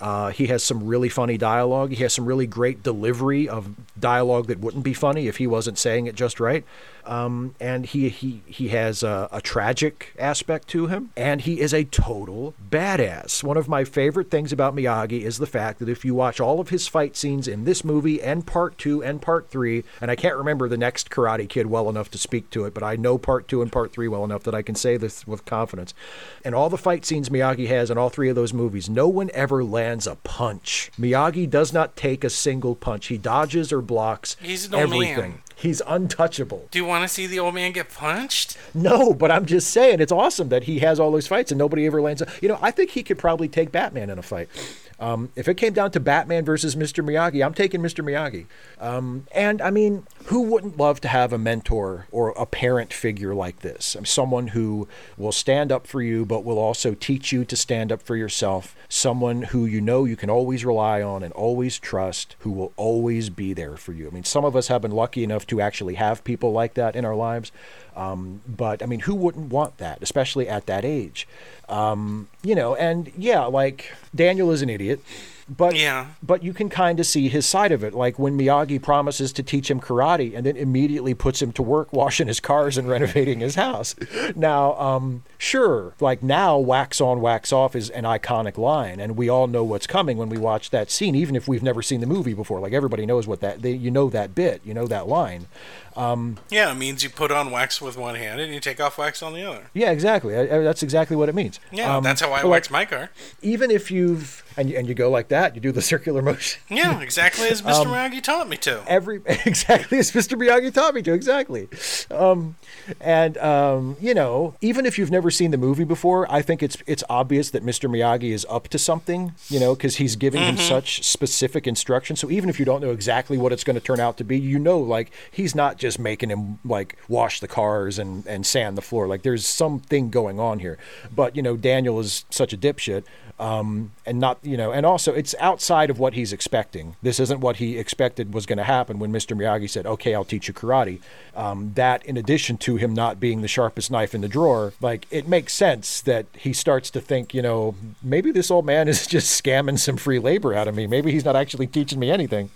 Speaker 2: Uh, he has some really funny dialogue. He has some really great delivery of dialogue that wouldn't be funny if he wasn't saying it just right. Um, and he he he has a, a tragic aspect to him, and he is a total badass. One of my favorite things about Miyagi is the fact that if you watch all of his fight scenes in this movie and part two and part three, and I can't remember the next Karate Kid well enough to speak to it, but I know part two and part three well enough that I can say this with confidence. And all the fight scenes Miyagi has in all three of those movies, no one ever lands a punch. Miyagi does not take a single punch. He dodges or blocks
Speaker 1: He's an old man.
Speaker 2: everything. He's untouchable.
Speaker 1: Do you want to see the old man get punched?
Speaker 2: No, but I'm just saying it's awesome that he has all those fights and nobody ever lands. a- You know, I think he could probably take Batman in a fight. Um, if it came down to Batman versus Mr. Miyagi, I'm taking Mr. Miyagi. Um, and I mean, who wouldn't love to have a mentor or a parent figure like this? Um, Someone who will stand up for you, but will also teach you to stand up for yourself. Someone who you know you can always rely on and always trust, who will always be there for you. I mean, some of us have been lucky enough to actually have people like that in our lives. Um, but I mean, who wouldn't want that, especially at that age? Um, you know, and yeah, like Daniel is an idiot, but
Speaker 1: Yeah.
Speaker 2: but you can kind of see his side of it. Like when Miyagi promises to teach him karate and then immediately puts him to work washing his cars and <laughs> renovating his house. Now, um, sure, like now, wax on, wax off is an iconic line, and we all know what's coming when we watch that scene, even if we've never seen the movie before. Like everybody knows what that, they, you know that bit, you know that line.
Speaker 1: Yeah, it means you put on wax with one hand and you take off wax on the other.
Speaker 2: Yeah, exactly. I, I- that's exactly what it means.
Speaker 1: Yeah,
Speaker 2: Um,
Speaker 1: that's how I
Speaker 2: but,
Speaker 1: wax
Speaker 2: like,
Speaker 1: my car.
Speaker 2: Even if you've and you, and you go like that, you do the <laughs> circular motion.
Speaker 1: Yeah, exactly as Mr. Miyagi taught me to.
Speaker 2: every <laughs> exactly as Mr. Miyagi taught me to exactly. Um, and um, you know, even if you've never seen the movie before, I think it's it's obvious that Mr. Miyagi is up to something, you know, because he's giving him such specific instructions. So even if you don't know exactly what it's going to turn out to be, you know, like he's not just making him like wash the cars and and sand the floor. Like there's something going on here. But you know, Daniel is such a dipshit um, and not you know and also it's outside of what he's expecting this isn't what he expected was going to happen when mr miyagi said okay i'll teach you karate um, that in addition to him not being the sharpest knife in the drawer like it makes sense that he starts to think you know maybe this old man is <laughs> just scamming some free labor out of me maybe he's not actually teaching me anything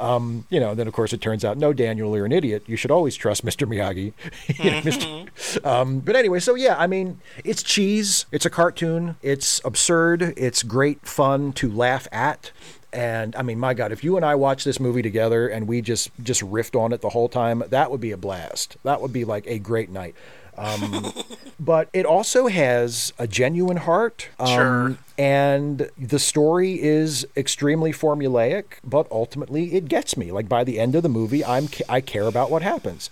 Speaker 2: um, you know and then of course it turns out no daniel you're an idiot you should always trust mr miyagi <laughs> You know, Mr. Um, but anyway, so yeah, I mean, it's cheese. It's a cartoon. It's absurd. It's great fun to laugh at. And I mean, my God, if you and I watched this movie together and we just just riffed on it the whole time, that would be a blast. That would be like a great night. Um, but it also has a genuine heart. Um,
Speaker 1: Sure.
Speaker 2: and the story is extremely formulaic, but ultimately it gets me. Like by the end of the movie, I'm I care about what happens.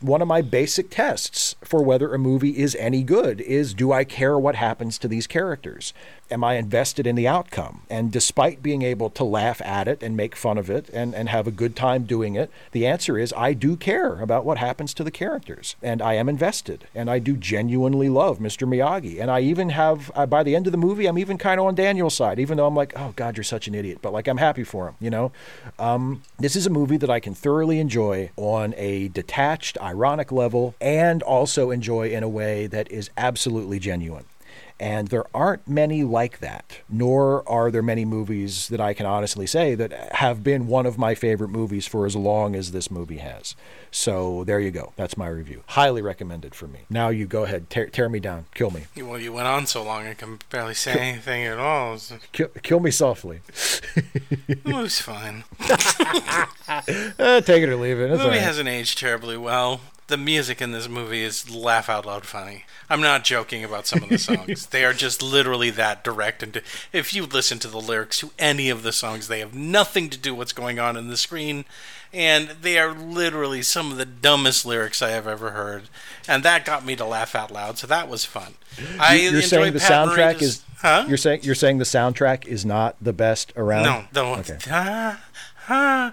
Speaker 2: One of my basic tests for whether a movie is any good is do I care what happens to these characters? Am I invested in the outcome? And despite being able to laugh at it and make fun of it and, and have a good time doing it, the answer is I do care about what happens to the characters and I am invested and I do genuinely love Mr. Miyagi. And I even have, uh, by the end of the movie, I'm even kind of on Daniel's side, even though I'm like, oh God, you're such an idiot. But like, I'm happy for him, you know? Um, this is a movie that I can thoroughly enjoy on a detached, ironic level and also enjoy in a way that is absolutely genuine. And there aren't many like that, nor are there many movies that I can honestly say that have been one of my favorite movies for as long as this movie has. So there you go. That's my review. Highly recommended for me. Now you go ahead, tear, tear me down, kill me,
Speaker 1: Well, you went on so long I can barely say anything at all. It was-
Speaker 2: kill, kill me softly.
Speaker 1: It was fine.
Speaker 2: Uh, take it or leave it.
Speaker 1: The
Speaker 2: That's all
Speaker 1: movie
Speaker 2: right.
Speaker 1: hasn't aged terribly well. The music in this movie is laugh out loud funny. I'm not joking about some of the
Speaker 2: <laughs>
Speaker 1: songs. they are just literally that direct. And if you listen to the lyrics to any of the songs, they have nothing to do what's going on in the screen, and they are literally some of the dumbest lyrics I have ever heard. And that got me to laugh out loud. So that was fun. I
Speaker 2: you're
Speaker 1: enjoy
Speaker 2: saying the
Speaker 1: Pat
Speaker 2: soundtrack
Speaker 1: Morita's-
Speaker 2: is
Speaker 1: huh?
Speaker 2: you're saying you're saying the soundtrack is not the best around.
Speaker 1: No, no.
Speaker 2: Okay.
Speaker 1: <laughs> Ah, ah.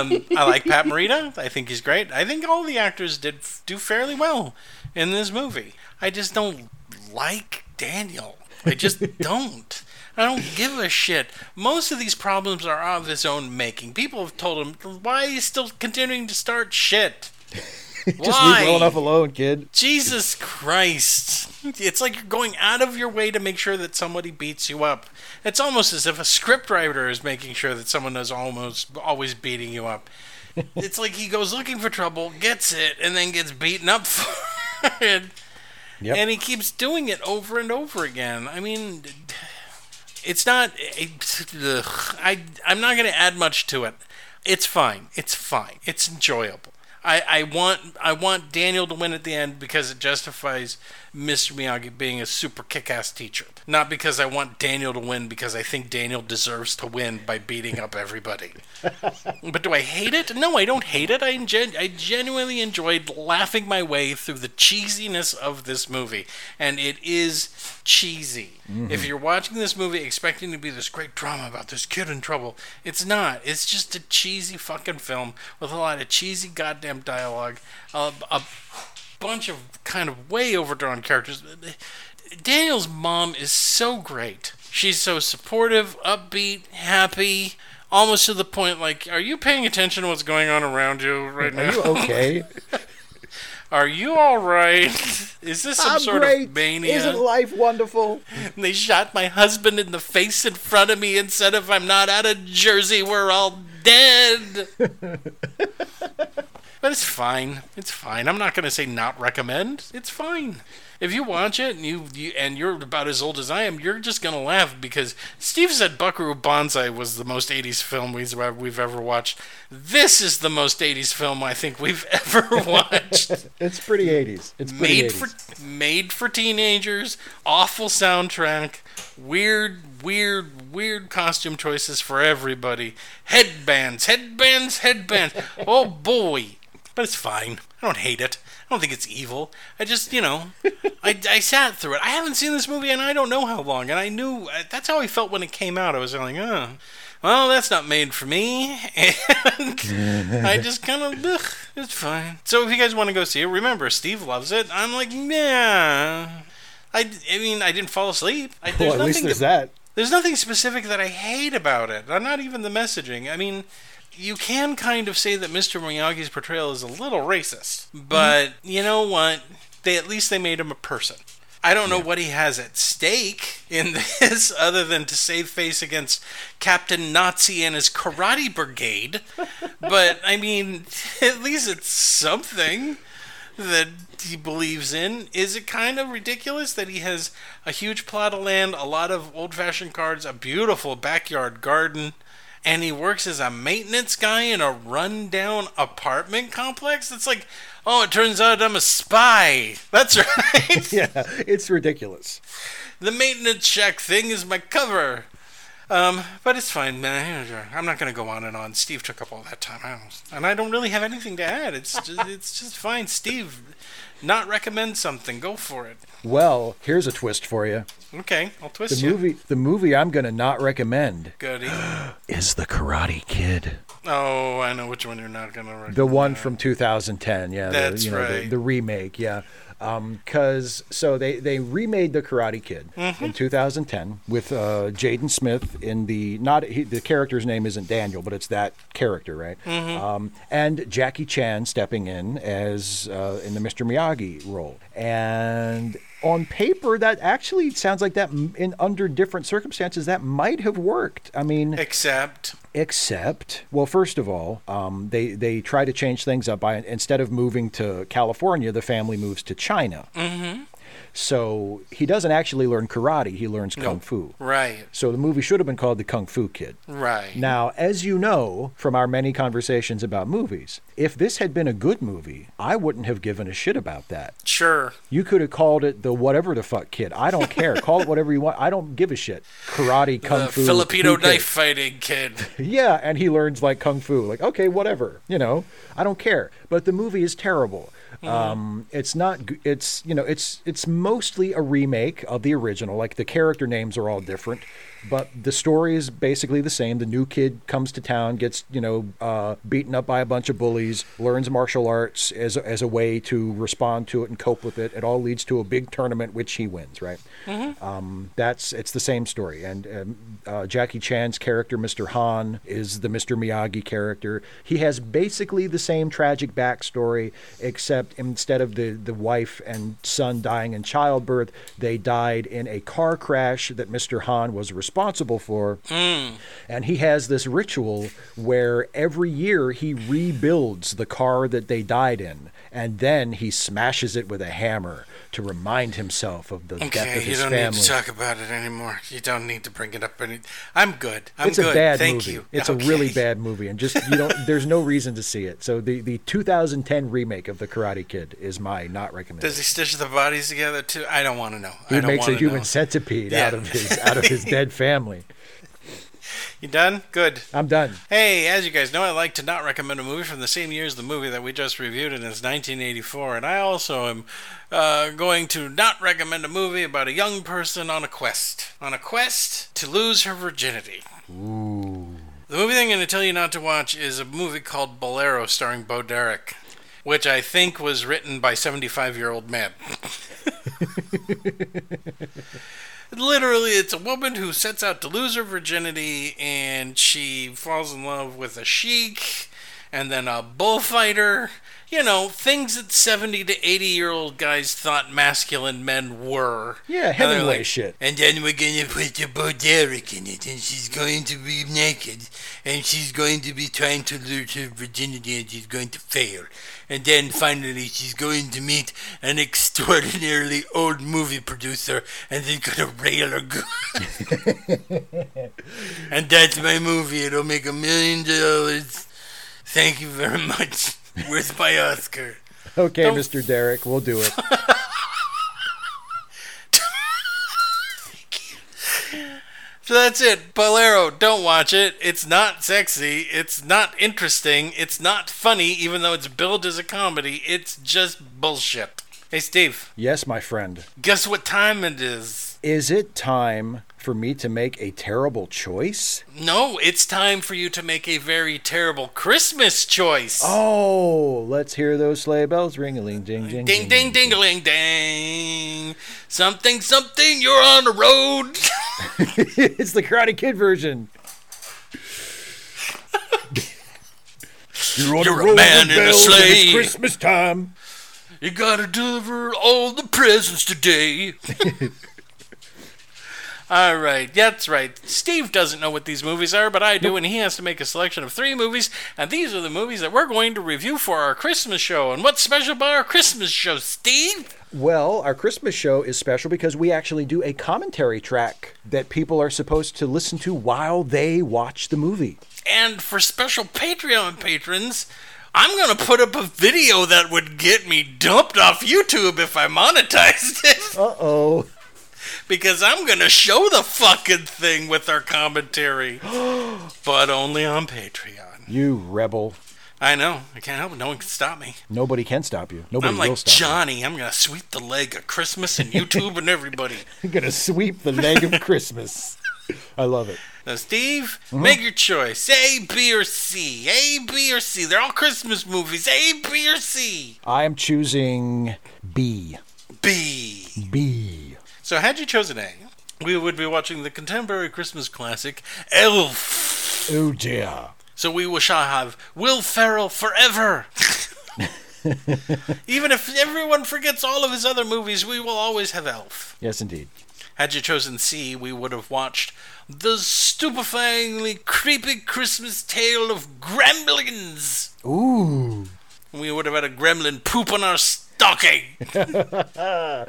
Speaker 1: Um, I like Pat Morita. I think he's great. I think all the actors did f- do fairly well in this movie. I just don't like Daniel. I just don't. I don't give a shit. Most of these problems are of his own making. People have told him why he's still continuing to start shit.
Speaker 2: <laughs> Just leave well enough alone, kid.
Speaker 1: Jesus Christ. It's like you're going out of your way to make sure that somebody beats you up. It's almost as if a scriptwriter is making sure that someone is almost always beating you up. It's like he goes looking for trouble, gets it, and then gets beaten up <laughs> for it.
Speaker 2: Yep.
Speaker 1: And he keeps doing it over and over again. I mean, it's not. It, ugh, I I'm not going to add much to it. It's fine. It's fine. It's enjoyable. I, I want I want Daniel to win at the end because it justifies Mr. Miyagi being a super kick-ass teacher, not because I want Daniel to win because I think Daniel deserves to win by beating up everybody. <laughs> But do I hate it? No, I don't hate it. I, gen- I genuinely enjoyed laughing my way through the cheesiness of this movie. And it is cheesy. If you're watching this movie expecting to be this great drama about this kid in trouble, it's not. It's just a cheesy fucking film with a lot of cheesy goddamn dialogue, uh, a, a bunch of kind of way overdrawn characters. Daniel's mom is so great. She's so supportive, upbeat, happy, almost to the point like, are you paying attention to what's going on around you right now? <laughs>
Speaker 2: Are you okay?
Speaker 1: Are you all right? <laughs> Is this some
Speaker 2: I'm
Speaker 1: sort
Speaker 2: great.
Speaker 1: of mania?
Speaker 2: Isn't life wonderful?
Speaker 1: they shot my husband in the face in front of me and said, if I'm not out of Jersey, we're all dead. <laughs> but it's fine. It's fine. I'm not going to say not recommend. It's fine. If you watch it and you, you and you're about as old as I am, you're just going to laugh because Steve said Buckaroo Banzai was the most 80s film we've, we've ever watched. This is the most 80s film I think we've <laughs> ever watched
Speaker 2: It's pretty 80s. It's pretty
Speaker 1: made
Speaker 2: 80s.
Speaker 1: for made for teenagers awful soundtrack weird weird weird costume choices for everybody headbands headbands
Speaker 2: <laughs>
Speaker 1: headbands oh boy but it's fine i don't hate it i don't think it's evil i just you know
Speaker 2: <laughs>
Speaker 1: I, I sat through it i haven't seen this movie and i don't know how long and i knew uh, that's how i felt when it came out i was like oh well that's not made for me and <laughs> I just kind of, ugh, it's fine. So if you guys want to go see it, remember Steve loves it. I'm like, nah. I, I mean, I didn't fall asleep. I,
Speaker 2: <laughs> well, at least
Speaker 1: nothing
Speaker 2: there's
Speaker 1: that-
Speaker 2: that.
Speaker 1: there's nothing specific that I hate about it. I'm not even the messaging. I mean, you can kind of say that Mr. Miyagi's portrayal is a little racist, but you know what? They at least they made him a person. I don't know what he has at stake in <laughs> this other than to save face against Captain Nazi and his karate brigade, but I mean, <laughs> at least it's something that he believes in. Is it kind of ridiculous that he has a huge plot of land, a lot of old fashioned cards, a beautiful backyard garden, and he works as a maintenance guy in a rundown apartment complex? It's like, oh, it turns out I'm a spy. That's <laughs> right.
Speaker 2: Yeah, <laughs> it's ridiculous.
Speaker 1: the maintenance check thing is my cover. Um, but it's fine, man. I'm not gonna go on and on. Steve took up all that time, I don't- and I don't really have anything to add. It's just, it's just fine. Steve, not recommend something. Go for it.
Speaker 2: Well, here's a twist for you.
Speaker 1: Okay, I'll twist
Speaker 2: The
Speaker 1: you.
Speaker 2: movie, the movie I'm going to not recommend
Speaker 1: Goody.
Speaker 2: is The Karate Kid.
Speaker 1: Oh, I know which one you're not gonna recommend.
Speaker 2: The one from 2010, yeah.
Speaker 1: That's
Speaker 2: the, you know, The,
Speaker 1: right.
Speaker 2: the remake, yeah. Because so they they remade the Karate Kid
Speaker 1: Mm-hmm.
Speaker 2: in 2010 with uh, Jaden Smith in the not he, the character's name isn't Daniel, but it's that character, right?
Speaker 1: Mm-hmm.
Speaker 2: Um, and Jackie Chan stepping in as uh, in the Mr. Miyagi role, and on paper that actually sounds like that m- in under different circumstances that might have worked. I mean,
Speaker 1: Except
Speaker 2: except well first of all um, they they try
Speaker 1: Mm-hmm.
Speaker 2: to change things up by instead of moving to california the family moves to china So he doesn't actually learn karate, he learns kung fu.
Speaker 1: Right.
Speaker 2: So the movie should have been called The Kung Fu Kid.
Speaker 1: Right.
Speaker 2: Now, as you know from our many conversations about movies, if this had been a good movie, I wouldn't have given a shit about that.
Speaker 1: Sure.
Speaker 2: You could have called it the whatever the fuck kid. I don't
Speaker 1: <laughs>
Speaker 2: care. Call it whatever you want. I don't give a shit. Karate, kung
Speaker 1: The
Speaker 2: fu,
Speaker 1: Filipino
Speaker 2: who cares?
Speaker 1: knife fighting
Speaker 2: <laughs>
Speaker 1: kid.
Speaker 2: Yeah, and he learns like kung fu. Like, okay, whatever. You know, I don't care. But the movie is terrible. Um, it's not. g- It's you know, it's it's mostly a remake of the original. Like the character names are all different, but the story is basically the same. The new kid comes to town, gets you know uh, beaten up by a bunch of bullies, learns martial arts as a- as a way to respond to it and cope with it. It all leads to a big tournament which he wins. Right. Um, that's it's the same story. And um, uh, Jackie Chan's character, Mr. Han, is the Mr. Miyagi character. He has basically the same tragic backstory, except instead of the the wife and son dying in childbirth, they died in a car crash that Mr. Han was responsible for. And he has this ritual where every year he rebuilds the car that they died in, and then he smashes it with a hammer to remind himself of the death of
Speaker 1: Okay, you
Speaker 2: his
Speaker 1: don't
Speaker 2: family.
Speaker 1: need to talk about it anymore. You don't need to bring it up. Any- I'm good. I'm
Speaker 2: it's
Speaker 1: good.
Speaker 2: a bad
Speaker 1: Thank
Speaker 2: movie.
Speaker 1: you.
Speaker 2: It's
Speaker 1: Okay.
Speaker 2: a really bad movie, and just you don't. there's no reason to see it. So the the 2010 remake of the Karate Kid is my not recommended.
Speaker 1: Does he stitch the bodies together too? I don't want to know. I
Speaker 2: He
Speaker 1: don't
Speaker 2: makes a
Speaker 1: wanna
Speaker 2: human
Speaker 1: know.
Speaker 2: centipede out
Speaker 1: Yeah.
Speaker 2: of his out of
Speaker 1: <laughs>
Speaker 2: his dead family.
Speaker 1: You done? Good.
Speaker 2: I'm done.
Speaker 1: Hey, as you guys know, I like to not recommend a movie from the same year as the movie that we just reviewed, and it's 1984. And I also am uh, going to not recommend a movie about a young person on a quest, on a quest to lose her virginity. The movie I'm going to tell you not to watch is a movie called Bolero, starring Bo Derek, which I think was written by 75-year-old man. Literally, it's a woman who sets out to lose her virginity and she falls in love with a sheik and then a bullfighter. You know, things that 70 to 80 year old guys thought masculine men were.
Speaker 2: Yeah,
Speaker 1: And they're
Speaker 2: Hemingway shit.
Speaker 1: And then we're going to put the Bo Derek in it and she's going to be naked and she's going to be trying to lose her virginity and she's going to fail. And then finally, she's going to meet an extraordinarily old movie producer and they're going to rail her good. And that's my movie. It'll make a million dollars. Thank you very much. Where's my Oscar?
Speaker 2: Okay,
Speaker 1: Don't-
Speaker 2: Mr. Derek,
Speaker 1: <laughs>
Speaker 2: we'll do it.
Speaker 1: So that's it. Bolero, don't watch it. It's not sexy. It's not interesting. It's not funny, even though it's billed as a comedy. It's just bullshit. Hey, Steve,
Speaker 2: Yes, my friend.
Speaker 1: guess what time it is?
Speaker 2: Is it time for me to make a terrible choice?
Speaker 1: No, it's time for you to make a very terrible Christmas choice.
Speaker 2: Oh, let's hear those sleigh bells ring a ling ding ding
Speaker 1: Ding, ding, ding, ling, dang. Something, something, you're on the road.
Speaker 2: <laughs>
Speaker 1: <laughs>
Speaker 2: it's the Karate Kid version. You're, on
Speaker 1: You're a man in a
Speaker 2: bells and it's
Speaker 1: sleigh.
Speaker 2: Christmas time.
Speaker 1: You gotta deliver all the presents today. <laughs> all right, that's right. Steve doesn't know what these movies are, but I do, and he has to make a selection of three movies, and these are the movies that we're going to review for our Christmas show. And what's special about our Christmas show, Steve?
Speaker 2: Well, our Christmas show is special because we actually do a commentary track that people are supposed to listen to while they watch the movie.
Speaker 1: And for special Patreon patrons, I'm gonna put up a video that would get me dumped off YouTube if I monetized it. <laughs>
Speaker 2: Uh oh.
Speaker 1: because I'm gonna show the fucking thing with our
Speaker 2: <gasps>
Speaker 1: commentary, but only on Patreon.
Speaker 2: You rebel.
Speaker 1: I know I can't help it. No one can stop me.
Speaker 2: Nobody can stop you. Nobody
Speaker 1: I'm
Speaker 2: will
Speaker 1: like
Speaker 2: stop
Speaker 1: Johnny. I'm gonna sweep the leg of Christmas
Speaker 2: <laughs>
Speaker 1: and YouTube and everybody.
Speaker 2: you. You're going to sweep the leg of Christmas. I love it.
Speaker 1: Now, Steve,
Speaker 2: Uh-huh.
Speaker 1: make your choice: A, B, or C. A, B, or C. They're all Christmas movies. A, B, or C.
Speaker 2: I am choosing B.
Speaker 1: B.
Speaker 2: B.
Speaker 1: So, had you chosen A, we would be watching the contemporary Christmas classic Elf.
Speaker 2: Oh dear.
Speaker 1: So we will shall have Will Ferrell forever. Even if everyone forgets all of his other movies, we will always have Elf.
Speaker 2: Yes, indeed.
Speaker 1: Had you chosen C, we would have watched the stupefyingly creepy Christmas tale of gremlins.
Speaker 2: Ooh.
Speaker 1: We would have had a gremlin poop on our stalking. but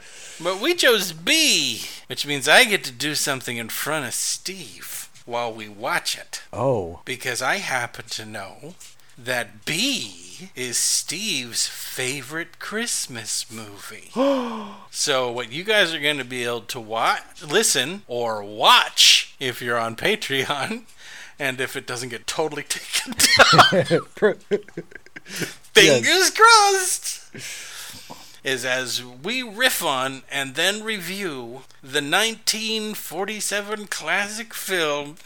Speaker 1: we chose B, which means I get to do something in front of Steve while we watch it.
Speaker 2: Oh,
Speaker 1: Because I happen to know that B is Steve's favorite Christmas movie. so what you guys are going to be able to watch, listen, or watch if you're on Patreon, <laughs> and if it doesn't get totally <laughs> taken down, fingers crossed, is as we riff on and then review the 1947 classic film.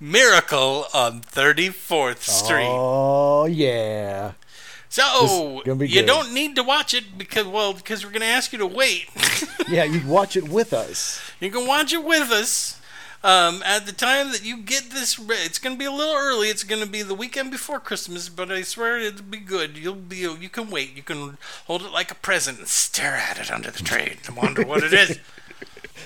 Speaker 1: Miracle on 34th Street.
Speaker 2: oh yeah.
Speaker 1: So
Speaker 2: gonna be
Speaker 1: you
Speaker 2: good.
Speaker 1: don't need to watch it because well because we're gonna ask you to wait. <laughs>
Speaker 2: Yeah, you watch it with us.
Speaker 1: you can watch it with us. Um, at the time that you get this, re- it's gonna be a little early. It's gonna be the weekend before Christmas, but I swear it'll be good. You'll be you can wait. You can hold it like a present and stare at it under the tree and wonder what it
Speaker 2: <laughs>
Speaker 1: is.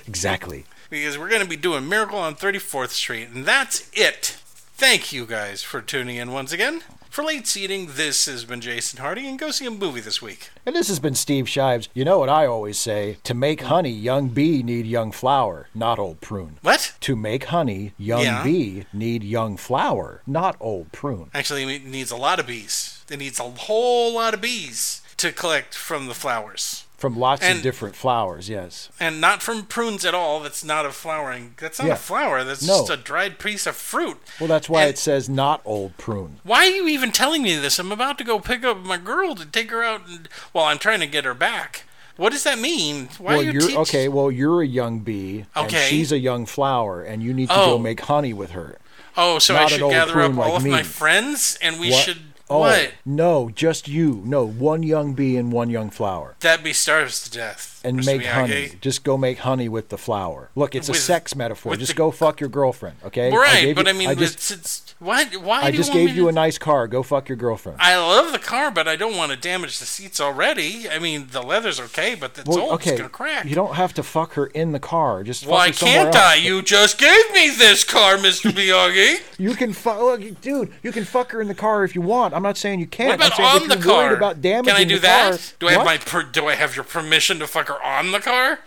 Speaker 2: Exactly.
Speaker 1: because we're going to be doing Miracle on 34th Street, and that's it. Thank you guys for tuning in once again. For late seating, this has been Jason Hardy, and go see a movie this week.
Speaker 2: And this has been Steve Shives. You know what I always say? To make honey, young bee need young flower, not old prune.
Speaker 1: What?
Speaker 2: To make honey, young
Speaker 1: Yeah.
Speaker 2: bee need young flower, not old prune.
Speaker 1: Actually, it needs a lot of bees. It needs a whole lot of bees to collect from the flowers,
Speaker 2: From lots
Speaker 1: And-
Speaker 2: of different flowers, yes.
Speaker 1: and not from prunes at all. That's not a flowering. That's not
Speaker 2: Yeah.
Speaker 1: a flower. That's
Speaker 2: No.
Speaker 1: just a dried piece of fruit.
Speaker 2: Well, that's why
Speaker 1: And-
Speaker 2: it says not old prune.
Speaker 1: Why are you even telling me this? I'm about to go pick up my girl to take her out and, while I'm trying to get her back. What does that mean? Why
Speaker 2: well,
Speaker 1: are you
Speaker 2: you're
Speaker 1: teach-
Speaker 2: okay. Well, you're a young bee,
Speaker 1: Okay.
Speaker 2: and she's a young flower, and you need to
Speaker 1: Oh.
Speaker 2: go make honey with her.
Speaker 1: Oh, so I
Speaker 2: Not an
Speaker 1: should
Speaker 2: old
Speaker 1: gather up
Speaker 2: prune
Speaker 1: all
Speaker 2: like
Speaker 1: of my
Speaker 2: me.
Speaker 1: friends and we should
Speaker 2: Oh,
Speaker 1: what?
Speaker 2: No, just you. No, one young bee and one young flower.
Speaker 1: That'd be starves to death.
Speaker 2: And
Speaker 1: Mr.
Speaker 2: make
Speaker 1: Miyagi.
Speaker 2: honey. Just go make honey with the flower. Look, it's
Speaker 1: With-
Speaker 2: a sex metaphor.
Speaker 1: with
Speaker 2: Just
Speaker 1: the-
Speaker 2: go fuck your girlfriend, okay? I
Speaker 1: Right,
Speaker 2: gave
Speaker 1: but
Speaker 2: you-
Speaker 1: I mean,
Speaker 2: I just,
Speaker 1: it's, it's why? Why
Speaker 2: I
Speaker 1: do
Speaker 2: just
Speaker 1: you want me
Speaker 2: gave you
Speaker 1: to-
Speaker 2: a nice car. Go fuck your girlfriend.
Speaker 1: I love the car, but I don't want to damage the seats already. I mean, the leather's okay, but it's
Speaker 2: Well,
Speaker 1: old.
Speaker 2: okay,
Speaker 1: It's gonna crack.
Speaker 2: you don't have to fuck her in the car. Just fuck
Speaker 1: Why
Speaker 2: her somewhere
Speaker 1: can't
Speaker 2: else.
Speaker 1: I? You just gave me this car, Mr.
Speaker 2: <laughs>
Speaker 1: Miyagi.
Speaker 2: You can fuck, dude. You can fuck her in the car if you want. I'm not saying you can't.
Speaker 1: What about
Speaker 2: I'm saying
Speaker 1: on
Speaker 2: if
Speaker 1: the
Speaker 2: you're
Speaker 1: car?
Speaker 2: worried about damaging
Speaker 1: Can I do
Speaker 2: the
Speaker 1: that?
Speaker 2: car-
Speaker 1: do I have
Speaker 2: What?
Speaker 1: my per- do I have your permission to fuck her on the car?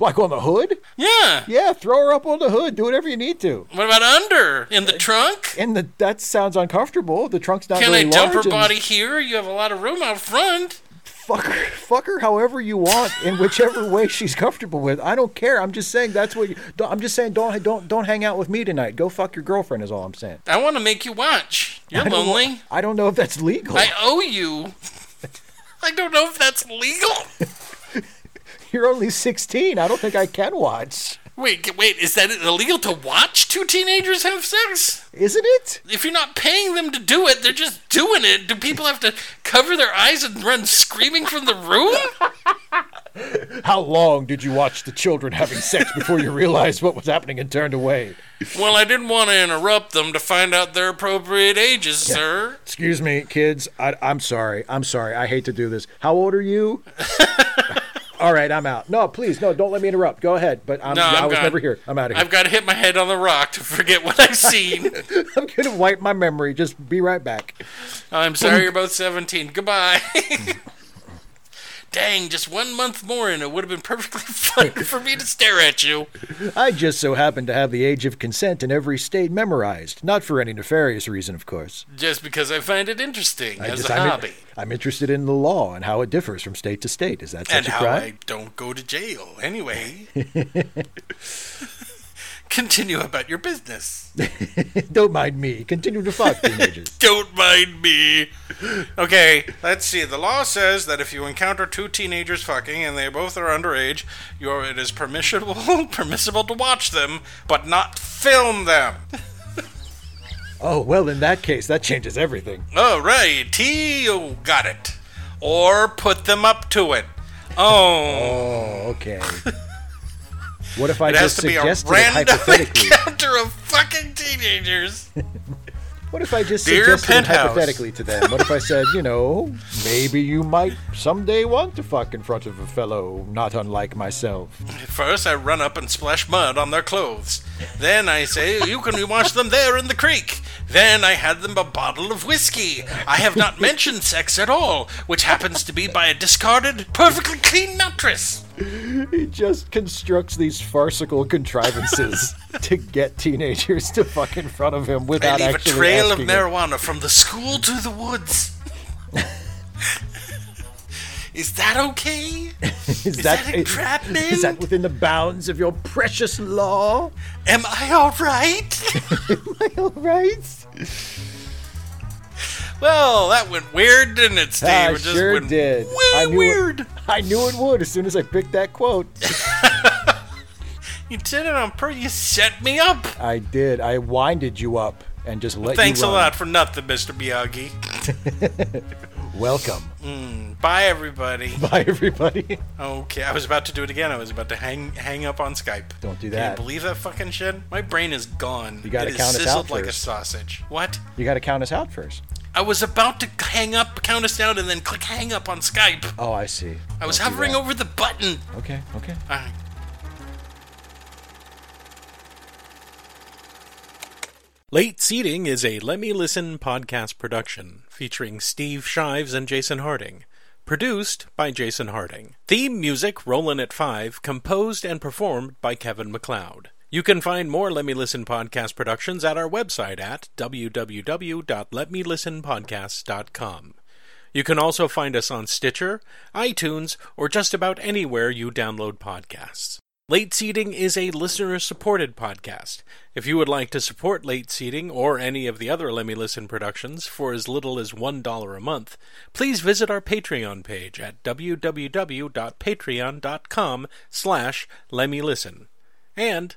Speaker 2: like on the hood?
Speaker 1: Yeah.
Speaker 2: Yeah, throw her up on the hood. Do whatever you need to.
Speaker 1: What about under in the trunk?
Speaker 2: And the, that sounds uncomfortable. The trunk's not
Speaker 1: Can I
Speaker 2: very
Speaker 1: dump her
Speaker 2: large and
Speaker 1: body here? You have a lot of room out front.
Speaker 2: Fuck her, fuck her however you want in whichever way she's comfortable with. I don't care. I'm just saying that's what. You, don't- I'm just saying don't don't don't hang out with me tonight. Go fuck your girlfriend is all I'm saying.
Speaker 1: I want to make you watch. You're
Speaker 2: I don't, wa-
Speaker 1: lonely.
Speaker 2: I don't know if that's legal.
Speaker 1: I owe you. <laughs> I don't know if that's legal.
Speaker 2: You're only 16. I don't think I can watch.
Speaker 1: Wait, g- wait, is that illegal to watch two teenagers have sex?
Speaker 2: Isn't it?
Speaker 1: If you're not paying them to do it, they're just doing it. Do people have to cover their eyes and run screaming from the
Speaker 2: <laughs>
Speaker 1: room?
Speaker 2: How long did you watch the children having sex before you realized what was happening and turned away?
Speaker 1: Well, I didn't want to interrupt them to find out their appropriate ages, sir.
Speaker 2: Excuse me, kids. I, I'm sorry. I'm sorry. I hate to do this. How old are <laughs> you? All right, I'm out. No, please, no, don't let me interrupt. Go ahead. But I'm,
Speaker 1: No,
Speaker 2: I
Speaker 1: I'm
Speaker 2: was
Speaker 1: gone.
Speaker 2: never here. I'm out of here.
Speaker 1: I've got to hit my head on the rock to forget what I've seen.
Speaker 2: <laughs> I'm going to wipe my memory. Just be right back.
Speaker 1: I'm sorry you're both 17. Goodbye. <laughs> Dang, just one month more and it would have been perfectly <laughs> fine for me to stare at you.
Speaker 2: I just so happen to have the age of consent in every state memorized. Not for any nefarious reason, of course.
Speaker 1: Just because I find it interesting
Speaker 2: I
Speaker 1: as
Speaker 2: just,
Speaker 1: a
Speaker 2: I'm, in-
Speaker 1: hobby.
Speaker 2: I'm interested in the law and how it differs from state to state. Is that such
Speaker 1: and
Speaker 2: a
Speaker 1: how
Speaker 2: crime?
Speaker 1: I don't go to jail anyway. <laughs> Continue about your business.
Speaker 2: <laughs> Don't mind me. Continue
Speaker 1: <laughs>
Speaker 2: to fuck teenagers.
Speaker 1: Don't mind me. Okay, let's see. The law says that if you encounter two teenagers fucking and they both are underage, you're, it is permissible <laughs> permissible to watch them, but not film them.
Speaker 2: Oh, well, in that case, that changes everything.
Speaker 1: All right, T, you got it. Or put them up to it. Oh, <laughs>
Speaker 2: Oh, okay. What if I
Speaker 1: it has
Speaker 2: just
Speaker 1: to be a
Speaker 2: suggested it
Speaker 1: random <laughs>
Speaker 2: hypothetically?
Speaker 1: encounter of fucking teenagers.
Speaker 2: What if I just
Speaker 1: Dear
Speaker 2: suggested it
Speaker 1: Penthouse.
Speaker 2: hypothetically to them? What if I said, you know, maybe you might someday want to fuck in front of a fellow not unlike myself?
Speaker 1: First, I run up and splash mud on their clothes. Then I say, You can wash them there in the creek.
Speaker 4: Then I had them a bottle of whiskey. I have not mentioned sex at all, which happens to be by a discarded, perfectly clean mattress.
Speaker 2: He just constructs these
Speaker 1: <laughs>
Speaker 2: farcical contrivances to get teenagers to fuck in front of him
Speaker 4: I
Speaker 2: without
Speaker 4: leave a
Speaker 2: actually
Speaker 4: trail of
Speaker 2: asking it.
Speaker 4: marijuana from the school to
Speaker 2: <laughs>
Speaker 4: the woods. Is that okay?
Speaker 2: Is,
Speaker 4: that entrapment?
Speaker 2: Is that within the bounds of your precious law? <laughs>
Speaker 4: Am I all right?
Speaker 2: All right.
Speaker 4: Well, that went weird, didn't it, Steve?
Speaker 2: I
Speaker 4: it just
Speaker 2: sure
Speaker 4: went
Speaker 2: did.
Speaker 4: Way
Speaker 2: I knew it-
Speaker 4: weird.
Speaker 2: I knew it would as soon as I picked that quote.
Speaker 4: You did it on purpose. You set me up.
Speaker 2: I did. I winded you up and just let
Speaker 4: Thanks
Speaker 2: you
Speaker 4: a
Speaker 1: uh,
Speaker 2: run.
Speaker 4: lot for nothing, Mr. Miyagi.
Speaker 2: um, Welcome. <laughs>
Speaker 4: Bye, everybody.
Speaker 2: Bye, everybody.
Speaker 4: Okay, I was about to do it again. I was about to hang hang up on Skype.
Speaker 2: Don't do
Speaker 4: Can you
Speaker 2: that.
Speaker 4: believe that fucking shit? My brain is gone.
Speaker 1: You gotta
Speaker 4: It is
Speaker 1: count us out
Speaker 4: sizzled like a
Speaker 1: first.
Speaker 4: sausage. What?
Speaker 1: You got to count us out first.
Speaker 4: I was about to hang up, count us down, and then click hang up on Skype.
Speaker 1: Oh, I see.
Speaker 4: I was
Speaker 1: Don't do
Speaker 4: hovering
Speaker 1: that.
Speaker 4: over the button.
Speaker 1: Okay, okay.
Speaker 4: All right. Late Seating is a Let Me Listen podcast production featuring Steve Shives and Jason Harding. Produced by Jason Harding. Theme music Rollin' at Five, composed and performed by Kevin McLeod. You can find more Let Me Listen podcast productions at our website at www.letmelistenpodcast.com. You can also find us on Stitcher, iTunes, or just about anywhere you download podcasts. Late Seating is a listener supported podcast. If you would like to support Late Seating or any of the other Let Me Listen productions for as little as $1 a month, please visit our Patreon page at www.patreon.com slash lemmylisten. And